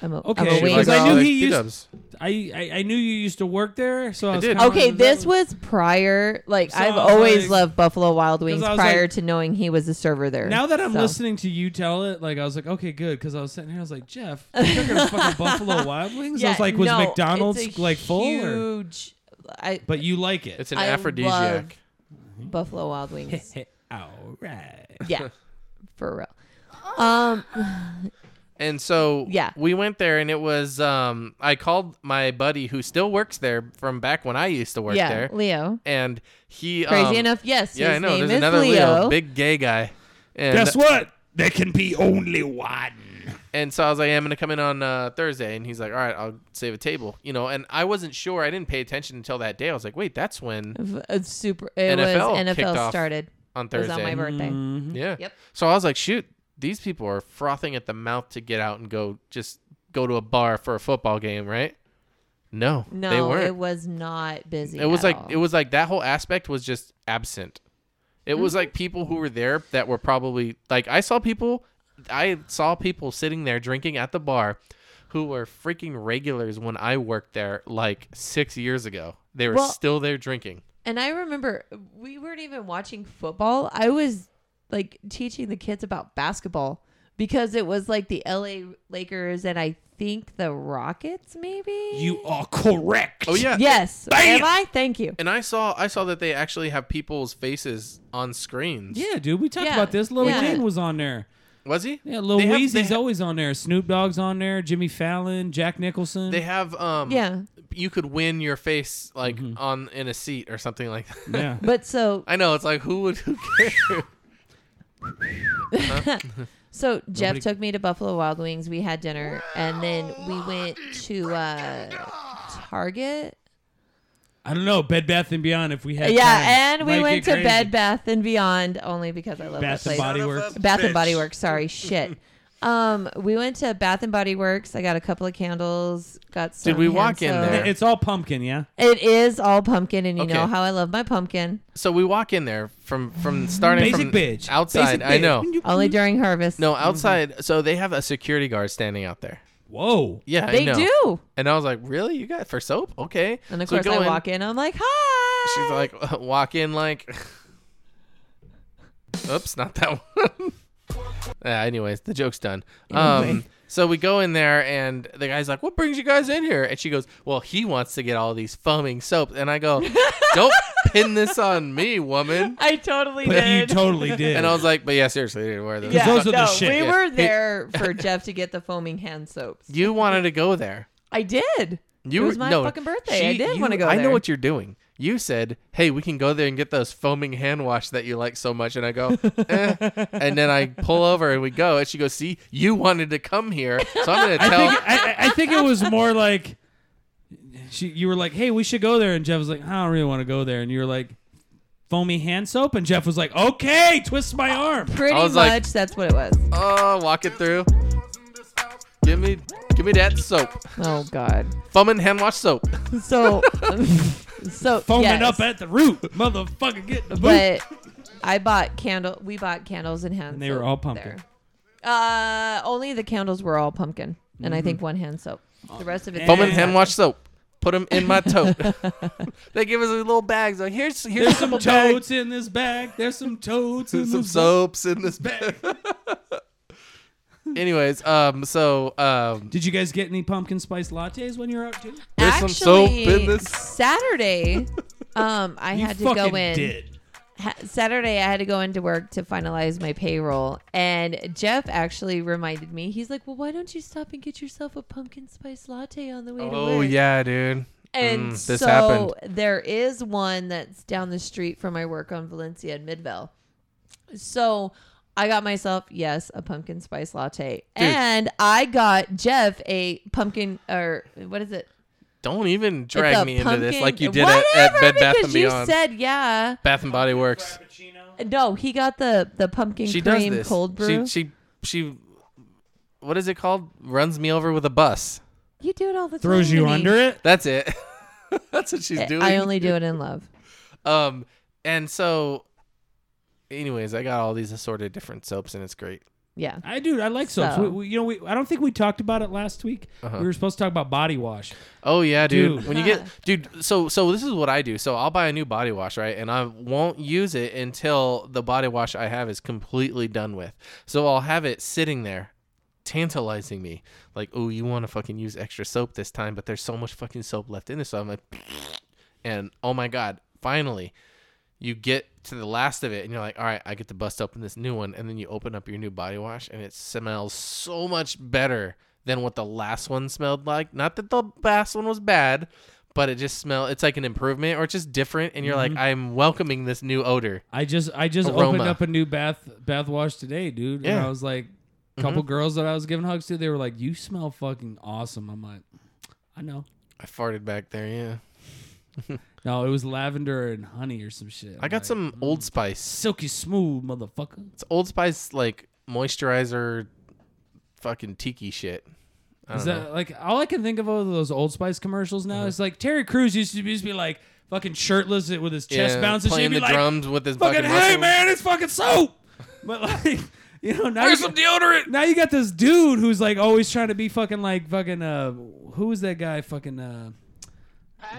Speaker 3: I'm a,
Speaker 2: Okay,
Speaker 3: am
Speaker 1: She
Speaker 2: she
Speaker 3: a
Speaker 1: "Oh,
Speaker 3: wings
Speaker 2: likes
Speaker 1: likes
Speaker 2: I knew
Speaker 1: Alex
Speaker 2: he used-
Speaker 1: P-dubs.
Speaker 2: I, I I knew you used to work there, so I,
Speaker 1: I
Speaker 2: was
Speaker 1: did.
Speaker 2: kinda
Speaker 3: Okay,
Speaker 2: like,
Speaker 3: this was prior. Like
Speaker 2: So
Speaker 3: I've
Speaker 2: I was
Speaker 3: always
Speaker 2: like-
Speaker 3: loved Buffalo Wild Wings
Speaker 2: I was
Speaker 3: prior
Speaker 2: like-
Speaker 3: to knowing he was a server there.
Speaker 2: Now that I'm
Speaker 3: So-
Speaker 2: listening to you tell it, like I was like, okay, good, because I was sitting here, I was like, Jeff, you took her to
Speaker 3: (laughs)
Speaker 2: fucking Buffalo Wild Wings. I was like, was
Speaker 3: no, it's
Speaker 2: McDonald's
Speaker 3: a
Speaker 2: like full? Or?
Speaker 3: Huge. I,
Speaker 2: But you like it.
Speaker 1: It's an
Speaker 3: I
Speaker 1: aphrodisiac.
Speaker 3: Buffalo Wild Wings.
Speaker 2: all right.
Speaker 1: (laughs)
Speaker 3: yeah, for real. Um,
Speaker 1: And so
Speaker 3: Yeah.
Speaker 1: we went there and it was um I called my buddy who still works there from back when I used to work
Speaker 3: yeah,
Speaker 1: there.
Speaker 3: Leo.
Speaker 1: And he
Speaker 3: Crazy
Speaker 1: um,
Speaker 3: enough, yes.
Speaker 1: Yeah,
Speaker 3: his
Speaker 1: I know.
Speaker 3: Name
Speaker 1: There's
Speaker 3: is
Speaker 1: another
Speaker 3: Leo.
Speaker 1: big gay guy. And,
Speaker 6: Guess what? There can be only one.
Speaker 1: And so I was like, I'm gonna come in on uh, Thursday, and he's like, All right, I'll save a table, you know. And I wasn't sure. I didn't pay attention until that day. I was like, Wait, that's when
Speaker 3: V- uh, super. It
Speaker 1: NFL
Speaker 3: was
Speaker 1: kicked
Speaker 3: NFL
Speaker 1: off
Speaker 3: started.
Speaker 1: on
Speaker 3: It
Speaker 1: Thursday.
Speaker 3: was on my birthday.
Speaker 1: Yeah.
Speaker 3: Yep.
Speaker 1: So I was like, shoot, these people are frothing at the mouth to get out and go just go to a bar for a football game, right? No,
Speaker 3: No,
Speaker 1: they weren't.
Speaker 3: it was not busy.
Speaker 1: It was
Speaker 3: at
Speaker 1: like
Speaker 3: all.
Speaker 1: it was like that whole aspect was just absent. It was like people who were there that were probably like I saw people I saw people sitting there drinking at the bar who were freaking regulars when I worked there like 6 years ago. They were
Speaker 3: Well-
Speaker 1: still there drinking.
Speaker 3: And I remember we weren't even watching football. I was like teaching the kids about basketball because it was like the LA Lakers and I think the Rockets, maybe?
Speaker 6: You are correct.
Speaker 1: Oh yeah.
Speaker 3: Yes. Am I? Thank you.
Speaker 1: And I saw I saw that they actually have people's faces on screens.
Speaker 2: Yeah, dude, we talked
Speaker 3: Yeah,
Speaker 2: about this. Lil
Speaker 3: yeah.
Speaker 2: Wayne was on there.
Speaker 1: Was he?
Speaker 2: Yeah, Lil
Speaker 1: They have-
Speaker 2: Weezy's
Speaker 1: they ha-
Speaker 2: always on there. Snoop Dogg's on there. Jimmy Fallon, Jack Nicholson.
Speaker 1: They have um
Speaker 3: Yeah.
Speaker 1: you could win your face like
Speaker 2: Mm-hmm.
Speaker 1: on in a seat or something like that. (laughs)
Speaker 2: yeah.
Speaker 3: But so
Speaker 1: I know it's like who would who care?
Speaker 3: so Jeff took me to Buffalo Wild Wings. We had dinner and then we went to uh Target.
Speaker 2: I don't know. Bed Bath and Beyond. If we had time,
Speaker 3: Yeah, and we
Speaker 2: might
Speaker 3: went
Speaker 2: get
Speaker 3: to
Speaker 2: crazy.
Speaker 3: Bed Bath and Beyond only because I love
Speaker 2: Bath
Speaker 3: that
Speaker 2: and
Speaker 3: place.
Speaker 2: Body Works.
Speaker 3: Bath and Body Works.
Speaker 1: (laughs)
Speaker 3: Sorry, shit. Um, we went to Bath and Body Works. I got a couple of candles. Got some.
Speaker 1: we
Speaker 3: hand
Speaker 1: walk in
Speaker 3: soap.
Speaker 1: there?
Speaker 2: It's all pumpkin, yeah.
Speaker 3: It is all pumpkin, and you know
Speaker 1: Okay.
Speaker 3: how I love my pumpkin.
Speaker 1: So we walk in there from from starting
Speaker 2: Basic
Speaker 1: from
Speaker 2: bitch.
Speaker 1: outside.
Speaker 2: Basic
Speaker 1: I
Speaker 2: bitch.
Speaker 1: know.
Speaker 3: Only during harvest.
Speaker 1: Mm-hmm. No, outside. So they have a security guard standing out there.
Speaker 2: Whoa.
Speaker 1: Yeah, I
Speaker 3: they
Speaker 1: know.
Speaker 3: do.
Speaker 1: And I was like, "Really? You got it for soap? Okay."
Speaker 3: And of
Speaker 1: So we
Speaker 3: course,
Speaker 1: go
Speaker 3: I walk in. I'm like, hi.
Speaker 1: She's like, (laughs) "Walk in like." Oops, not that (laughs) one. yeah, anyways, the joke's done. Um, so we go in there, and the guy's like, "What brings you guys in here?" And she goes, "Well, he wants to get all these foaming soaps," and I go, "Don't pin this on me, woman."
Speaker 3: I totally
Speaker 2: But you
Speaker 3: did. (laughs)
Speaker 2: totally did.
Speaker 1: And I was like, "But yeah, seriously, they didn't wear those."
Speaker 3: yeah,
Speaker 2: those are the
Speaker 3: no,
Speaker 2: shit.
Speaker 3: we
Speaker 1: Yeah.
Speaker 3: were there for Jeff to get the foaming
Speaker 1: (laughs)
Speaker 3: hand soaps.
Speaker 1: You wanted to go there.
Speaker 3: I did.
Speaker 1: You
Speaker 3: it was
Speaker 1: were-
Speaker 3: my
Speaker 1: no,
Speaker 3: fucking birthday. I
Speaker 1: she-
Speaker 3: did
Speaker 1: you-
Speaker 3: want to go.
Speaker 1: I know
Speaker 3: there.
Speaker 1: what you're doing. You said, "Hey, we can go there and get those foaming hand wash that you like so much," and I go, eh. and then I pull over and we go, and she goes, "See, you wanted to come here, so
Speaker 3: (laughs)
Speaker 1: I'm gonna
Speaker 2: I
Speaker 1: tell."
Speaker 2: think I, I- I think it was more like she, you were like, "Hey, we should go there," and Jeff was like, "I don't really want to go there," and you were like, "Foamy hand soap," and Jeff was like, "Okay, twist my arm."
Speaker 3: Pretty
Speaker 1: I
Speaker 3: much,
Speaker 1: was like-
Speaker 3: that's what it was.
Speaker 1: oh, walk it through. Give me, give me that soap,
Speaker 3: Oh God.
Speaker 1: foaming hand wash soap. (laughs)
Speaker 3: So, so
Speaker 2: Foaming
Speaker 3: yes.
Speaker 2: up at the root, motherfucker, get in the boot.
Speaker 3: but I bought candle. We bought candles and hand.
Speaker 2: And they
Speaker 3: soap
Speaker 2: were all pumpkin.
Speaker 3: there. Uh, only the candles were all pumpkin, and I think one hand soap. The rest of it.
Speaker 2: Bowman
Speaker 1: Mm-hmm. Foaming hand wash soap. Put them in my tote.
Speaker 3: (laughs)
Speaker 1: they give us little bags. Like here's here's
Speaker 2: There's
Speaker 1: some
Speaker 2: some
Speaker 1: totes,
Speaker 2: toads in this bag. There's some toads in
Speaker 1: some
Speaker 2: this
Speaker 1: soaps in this
Speaker 3: (laughs)
Speaker 1: bag. Anyways, um, so um,
Speaker 2: Did you guys get any pumpkin spice lattes when you were out too?
Speaker 1: There's some soap in this.
Speaker 3: Saturday, um, I
Speaker 2: You
Speaker 3: had to
Speaker 2: fucking
Speaker 3: go in.
Speaker 2: did.
Speaker 3: ha- Saturday, I had to go into work to finalize my payroll. And Jeff actually reminded me, he's like, Well, why don't you stop and get yourself a pumpkin spice latte on the way to work?
Speaker 1: Oh yeah, dude.
Speaker 3: And
Speaker 1: Mm, this
Speaker 3: so
Speaker 1: happened.
Speaker 3: there is one that's down the street from my work on Valencia and Midvale. So I got myself, yes, a pumpkin spice latte. And I got Jeff a pumpkin or what is it?
Speaker 1: Don't even
Speaker 3: It's
Speaker 1: drag
Speaker 3: a
Speaker 1: me into this
Speaker 3: pumpkin-
Speaker 1: like you did at, at
Speaker 3: Whatever,
Speaker 1: Bed Bath and
Speaker 3: because you
Speaker 1: Beyond.
Speaker 3: said yeah.
Speaker 1: Bath and Body Works.
Speaker 3: No, he got the the pumpkin
Speaker 1: She does
Speaker 3: cream
Speaker 1: this.
Speaker 3: cold brew.
Speaker 1: She she she. What is it called? Runs me over with a bus.
Speaker 3: you do it all the time.
Speaker 2: Throws you
Speaker 3: Vinny.
Speaker 2: under it.
Speaker 1: That's it. (laughs) That's what she's doing.
Speaker 3: Eh, I only do it in love.
Speaker 1: Um, and so, anyways, I got all these assorted different soaps, and it's great.
Speaker 3: Yeah.
Speaker 1: (laughs)
Speaker 2: I do. I like soaps.
Speaker 3: So-
Speaker 2: We, we- you know, we, I don't think we talked about it last week.
Speaker 1: Uh-huh.
Speaker 2: We were supposed to talk about body wash.
Speaker 1: Oh yeah, dude.
Speaker 2: Dude.
Speaker 1: When you get dude, so so this is what I do. So I'll buy a new body wash, right? And I won't use it until the body wash I have is completely done with. So I'll have it sitting there tantalizing me. Like, "Oh, you want to fucking use extra soap this time, but there's so much fucking soap left in this." So I'm like (laughs) and oh my god, finally you get to the last of it and you're like, "All right, I get to bust open this new one." And then you open up your new body wash and it smells so much better than what the last one smelled like. Not that the last one was bad, but it just smell it's like an improvement or it's just different and you're like, "I'm welcoming this new odor."
Speaker 2: I just I just opened
Speaker 1: Aroma.
Speaker 2: up a new bath bath wash today, dude. And
Speaker 1: Yeah. Mm-hmm.
Speaker 2: I was like, a couple girls that I was giving hugs to, they were like, "You smell fucking awesome." I'm like, I know.
Speaker 1: I farted back there, yeah.
Speaker 2: No, it was lavender and honey or some shit.
Speaker 1: I
Speaker 2: I'm
Speaker 1: got
Speaker 2: like,
Speaker 1: some Old Spice.
Speaker 2: silky smooth, motherfucker.
Speaker 1: It's Old Spice like moisturizer fucking tiki shit. I
Speaker 2: Is
Speaker 1: don't know. Uh-huh.
Speaker 2: that like all I can think of all those Old Spice commercials now? Is like Terry Crews used to be, used to be like, fucking shirtless with his chest
Speaker 1: Yeah,
Speaker 2: bouncing.
Speaker 1: playing
Speaker 2: She'd be
Speaker 1: the
Speaker 2: like,
Speaker 1: drums with his
Speaker 2: fucking,
Speaker 1: fucking
Speaker 2: hey
Speaker 1: muscles."
Speaker 2: man, it's fucking soap. (laughs) But like, you know, now you,
Speaker 1: Here's some deodorant.
Speaker 2: now you got this dude who's like always trying to be fucking like fucking uh, who was that guy fucking uh.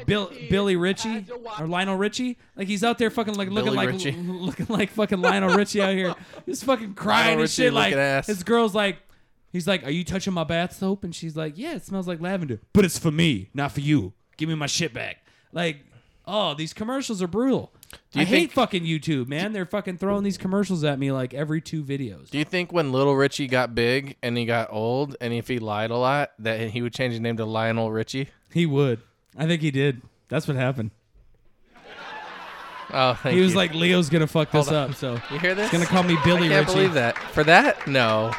Speaker 2: Bill, Billy Ritchie or Lionel Richie, like he's out there fucking like looking
Speaker 1: Billy
Speaker 2: like
Speaker 1: Ritchie.
Speaker 2: (laughs) looking like fucking Lionel Richie out here, just fucking crying
Speaker 1: Lionel
Speaker 2: and shit.
Speaker 1: Richie
Speaker 2: Like
Speaker 1: looking ass.
Speaker 2: his girl's like, he's like, "Are you touching my bath soap?" And she's like, "Yeah, it smells like lavender, but it's for me, not for you. Give me my shit back." Like, oh, these commercials are brutal.
Speaker 1: you
Speaker 2: I hate
Speaker 1: think-
Speaker 2: fucking YouTube, man. They're fucking throwing these commercials at me like every two videos.
Speaker 1: Do you think when Little Richie got big and he got old and if he lied a lot that he would change his name to Lionel Richie?
Speaker 2: He would. I think he did. That's what happened.
Speaker 1: Oh, thank
Speaker 2: he was
Speaker 1: you.
Speaker 2: like, "Leo's gonna fuck this up,"
Speaker 1: (laughs)
Speaker 2: so
Speaker 1: you hear this?
Speaker 2: gonna call me Billy
Speaker 1: I can't
Speaker 2: Richie.
Speaker 1: believe that. For that? No,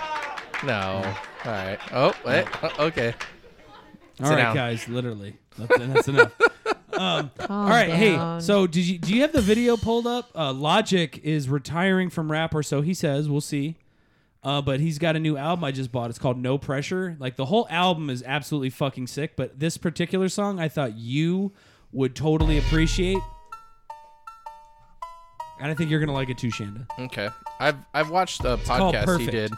Speaker 1: no. All right. Oh, wait. Oh, okay.
Speaker 2: All right,
Speaker 1: down.
Speaker 2: guys, literally. That's, that's enough.
Speaker 3: (laughs) Calm
Speaker 2: All right,
Speaker 3: down.
Speaker 2: hey. So, did you do you have the video pulled up? Uh, Logic is retiring from rap, or so he says. We'll see. Uh, but he's got a new album I just bought. It's called No Pressure. Like the whole album is absolutely fucking sick. But this particular song, I thought you would totally appreciate, and I think you're gonna like it too, Shanda.
Speaker 1: Okay. I've I've watched a
Speaker 2: called
Speaker 1: podcast he
Speaker 2: Perfect.
Speaker 1: did.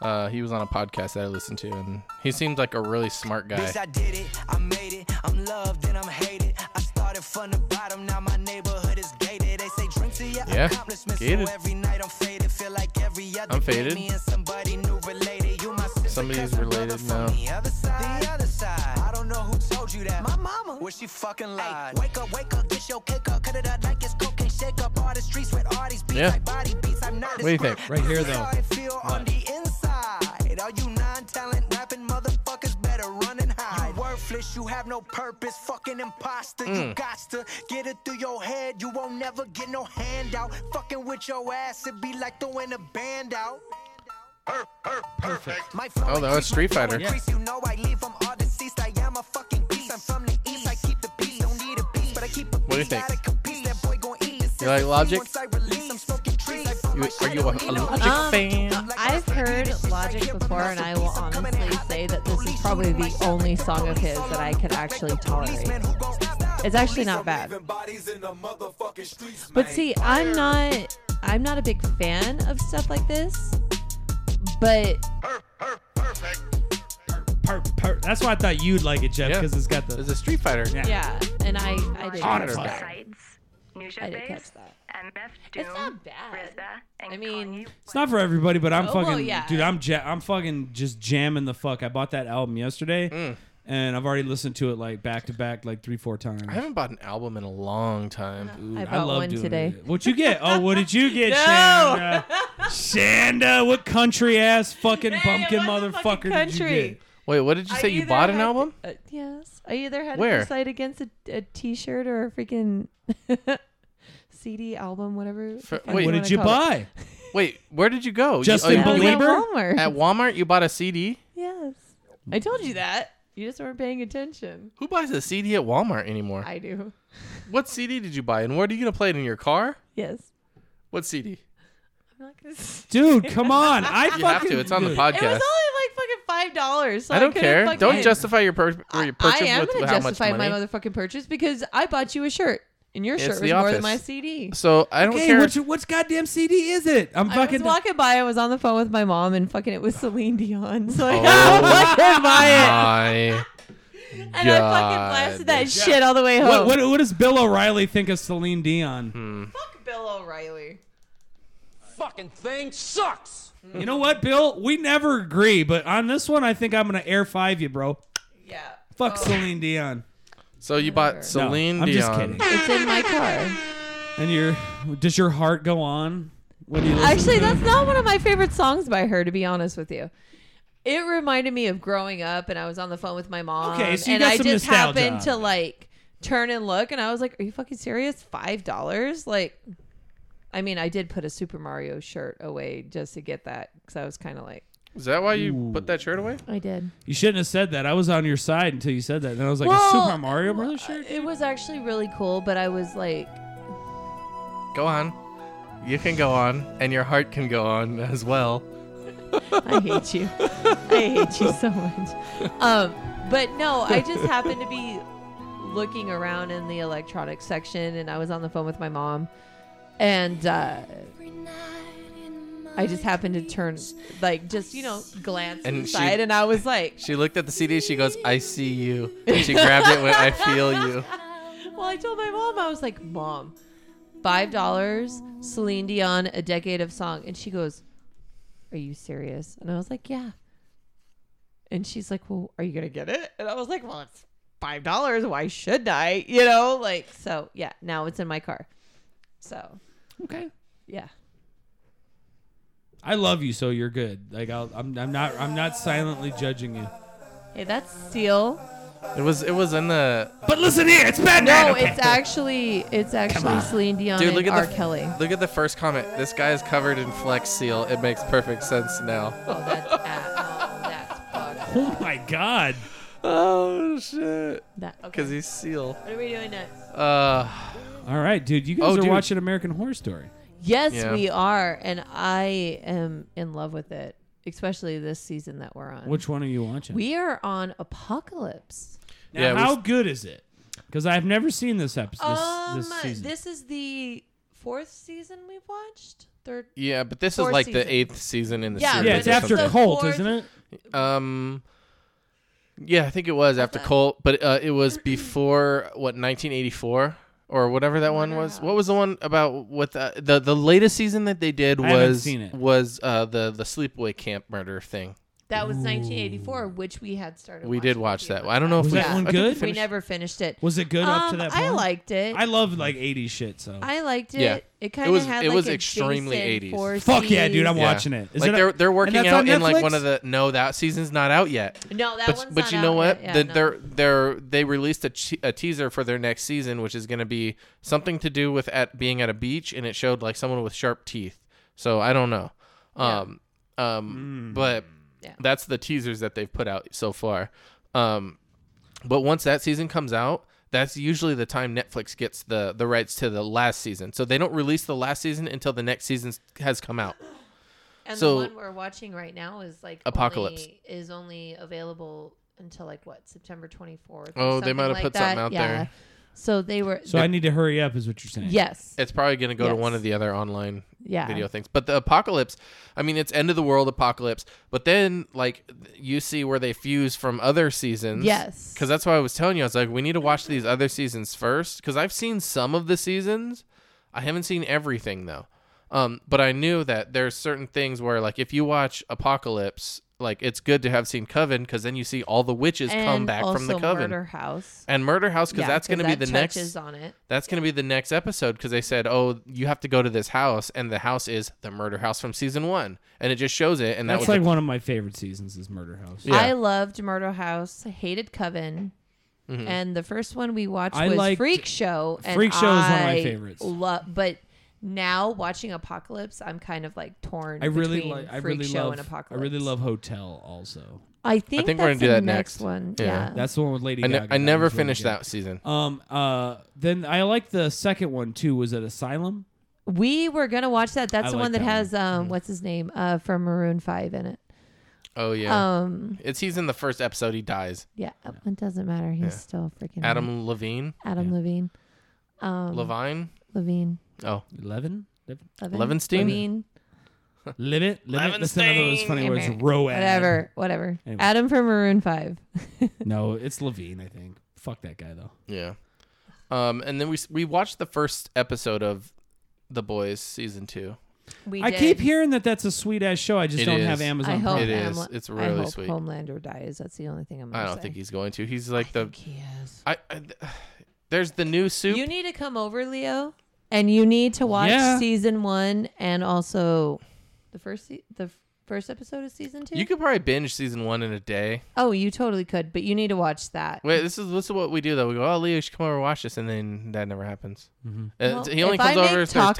Speaker 1: Uh, he was on a podcast that I listened to, and he seemed like a really smart guy.
Speaker 7: Bitch, I did it, I made it, I'm loved and I'm hated. I started from the bottom, now my neighborhood is gated. They say drink to your
Speaker 1: Yeah,
Speaker 7: accomplishments.
Speaker 1: gated.
Speaker 7: So every night I'm faded, feel like every other
Speaker 1: I'm
Speaker 7: day
Speaker 1: faded.
Speaker 7: me and somebody new related. You my sister,
Speaker 1: Somebody's
Speaker 7: cousin, brother
Speaker 1: related
Speaker 7: from
Speaker 1: now.
Speaker 7: The other side, the other side. I don't know who told you that. My mama. Well, she fucking lied. wake up, wake up, get your cake up, cut it up like it's cocaine. Shake up all the streets with all these beats,
Speaker 1: Yeah.
Speaker 7: like body beats. I'm not
Speaker 1: What do you think?
Speaker 2: Right here, though.
Speaker 7: how it feel on the inside. All you non-talent rapping motherfuckers better run and hide. You worthless, you have no purpose, fucking imposter.
Speaker 1: Mm.
Speaker 7: You got to get it through your head. You won't never get no handout. Fucking with your ass, it be like throwing a band out. Perfect.
Speaker 1: Oh, that was Street Fighter.
Speaker 7: You know I leave from all deceased. I am a fucking beast. I'm from the east. I keep the peace. Don't need a piece, but I keep a
Speaker 1: do you
Speaker 7: piece.
Speaker 1: think?
Speaker 7: Gotta compete. That boy gon' eat this.
Speaker 1: You like Logic?
Speaker 7: Once I release, I'm smoking trees. I fuck
Speaker 1: You-
Speaker 7: my
Speaker 1: are
Speaker 7: shit,
Speaker 1: you a,
Speaker 7: don't
Speaker 1: a
Speaker 7: need no
Speaker 1: logic
Speaker 3: Um,
Speaker 1: fan?
Speaker 3: I've heard Logic before, and I will honestly say that this is probably the only song of his that I could actually tolerate. It's actually not bad. But see, I'm not I'm not a big fan of stuff like this. But
Speaker 2: Per, per, that's why I thought you'd like it, Jeff,
Speaker 1: Yeah.
Speaker 2: because it's got the
Speaker 1: It's a Street Fighter.
Speaker 3: yeah, and I I did
Speaker 1: Honor
Speaker 3: catch
Speaker 1: Fire.
Speaker 3: that.
Speaker 8: Sides, Nusha
Speaker 3: I did
Speaker 8: Base,
Speaker 3: catch that.
Speaker 8: MF Doom,
Speaker 3: It's not bad.
Speaker 8: RZA, and
Speaker 3: I mean,
Speaker 8: Kanye
Speaker 2: It's not for everybody, but I'm
Speaker 3: Oh, well,
Speaker 2: fucking
Speaker 3: yeah.
Speaker 2: dude. I'm ja- I'm fucking just jamming the fuck. I bought that album yesterday,
Speaker 1: Mm.
Speaker 2: and I've already listened to it like back to back, like three four times.
Speaker 1: I haven't bought an album in a long time.
Speaker 3: I bought one
Speaker 2: doing
Speaker 3: today.
Speaker 2: it. What you get? Oh, what did you
Speaker 3: (laughs)
Speaker 2: get, Shanda? Shanda, what country ass fucking
Speaker 3: Hey, it
Speaker 2: pumpkin
Speaker 3: wasn't
Speaker 2: motherfucker
Speaker 3: fucking
Speaker 2: did you
Speaker 3: country.
Speaker 2: get?
Speaker 1: Wait, what did you
Speaker 3: I
Speaker 1: say? You
Speaker 3: either
Speaker 1: bought an
Speaker 3: had to-
Speaker 1: album?
Speaker 3: uh, yes. I either had
Speaker 1: Where?
Speaker 3: to decide against a, a t-shirt or a freaking (laughs) CD album, whatever. the
Speaker 1: For-
Speaker 3: fuck
Speaker 1: wait.
Speaker 2: What
Speaker 3: wanna
Speaker 2: did you
Speaker 3: call it.
Speaker 2: buy?
Speaker 1: Wait, where did you go? You-
Speaker 2: Justin
Speaker 1: oh, you
Speaker 3: I was
Speaker 1: went
Speaker 3: at
Speaker 2: Bieber?
Speaker 3: Walmart.
Speaker 1: At Walmart, you bought a CD.
Speaker 3: yes. I told you that. You just weren't paying attention.
Speaker 1: Who buys a CD at Walmart anymore?
Speaker 3: I do.
Speaker 1: What CD did you buy, and where are you gonna play it in your car?
Speaker 3: Yes.
Speaker 1: What CD?
Speaker 3: I'm not gonna. s-
Speaker 2: Dude, come on!
Speaker 3: (laughs)
Speaker 2: I
Speaker 1: You
Speaker 2: fucking
Speaker 1: have to. It's on the
Speaker 2: dude.
Speaker 1: podcast.
Speaker 3: It was only like fucking five dollars. So
Speaker 1: I don't
Speaker 3: couldn't
Speaker 1: care.
Speaker 3: fucking-
Speaker 1: Don't justify your, per-
Speaker 3: I-
Speaker 1: your purchase
Speaker 3: I am
Speaker 1: with
Speaker 3: gonna
Speaker 1: how much
Speaker 3: justify
Speaker 1: money.
Speaker 3: my motherfucking purchase because I bought you a shirt, and your
Speaker 1: It's
Speaker 3: shirt
Speaker 1: the
Speaker 3: was more than
Speaker 1: office.
Speaker 3: my CD.
Speaker 1: So I don't
Speaker 2: Hey,
Speaker 1: care.
Speaker 2: (laughs) which what's goddamn CD is it? I'm
Speaker 3: I was
Speaker 2: fucking.
Speaker 3: walking by. I was on the phone with my mom, and fucking it was Celine Dion. (laughs) So I
Speaker 1: Oh.
Speaker 3: fucking buy
Speaker 1: my
Speaker 3: it, and I fucking blasted that shit all the way home.
Speaker 2: What, what, what does Bill O'Reilly think of Celine Dion?
Speaker 3: Fuck Bill O'Reilly.
Speaker 5: Fucking thing sucks!
Speaker 2: You know what, Bill? We never agree, but on this one, I think I'm gonna air five you, bro.
Speaker 3: Yeah.
Speaker 2: Fuck
Speaker 3: Oh.
Speaker 2: Celine Dion.
Speaker 1: So you
Speaker 3: No,
Speaker 1: bought Celine
Speaker 2: I'm
Speaker 1: Dion.
Speaker 2: just kidding.
Speaker 3: It's in my car.
Speaker 2: And your does your heart go on? What do you listen
Speaker 3: Actually,
Speaker 2: to?
Speaker 3: that's not one of my favorite songs by her, to be honest with you. It reminded me of growing up, and I was on the phone with my mom.
Speaker 2: Okay, so you
Speaker 3: and
Speaker 2: got
Speaker 3: I
Speaker 2: some
Speaker 3: just
Speaker 2: nostalgia
Speaker 3: happened
Speaker 2: out
Speaker 3: to
Speaker 2: of it.
Speaker 3: like turn and look, and I was like, Are you fucking serious? $5? Like, I mean, I did put a Super Mario shirt away just to get that because I was kind of like,
Speaker 1: Is that why you put that shirt away?
Speaker 3: I did.
Speaker 2: you shouldn't have said that. I was on your side until you said that. And I was like, a Super Mario Brothers shirt?
Speaker 3: It was actually really cool, but I was like,
Speaker 1: Go on. You can go on, and your heart can go on as well.
Speaker 3: I hate you. I hate you so much. Um, but no, I just happened to be looking around in the electronics section, and I was on the phone with my mom, and uh, I just happened to turn, like, just you know, glance
Speaker 1: And she-
Speaker 3: inside, and I was like,
Speaker 1: She looked at the CD. She goes, "I see you." And she grabbed it. and Went, "I feel you."
Speaker 3: Well, I told my mom, I was like, Mom, five dollars, Celine Dion, a decade of song. And she goes, Are you serious? And I was like, Yeah. And she's like, Well, are you gonna get it? And I was like, Well, it's five dollars. Why should I? You know, like so yeah, now it's in my car. So
Speaker 1: Okay.
Speaker 3: yeah.
Speaker 2: I love you, so you're good. Like I'll, I'm, I'm not, I'm not silently judging you. (laughs)
Speaker 3: Hey, that's steel.
Speaker 1: It was. It was in the.
Speaker 6: But listen here, it's Batman.
Speaker 3: No,
Speaker 6: okay?
Speaker 3: it's actually it's actually Celine Dion
Speaker 1: Dude,
Speaker 3: and
Speaker 1: look at
Speaker 3: R.
Speaker 1: the
Speaker 3: Kelly.
Speaker 1: Look at the first comment. This guy is covered in Flex Seal. It makes perfect sense now. (laughs)
Speaker 3: Oh, that's that's fucked.
Speaker 2: Oh my god.
Speaker 1: Oh shit!
Speaker 3: That okay.
Speaker 1: Because he's Seal.
Speaker 3: What are we doing next?
Speaker 1: Uh,
Speaker 2: All right, dude. You guys
Speaker 1: Oh,
Speaker 2: are
Speaker 1: dude.
Speaker 2: watching American Horror Story.
Speaker 3: Yes,
Speaker 1: Yeah.
Speaker 3: we are, and I am in love with it, especially this season that we're on.
Speaker 2: Which one are you watching?
Speaker 3: we are on Apocalypse.
Speaker 2: Now,
Speaker 1: Yeah, we
Speaker 2: how
Speaker 1: s-
Speaker 2: good is it? Because I've never seen this episode. This, this season.
Speaker 3: Um, is the fourth season we've watched. Third.
Speaker 1: yeah, but this
Speaker 3: Fourth
Speaker 1: is like
Speaker 3: season.
Speaker 1: the eighth season in the
Speaker 3: Yeah,
Speaker 1: series.
Speaker 2: yeah,
Speaker 3: but
Speaker 2: it's
Speaker 1: or
Speaker 3: it's
Speaker 2: after
Speaker 3: the
Speaker 1: something.
Speaker 2: Colt,
Speaker 3: fourth-
Speaker 2: isn't it?
Speaker 1: Um, yeah, I think it was after Colt, but uh, it was before what 1984 or whatever that one was. What was the one about what the the, the latest season that they did
Speaker 2: I haven't
Speaker 1: was
Speaker 2: seen it.
Speaker 1: was uh, the the sleepaway camp murder thing.
Speaker 3: That was 1984, which we had started.
Speaker 1: We did
Speaker 3: watching
Speaker 1: watch
Speaker 3: too,
Speaker 1: that.
Speaker 3: but
Speaker 1: I don't know if
Speaker 2: Was
Speaker 1: we,
Speaker 2: that
Speaker 1: I
Speaker 2: one
Speaker 1: think we
Speaker 2: good?
Speaker 3: We
Speaker 1: finished-
Speaker 3: never finished it.
Speaker 2: Was it good up to
Speaker 3: Um,
Speaker 2: that point?
Speaker 3: I liked it.
Speaker 2: I love like '80s shit. So
Speaker 3: I liked it.
Speaker 1: Yeah.
Speaker 3: It
Speaker 1: It
Speaker 3: kind of
Speaker 1: was-
Speaker 3: had
Speaker 1: it
Speaker 3: like
Speaker 1: was
Speaker 3: a
Speaker 1: extremely
Speaker 3: Jason
Speaker 1: 80s.
Speaker 3: Voorhees-
Speaker 2: fuck yeah, dude! I'm watching it. Is
Speaker 1: like
Speaker 2: it
Speaker 1: they're
Speaker 2: a,
Speaker 1: they're working
Speaker 2: and that's
Speaker 1: out
Speaker 2: on
Speaker 1: in like
Speaker 2: Netflix?
Speaker 1: one of the no that season's not out yet.
Speaker 3: No, that
Speaker 1: but
Speaker 3: one's
Speaker 1: but
Speaker 3: not
Speaker 1: you
Speaker 3: out
Speaker 1: know what?
Speaker 3: yet. Yeah,
Speaker 1: The-
Speaker 3: no.
Speaker 1: They're they're they released a, che- a teaser for their next season, which is going to be something to do with at being at a beach, and it showed like someone with sharp teeth. So I don't know, um,
Speaker 2: Hmm.
Speaker 1: um, but
Speaker 3: Yeah.
Speaker 1: that's the teasers that they've put out so far. Um, but once that season comes out, that's usually the time Netflix gets the the rights to the last season. So they don't release the last season until the next season has come out.
Speaker 3: And
Speaker 1: So-
Speaker 3: the one we're watching right now is like
Speaker 1: Apocalypse.
Speaker 3: only- is only available until like what September 24th. or
Speaker 1: Oh, they
Speaker 3: something
Speaker 1: might have
Speaker 3: like
Speaker 1: put
Speaker 3: that.
Speaker 1: something out
Speaker 3: yeah.
Speaker 1: there.
Speaker 3: So they were.
Speaker 2: so I need to hurry up, is what you're saying?
Speaker 3: yes.
Speaker 1: It's probably going to go to one
Speaker 3: Yes.
Speaker 1: of the other online
Speaker 3: Yeah.
Speaker 1: video things. But the apocalypse, I mean, it's end of the world apocalypse. But then, like, th- you see where they fuse from other seasons.
Speaker 3: Yes.
Speaker 1: Because that's why I was telling you, I was like, we need to watch these other seasons first. Because I've seen some of the seasons. I haven't seen everything, though. Um, but I knew that there's certain things where, like, if you watch Apocalypse, like, it's good to have seen Coven because then you see all the witches come
Speaker 3: And
Speaker 1: back
Speaker 3: also
Speaker 1: from the Coven.
Speaker 3: Murder House.
Speaker 1: And Murder House, because
Speaker 3: Yeah,
Speaker 1: that's going to be
Speaker 3: that
Speaker 1: the next
Speaker 3: touches on it.
Speaker 1: that's going to be the next episode because they said, "Oh, you have to go to this house," and the house is the murder house from season one, and it just shows it. And that
Speaker 2: That's
Speaker 1: was
Speaker 2: like
Speaker 1: the-
Speaker 2: one of my favorite seasons is Murder House.
Speaker 1: Yeah.
Speaker 3: I loved Murder House. Hated Coven.
Speaker 1: Mm-hmm.
Speaker 3: And the first one we watched
Speaker 2: I
Speaker 3: was
Speaker 2: liked-
Speaker 3: Freak Show. And
Speaker 2: Freak Show is one of my
Speaker 3: I
Speaker 2: favorites.
Speaker 3: Lo- but now watching Apocalypse, I'm kind of like torn.
Speaker 2: I really
Speaker 3: between
Speaker 2: like. I
Speaker 3: Freak
Speaker 2: really
Speaker 3: Show
Speaker 2: love.
Speaker 3: and
Speaker 2: I
Speaker 3: Apocalypse.
Speaker 2: really love Hotel. Also,
Speaker 3: I think,
Speaker 1: think
Speaker 3: that's
Speaker 1: we're gonna do
Speaker 3: the
Speaker 1: that
Speaker 3: next
Speaker 1: next.
Speaker 3: one.
Speaker 1: Yeah.
Speaker 3: Yeah,
Speaker 2: that's the one with Lady
Speaker 1: I, ne-
Speaker 2: Gaga.
Speaker 1: I
Speaker 2: That
Speaker 1: never
Speaker 2: one's really
Speaker 1: finished
Speaker 2: good.
Speaker 1: that season.
Speaker 2: Um. Uh. Then I like the second one too. Was it Asylum?
Speaker 3: we were gonna watch that. That's
Speaker 2: I
Speaker 3: the
Speaker 2: like
Speaker 3: one that,
Speaker 2: that one. Mm-hmm.
Speaker 3: has um, what's his name uh, from Maroon Five in it.
Speaker 1: Oh yeah,
Speaker 3: Um,
Speaker 1: it's he's in the first episode. He dies.
Speaker 3: yeah, it doesn't matter. He's still freaking hot.
Speaker 1: Adam Levine,
Speaker 3: Adam Levine, Um,
Speaker 1: Levine.
Speaker 3: Levine,
Speaker 1: Oh,
Speaker 2: Eleven.
Speaker 3: Levin,
Speaker 1: Levinstein?
Speaker 3: Levine,
Speaker 2: Limit. Limit. That's another one of those funny words.
Speaker 3: Amer-
Speaker 2: Road.
Speaker 3: whatever, whatever.
Speaker 2: Anyway.
Speaker 3: Adam from Maroon Five.
Speaker 2: No, it's Levine. I think. Fuck that guy though.
Speaker 1: yeah. Um, and then we s- we watched the first episode of The Boys season two.
Speaker 3: We
Speaker 2: I
Speaker 3: did.
Speaker 2: keep hearing that that's a sweet ass show. I just
Speaker 1: It
Speaker 2: don't have
Speaker 1: is.
Speaker 2: Amazon.
Speaker 3: I hope
Speaker 1: It
Speaker 2: Prime.
Speaker 1: is.
Speaker 3: Hamlet-
Speaker 1: It's
Speaker 3: I
Speaker 1: really
Speaker 3: hope
Speaker 1: sweet.
Speaker 3: Homelander dies. That's the only thing I'm. Gonna
Speaker 1: I don't
Speaker 3: say.
Speaker 1: think he's going to. He's like
Speaker 3: I
Speaker 1: the
Speaker 3: think he is.
Speaker 1: I, I. (sighs) There's the new soup.
Speaker 3: You need to come over, Leo, and you need to watch
Speaker 2: Yeah.
Speaker 3: season one and also the first se- the f- first episode of season two.
Speaker 1: you could probably binge season one in a day.
Speaker 3: oh, you totally could, but you need to watch that.
Speaker 1: Wait, this is this is what we do though. We go, oh, Leo, you should come over and watch this, and then that never happens. Uh,
Speaker 3: Well,
Speaker 1: he only
Speaker 3: if I
Speaker 1: comes over
Speaker 3: make
Speaker 1: if there's
Speaker 3: tacos,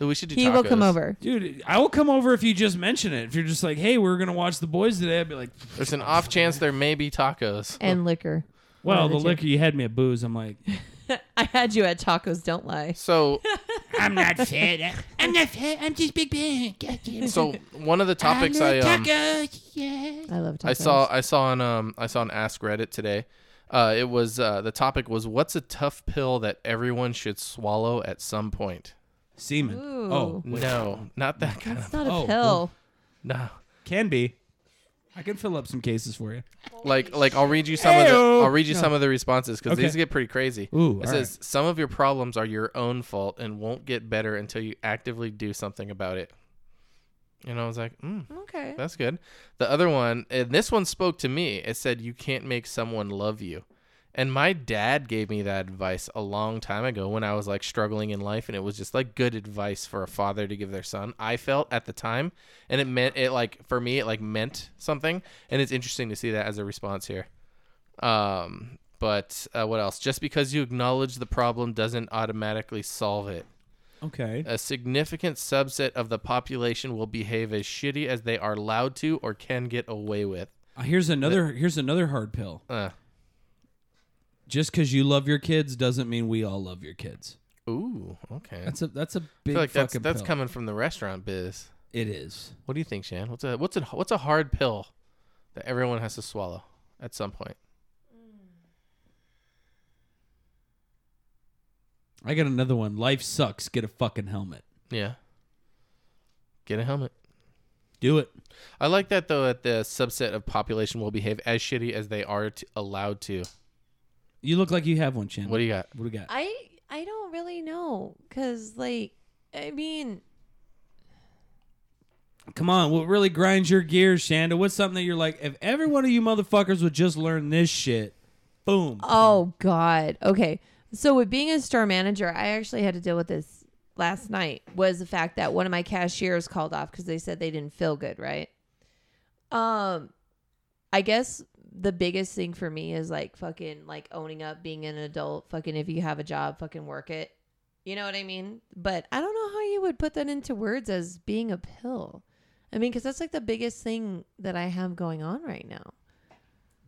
Speaker 1: tacos. We should do.
Speaker 3: he
Speaker 1: tacos.
Speaker 3: will come over.
Speaker 2: Dude, I will come over if you just mention it. If you're just like, "Hey, we're gonna watch the boys today," I'd be like,
Speaker 1: There's an off chance there may be tacos.
Speaker 3: And liquor.
Speaker 2: "Well,
Speaker 3: One
Speaker 2: the
Speaker 3: of the two.
Speaker 2: liquor you had me at booze." I'm like,
Speaker 3: I had you at tacos. Don't lie. (laughs)
Speaker 1: So,
Speaker 6: I'm not fat. I'm not fat. I'm just big bang.
Speaker 1: so one of the topics I um
Speaker 6: tacos. Yeah.
Speaker 3: I love tacos.
Speaker 1: I saw I saw on um I saw on Ask Reddit today Uh, it was uh, the topic was what's a tough pill that everyone should swallow at some point.
Speaker 2: Semen. Oh, wait.
Speaker 1: No, not that kind of.
Speaker 3: It's not a
Speaker 2: Oh,
Speaker 3: pill.
Speaker 1: No.
Speaker 2: Can be. I can fill up some cases for you.
Speaker 1: like like I'll read you some of
Speaker 2: Ayo.
Speaker 1: the I'll read you some of the responses because
Speaker 2: Okay.
Speaker 1: these get pretty crazy.
Speaker 2: Ooh,
Speaker 1: it
Speaker 2: all
Speaker 1: says some of your problems are your own fault and won't get better until you actively do something about it. And I was like, mm,
Speaker 3: Okay.
Speaker 1: that's good. The other one, and this one spoke to me. It said you can't make someone love you. And my dad gave me that advice a long time ago when I was like struggling in life and it was just like good advice for a father to give their son. I felt at the time and it meant it like for me it like meant something and it's interesting to see that as a response here. Um but uh, what else? Just because you acknowledge the problem doesn't automatically solve it
Speaker 2: Okay.
Speaker 1: a significant subset of the population will behave as shitty as they are allowed to or can get away with.
Speaker 2: Uh, here's another. Here's another hard pill.
Speaker 1: Uh,
Speaker 2: Just because you love your kids doesn't mean we all love your kids.
Speaker 1: ooh, okay.
Speaker 2: That's a that's a
Speaker 1: I
Speaker 2: big
Speaker 1: feel like that's
Speaker 2: fucking
Speaker 1: that's
Speaker 2: pill.
Speaker 1: coming from the restaurant biz.
Speaker 2: It is.
Speaker 1: What do you think, Shan? What's a what's a what's a hard pill that everyone has to swallow at some point?
Speaker 2: I got another one. Life sucks. Get a fucking helmet.
Speaker 1: Yeah. Get a helmet.
Speaker 2: Do it.
Speaker 1: I like that though. That the subset of population will behave as shitty as they are to, allowed to.
Speaker 2: You look like you have one, Chan.
Speaker 1: What do you got?
Speaker 2: What do we got?
Speaker 3: I I don't really know because like I mean
Speaker 2: Come on, what really grinds your gears, Shanda? What's something that you're like, if every one of you motherfuckers would just learn this shit, boom.
Speaker 3: oh god okay so with being a store manager I actually had to deal with this last night was the fact that one of my cashiers called off because they said they didn't feel good right um I guess the biggest thing for me is like fucking like owning up being an adult fucking if you have a job fucking work it you know what I mean but I don't know how you would put that into words as being a pill I mean because that's like the biggest thing that I have going on right now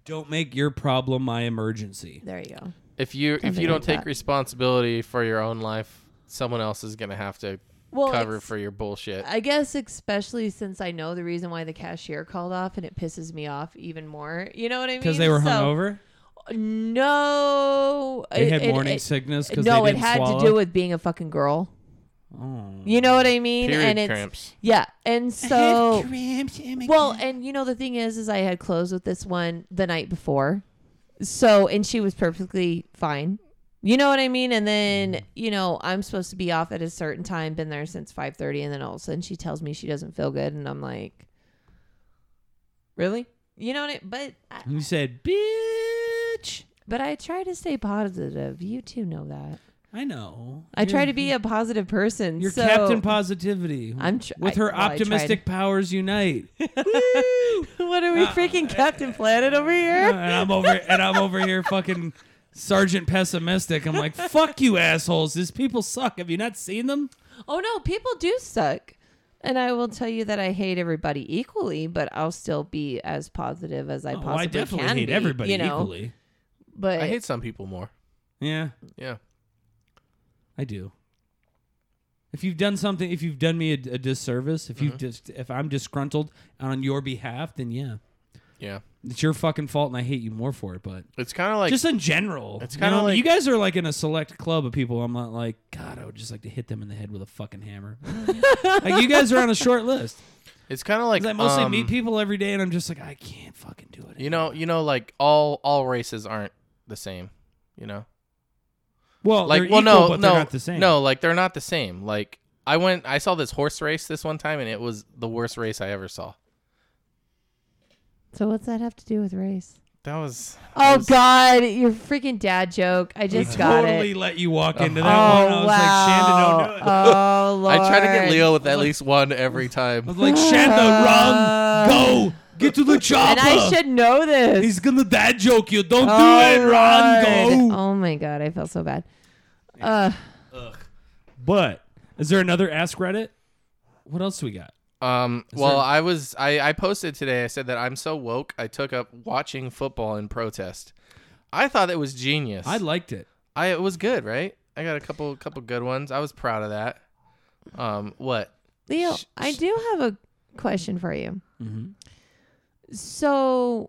Speaker 2: Don't make your problem my emergency.
Speaker 3: There you go.
Speaker 1: If you if
Speaker 3: Something
Speaker 1: you don't
Speaker 3: like
Speaker 1: take
Speaker 3: that.
Speaker 1: responsibility for your own life, someone else is gonna have to
Speaker 3: Well,
Speaker 1: cover
Speaker 3: it's-
Speaker 1: for your bullshit.
Speaker 3: I guess especially since I know the reason why the cashier called off and it pisses me off even more. You know what I mean?
Speaker 2: Because they were
Speaker 3: So-
Speaker 2: hungover?
Speaker 3: No.
Speaker 2: They
Speaker 3: it-
Speaker 2: had
Speaker 3: it-
Speaker 2: morning
Speaker 3: it-
Speaker 2: sickness because
Speaker 3: No,
Speaker 2: they
Speaker 3: it
Speaker 2: didn't
Speaker 3: had
Speaker 2: swallow? Oh.
Speaker 3: to do with being a fucking girl. You know what I mean?
Speaker 1: Period
Speaker 3: and it's
Speaker 1: cramps.
Speaker 3: yeah. And so Well, and you know the thing is is I had clothes with this one the night before. So and she was perfectly fine. You know what I mean? And
Speaker 2: Mm.
Speaker 3: then, you know, I'm supposed to be off at a certain time, been there since five thirty, and then all of a sudden she tells me she doesn't feel good and I'm like Really? You know what I but I,
Speaker 2: And you said, bitch.
Speaker 3: but I try to stay positive. You two know that.
Speaker 2: I know.
Speaker 3: I try to be a positive person.
Speaker 2: You're
Speaker 3: so
Speaker 2: Captain Positivity.
Speaker 3: I'm tr-
Speaker 2: with
Speaker 3: I-
Speaker 2: her
Speaker 3: well, I tried.
Speaker 2: optimistic powers unite.
Speaker 3: (laughs)
Speaker 2: (laughs)
Speaker 3: What
Speaker 2: Uh,
Speaker 3: are we freaking Captain Planet over
Speaker 2: and
Speaker 3: here?
Speaker 2: I'm over and I'm over here fucking Sergeant Pessimistic. I'm like, fuck you assholes. These people suck. Have you not seen them?
Speaker 3: Oh no, people do suck. And I will tell you that I hate everybody equally, but I'll still be as positive as I
Speaker 2: Oh,
Speaker 3: possibly
Speaker 2: I definitely
Speaker 3: can
Speaker 2: hate
Speaker 3: be,
Speaker 2: everybody
Speaker 3: you know?
Speaker 2: equally.
Speaker 3: But
Speaker 1: I hate some people more.
Speaker 2: Yeah.
Speaker 1: Yeah.
Speaker 2: I do. If you've done something, if you've done me a, a disservice,
Speaker 1: Mm-hmm.
Speaker 2: if you've just, if I'm disgruntled on your behalf, then yeah,
Speaker 1: Yeah.
Speaker 2: it's your fucking fault, and I hate you more for it. But
Speaker 1: It's kind of like
Speaker 2: just in general,
Speaker 1: it's
Speaker 2: you
Speaker 1: kinda
Speaker 2: know,
Speaker 1: like-
Speaker 2: you guys are like in a select club of people. I'm not like, God, I would just like to hit them in the head with a fucking hammer. (laughs) like you guys are on a short list.
Speaker 1: it's kind of like
Speaker 2: 'Cause I mostly
Speaker 1: um,
Speaker 2: meet people every day, and I'm just like, I can't fucking do it.
Speaker 1: You know, you know, like all all races aren't the same. You know,
Speaker 2: well,
Speaker 1: like
Speaker 2: they're
Speaker 1: well,
Speaker 2: equal,
Speaker 1: no,
Speaker 2: but
Speaker 1: no,
Speaker 2: they're not the same.
Speaker 1: no, like they're not the same. Like I went, I saw this horse race this one time, and it was the worst race I ever saw.
Speaker 3: so what's that have to do with race?
Speaker 1: That was
Speaker 3: Oh God, your freaking dad joke! I
Speaker 2: I
Speaker 3: just got
Speaker 2: totally
Speaker 3: it.
Speaker 2: let you walk
Speaker 1: Uh-huh.
Speaker 2: into
Speaker 3: Oh
Speaker 2: that one. I was
Speaker 3: wow!
Speaker 2: like, Shanda, don't do it.
Speaker 1: (laughs)
Speaker 3: Oh
Speaker 1: I
Speaker 3: Lord!
Speaker 1: try to get Leo with at least one every
Speaker 2: I
Speaker 1: time.
Speaker 2: was like, Shanda, run, go, get to the chopper.
Speaker 3: and I should know this.
Speaker 2: He's gonna dad joke you. Don't
Speaker 3: Oh,
Speaker 2: do it, run,
Speaker 3: Lord.
Speaker 2: go.
Speaker 3: Oh my God, I felt so bad. Uh,
Speaker 2: But is there another Ask Reddit? What else we got?
Speaker 1: Um, well, I was I I posted today. I said that I'm so woke. I took up watching football in protest. I thought it was genius.
Speaker 2: I liked it.
Speaker 1: I it was good, right? I got a couple couple good ones. I was proud of that. Um, what?
Speaker 3: Leo, I do have a question for you. So,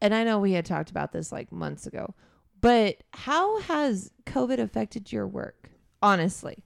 Speaker 3: and I know we had talked about this like months ago, but how has COVID affected your work? Honestly,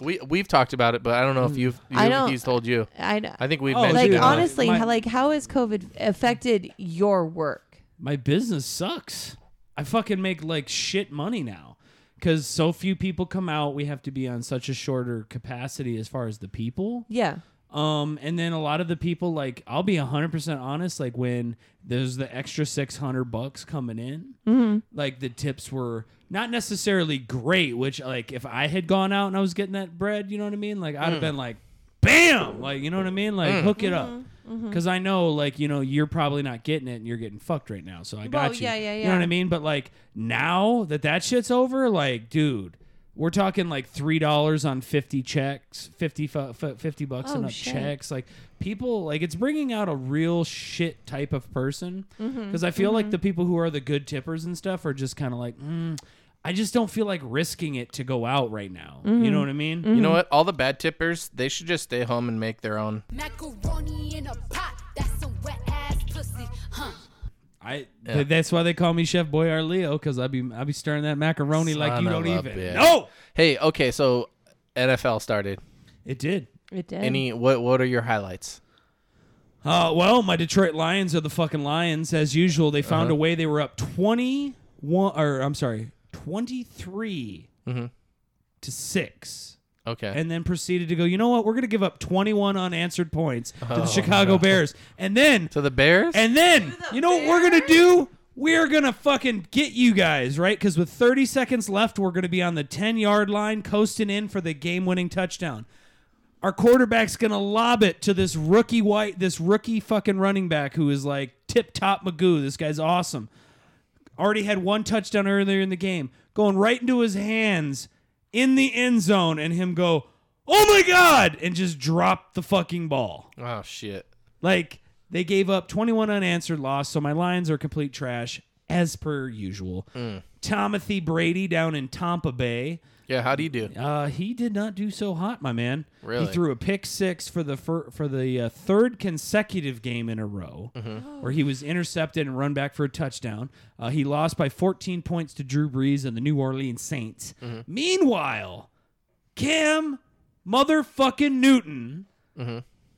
Speaker 1: We we've talked about it, but I don't know if you've,
Speaker 3: I
Speaker 1: you
Speaker 3: don't-
Speaker 1: he's told you.
Speaker 3: I know.
Speaker 1: I think we've
Speaker 2: Mm. Oh,
Speaker 1: mentioned
Speaker 3: like
Speaker 2: dude,
Speaker 1: it.
Speaker 2: uh,
Speaker 1: on-
Speaker 3: honestly,
Speaker 2: my-
Speaker 3: how, like how has COVID affected your work?
Speaker 2: my business sucks. I fucking make like shit money now because so few people come out. We have to be on such a shorter capacity as far as the people.
Speaker 3: Yeah.
Speaker 2: Um, and then a lot of the people, like, I'll be 100% honest, like, when there's the extra 600 bucks coming in,
Speaker 3: Mm-hmm.
Speaker 2: like, the tips were not necessarily great, which, like, if I had gone out and I was getting that bread, you know what I mean? Like, I'd have been like, bam! Like, you know what I mean? Like, hook
Speaker 3: Mm-hmm.
Speaker 2: it up. Because I know, like, you know, you're probably not getting it and you're getting fucked right now. So I got
Speaker 3: Well,
Speaker 2: you.
Speaker 3: yeah, yeah,
Speaker 2: You know what I
Speaker 3: yeah.
Speaker 2: mean? But, like, now that that shit's over, like, dude. We're talking like three dollars on fifty checks, 50, fu- fu- 50 bucks
Speaker 3: Oh,
Speaker 2: on a
Speaker 3: shit.
Speaker 2: check checks. Like people, like it's bringing out a real shit type of person. Because
Speaker 3: Mm-hmm.
Speaker 2: I feel like the people who are the good tippers and stuff are just kind of like, mm, I just don't feel like risking it to go out right now.
Speaker 3: Mm-hmm.
Speaker 2: You know what I mean?
Speaker 1: you know what? All the bad tippers, they should just stay home and make their own.
Speaker 9: Macaroni in a pot, that's some wet ass pussy, huh?
Speaker 2: I th- that's why they call me Chef Boyar Leo because I be I be stirring that macaroni like
Speaker 1: Son
Speaker 2: you
Speaker 1: of
Speaker 2: don't
Speaker 1: a
Speaker 2: even
Speaker 1: bitch.
Speaker 2: know.
Speaker 1: Hey, okay, so NFL started.
Speaker 2: It did.
Speaker 3: It did.
Speaker 1: Any what what are your highlights?
Speaker 2: Uh, well, my Detroit Lions are the fucking Lions as usual. They found a way. They were up twenty one, or I'm sorry, twenty to six.
Speaker 1: Okay.
Speaker 2: and then proceeded to go, you know what? We're going to give up 21 unanswered points to the Chicago Bears. And then,
Speaker 1: to the Bears?
Speaker 2: and then, you know what we're going to do? We're going to fucking get you guys, right? Because with 30 seconds left, we're going to be on the 10 yard line, coasting in for the game winning touchdown. Our quarterback's going to lob it to this rookie white, this rookie fucking running back who is like tip top Magoo. This guy's awesome already had one touchdown earlier in the game, going right into his hands in the end zone, and him go, "Oh my god!" and just drop the fucking ball.
Speaker 1: oh shit.
Speaker 2: Like they gave up 21 unanswered loss, so my Lions are complete trash as per usual. Timothy Brady down in Tampa Bay.
Speaker 1: Yeah, how do you do?
Speaker 2: Uh, he did not do so hot, my man.
Speaker 1: Really?
Speaker 2: He threw a pick six for the fir- for the uh, third consecutive game in a row, where he was intercepted and run back for a touchdown. Uh, he lost by 14 points to Drew Brees and the New Orleans Saints. Meanwhile, Cam motherfucking Newton.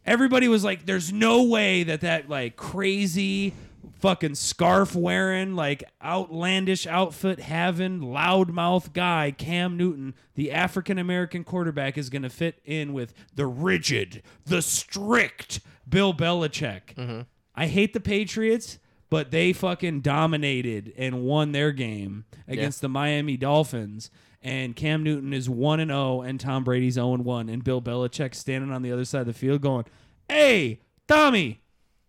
Speaker 2: Everybody was like, "There's no way that that like crazy." Fucking scarf wearing, like outlandish outfit having, loudmouth guy, Cam Newton, the African American quarterback, is going to fit in with the rigid, the strict Bill Belichick. I hate the Patriots, but they fucking dominated and won their game against the Miami Dolphins. And Cam Newton is 1 and 0, and Tom Brady's 0 and 1. And Bill Belichick standing on the other side of the field going, Hey, Tommy,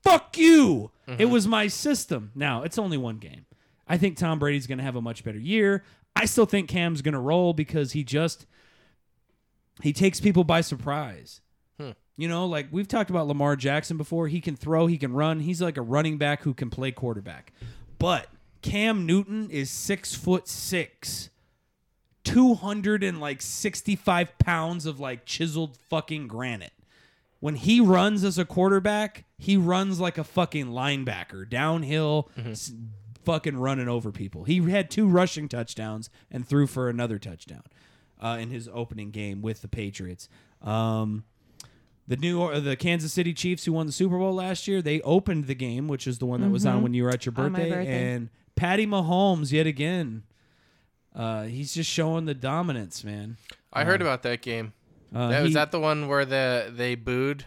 Speaker 2: fuck you. It was my system. Now, it's only one game. I think Tom Brady's going to have a much better year. I still think Cam's going to roll because he just he takes people by surprise. You know, like we've talked about Lamar Jackson before. He can throw, he can run. He's like a running back who can play quarterback. But Cam Newton is six foot six, two hundred and like sixty-five pounds of like chiseled fucking granite. When he runs as a quarterback, he runs like a fucking linebacker, downhill,
Speaker 3: Mm-hmm.
Speaker 2: s- fucking running over people. He had two rushing touchdowns and threw for another touchdown uh, in his opening game with the Patriots. Um, the new or the Kansas City Chiefs who won the Super Bowl last year, they opened the game, which is the one that was on when you were at your
Speaker 3: Mm-hmm. On my
Speaker 2: birthday,
Speaker 3: birthday.
Speaker 2: and Patty Mahomes yet again. Uh, he's just showing the dominance, man.
Speaker 1: I heard about that game.
Speaker 2: Uh,
Speaker 1: that, was
Speaker 2: he-
Speaker 1: that the one where the they booed?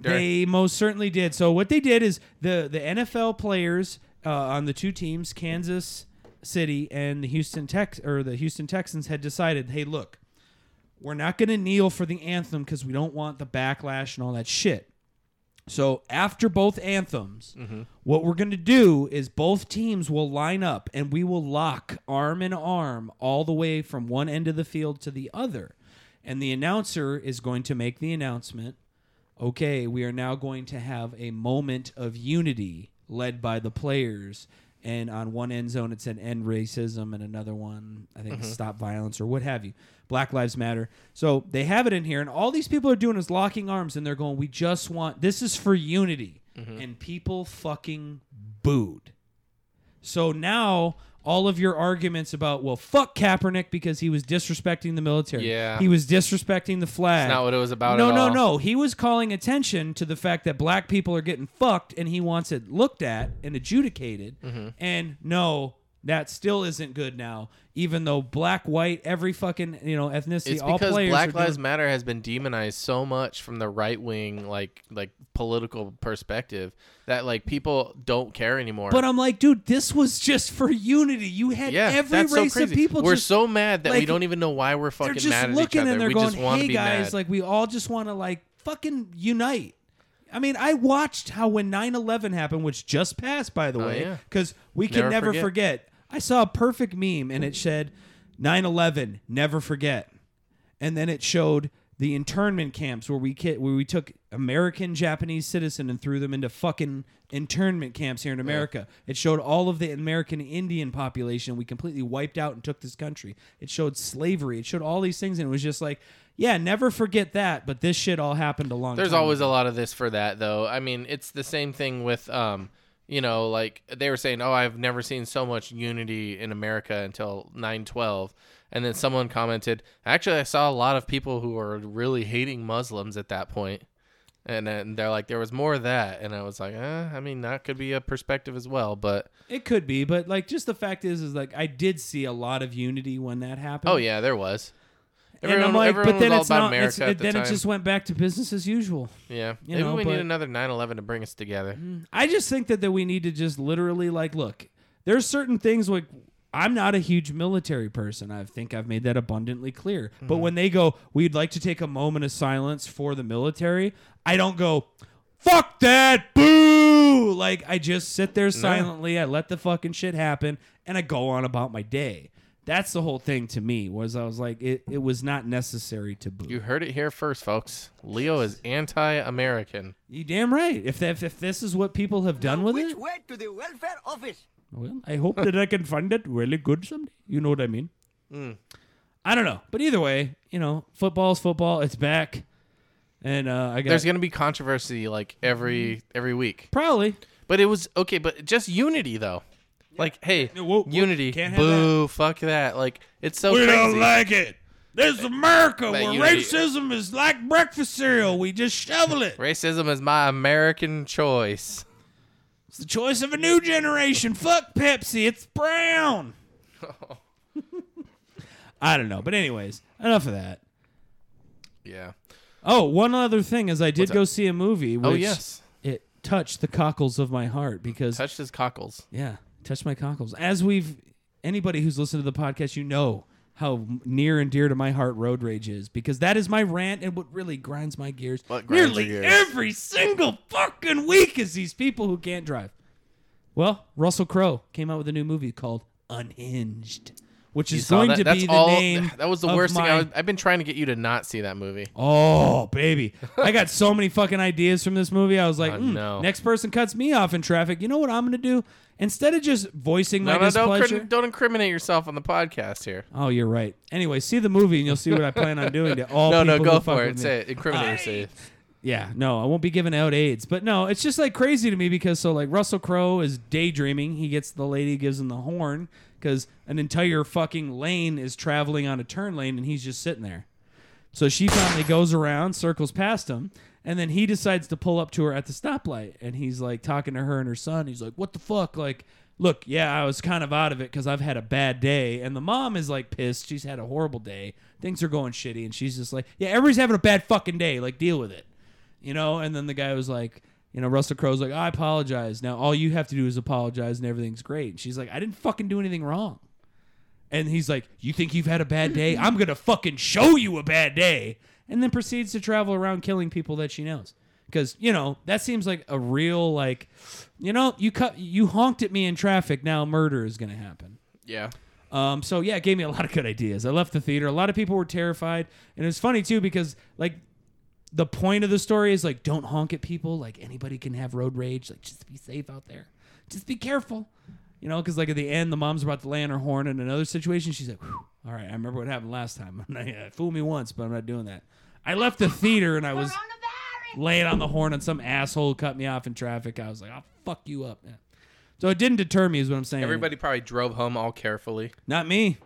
Speaker 1: Dur-
Speaker 2: They most certainly did. So what they did is the the NFL players uh, on the two teams, Kansas City and the Houston Tex or the Houston Texans, had decided, hey, look, we're not going to kneel for the anthem because we don't want the backlash and all that shit. So after both anthems, what we're going to do is both teams will line up and we will lock arm in arm all the way from one end of the field to the other. And the announcer is going to make the announcement okay, we are now going to have a moment of unity led by the players. And on one end zone, it said end racism, and another one, I
Speaker 1: Mm-hmm.
Speaker 2: think, stop violence or what have you. Black Lives Matter. So they have it in here, and all these people are doing is locking arms and they're going, We
Speaker 1: Mm-hmm.
Speaker 2: just want this is for unity. And people fucking booed. So now all of your arguments about well, fuck Kaepernick because he was disrespecting the military.
Speaker 1: Yeah.
Speaker 2: he was disrespecting the flag.
Speaker 1: not what it was about
Speaker 2: No,
Speaker 1: at
Speaker 2: no,
Speaker 1: all.
Speaker 2: no. Oh, He was calling attention to the fact that black people are getting fucked, and he wants it looked at and adjudicated.
Speaker 1: Mm-hmm.
Speaker 2: And no. That still isn't good now, even though black, white, every fucking you know ethnicity,
Speaker 1: It's
Speaker 2: all
Speaker 1: because
Speaker 2: players.
Speaker 1: Black
Speaker 2: are doing-
Speaker 1: Lives Matter has been demonized so much from the right wing, like like political perspective, that like people don't care anymore.
Speaker 2: But I'm like, dude, this was just for unity. You had
Speaker 1: yeah,
Speaker 2: every
Speaker 1: that's
Speaker 2: race
Speaker 1: so crazy.
Speaker 2: of people.
Speaker 1: we're
Speaker 2: just,
Speaker 1: so mad that we
Speaker 2: like,
Speaker 1: don't even know why we're
Speaker 2: they're
Speaker 1: fucking
Speaker 2: just
Speaker 1: mad at each
Speaker 2: looking
Speaker 1: other.
Speaker 2: and they're
Speaker 1: we
Speaker 2: going,
Speaker 1: just want
Speaker 2: "Hey
Speaker 1: to be
Speaker 2: guys,
Speaker 1: mad.
Speaker 2: like we all just want to like fucking unite." I mean, I watched how when 9/11 happened, which just passed by the
Speaker 1: Oh, yeah.
Speaker 2: way, because we can
Speaker 1: Never
Speaker 2: never
Speaker 1: forget.
Speaker 2: forget. I saw a perfect meme and it said 9/11, never forget. And then it showed the internment camps where we ki- where we took American Japanese citizen and threw them into fucking internment camps here in America. It showed all of the American Indian population we completely wiped out and took this country. It showed slavery. It showed all these things and it was just like, yeah, never forget that, but this shit all happened a long
Speaker 1: There's
Speaker 2: time
Speaker 1: always
Speaker 2: ago.
Speaker 1: a lot of this for that, though. I mean, it's the same thing with, um, you know, like they were saying, oh, I've never seen so much unity in America until 9/12, and then someone commented, actually, I saw a lot of people who were really hating Muslims at that point, and then they're like, there was more of that, and I was like, eh, I mean, that could be a perspective as well, but
Speaker 2: It could be, but like just the fact is is like I did see a lot of unity when that happened.
Speaker 1: oh yeah, there was.
Speaker 2: And
Speaker 1: Everyone,
Speaker 2: I'm like,
Speaker 1: everyone
Speaker 2: but then
Speaker 1: was all
Speaker 2: it's
Speaker 1: about
Speaker 2: not
Speaker 1: America
Speaker 2: it's,
Speaker 1: at the
Speaker 2: then
Speaker 1: time.
Speaker 2: it just went back to business as usual.
Speaker 1: yeah.
Speaker 2: you
Speaker 1: Maybe
Speaker 2: know,
Speaker 1: we need
Speaker 2: but- Mm-hmm.
Speaker 1: another 9/11 to bring us together.
Speaker 2: I just think that, that we need to just literally like look. There's certain things like I'm not a huge military person. I think I've made that abundantly clear. But when they go, we'd like to take a moment of silence for the military. I don't go, fuck that, boo. Like I just sit there silently. I let the fucking shit happen, and I go on about my day. That's the whole thing to me. Was I was like, it, it was not necessary to boo.
Speaker 1: You heard it here first, folks. Leo is anti-American.
Speaker 2: You damn right. If, if if this is what people have done with it,
Speaker 7: way to the welfare office?
Speaker 2: Well, I hope that I can find it really good someday. You know what I mean?
Speaker 1: Hmm.
Speaker 2: I don't know, but either way, you know, football's football. It's back, and uh, I guess
Speaker 1: There's gonna be controversy like every
Speaker 2: Mm-hmm.
Speaker 1: every week.
Speaker 2: probably
Speaker 1: But it was okay. But just unity though. Like hey,
Speaker 2: No, whoa, whoa,
Speaker 1: unity.
Speaker 2: can't have
Speaker 1: Boo! Fuck that. Like it's so crazy.
Speaker 2: like it. This is America
Speaker 1: where unity- racism
Speaker 2: is like breakfast cereal. We just shovel it.
Speaker 1: Racism is my American choice.
Speaker 2: It's the choice of a new generation. Fuck Pepsi. It's brown.
Speaker 1: (laughs)
Speaker 2: I don't know, but anyways, enough of that.
Speaker 1: Yeah.
Speaker 2: Oh, one other thing is I did go see a movie. Which
Speaker 1: Oh yes.
Speaker 2: it touched the cockles of my heart because
Speaker 1: Touched his cockles.
Speaker 2: yeah, touched my cockles. As we've anybody who's listened to the podcast, you know how near and dear to my heart road rage is because that is my rant and what really grinds my gears.
Speaker 1: What grinds
Speaker 2: Nearly
Speaker 1: your gears?
Speaker 2: every single fucking week is these people who can't drive. Well, Russell Crowe came out with a new movie called Unhinged, which
Speaker 1: You
Speaker 2: is
Speaker 1: saw
Speaker 2: going
Speaker 1: that?
Speaker 2: to
Speaker 1: That's
Speaker 2: be
Speaker 1: all.
Speaker 2: the name.
Speaker 1: (sighs) that was the
Speaker 2: of
Speaker 1: worst thing. I
Speaker 2: my-
Speaker 1: was, I've been trying to get you to not see that movie.
Speaker 2: Oh, baby. I got so many fucking ideas from this movie. I was like,
Speaker 1: Oh,
Speaker 2: "Mm,
Speaker 1: no.
Speaker 2: next person cuts me off in traffic. You know what I'm going to do? Instead of just voicing
Speaker 1: No,
Speaker 2: my
Speaker 1: no, don't,
Speaker 2: displeasure.
Speaker 1: crin- don't incriminate yourself on the podcast here.
Speaker 2: oh, you're right. Anyway, see the movie and you'll see what I plan on doing to
Speaker 1: (laughs)
Speaker 2: all
Speaker 1: No,
Speaker 2: people
Speaker 1: no,
Speaker 2: who
Speaker 1: go
Speaker 2: fuck
Speaker 1: for
Speaker 2: with
Speaker 1: it.
Speaker 2: me.
Speaker 1: Say it. Incriminate yourself.
Speaker 2: Yeah, no, I won't be giving out AIDS. But no, it's just like crazy to me because so like Russell Crowe is daydreaming. He gets the lady gives him the horn because an entire fucking lane is traveling on a turn lane and he's just sitting there. So she finally goes around, circles past him, and then he decides to pull up to her at the stoplight. And he's like talking to her and her son. He's like, What the fuck? Like, look, yeah, I was kind of out of it because I've had a bad day. And the mom is like pissed. She's had a horrible day. Things are going shitty. And she's just like, Yeah, everybody's having a bad fucking day. Like, deal with it you know and then the guy was like you know russell crowe's like i apologize now all you have to do is apologize and everything's great and she's like i didn't fucking do anything wrong and he's like you think you've had a bad day i'm gonna fucking show you a bad day and then proceeds to travel around killing people that she knows because you know that seems like a real like you know you cut you honked at me in traffic now murder is gonna happen
Speaker 1: Yeah.
Speaker 2: um, so yeah, it gave me a lot of good ideas. I left the theater. A lot of people were terrified, and it was funny too because like the point of the story is like don't honk at people. Like anybody can have road rage. Like just be safe out there. Just be careful. You know, because like at the end, the mom's about to lay on her horn in another situation. She's like, "Whew, "All right, I remember what happened last time. (laughs) yeah, fool me once, but I'm not doing that." I left the theater and I was laying on the horn, and some asshole cut me off in traffic. I was like, "I'll fuck you up." man." So it didn't deter me, is what I'm saying.
Speaker 1: Everybody probably drove home all carefully.
Speaker 2: not me.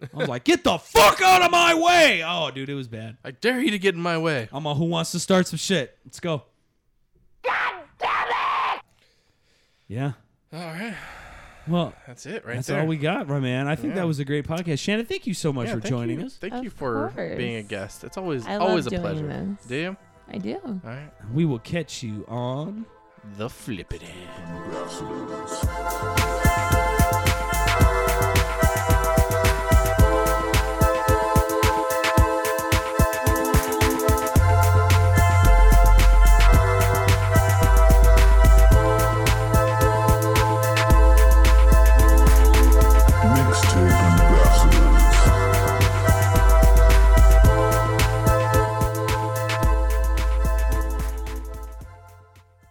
Speaker 2: I was like, get the fuck out of my way! Oh, dude, it was bad.
Speaker 1: I dare you to get in my way.
Speaker 2: I'm all, who wants to start some shit? Let's go. Yeah.
Speaker 1: All right,
Speaker 2: Well,
Speaker 1: that's it right
Speaker 2: that's
Speaker 1: there.
Speaker 2: all we got, my man. I think that was a great podcast. Shannon, thank you so much
Speaker 1: Yeah,
Speaker 2: for
Speaker 1: thank
Speaker 2: joining
Speaker 1: you.
Speaker 2: us.
Speaker 1: Thank
Speaker 3: Of
Speaker 1: you for
Speaker 3: course.
Speaker 1: being a guest. It's always
Speaker 3: I love
Speaker 1: always a
Speaker 3: doing
Speaker 1: pleasure.
Speaker 3: this.
Speaker 1: Do you?
Speaker 3: I do.
Speaker 1: All right.
Speaker 2: We will catch you on.
Speaker 1: The flippity.
Speaker 7: Absolutely.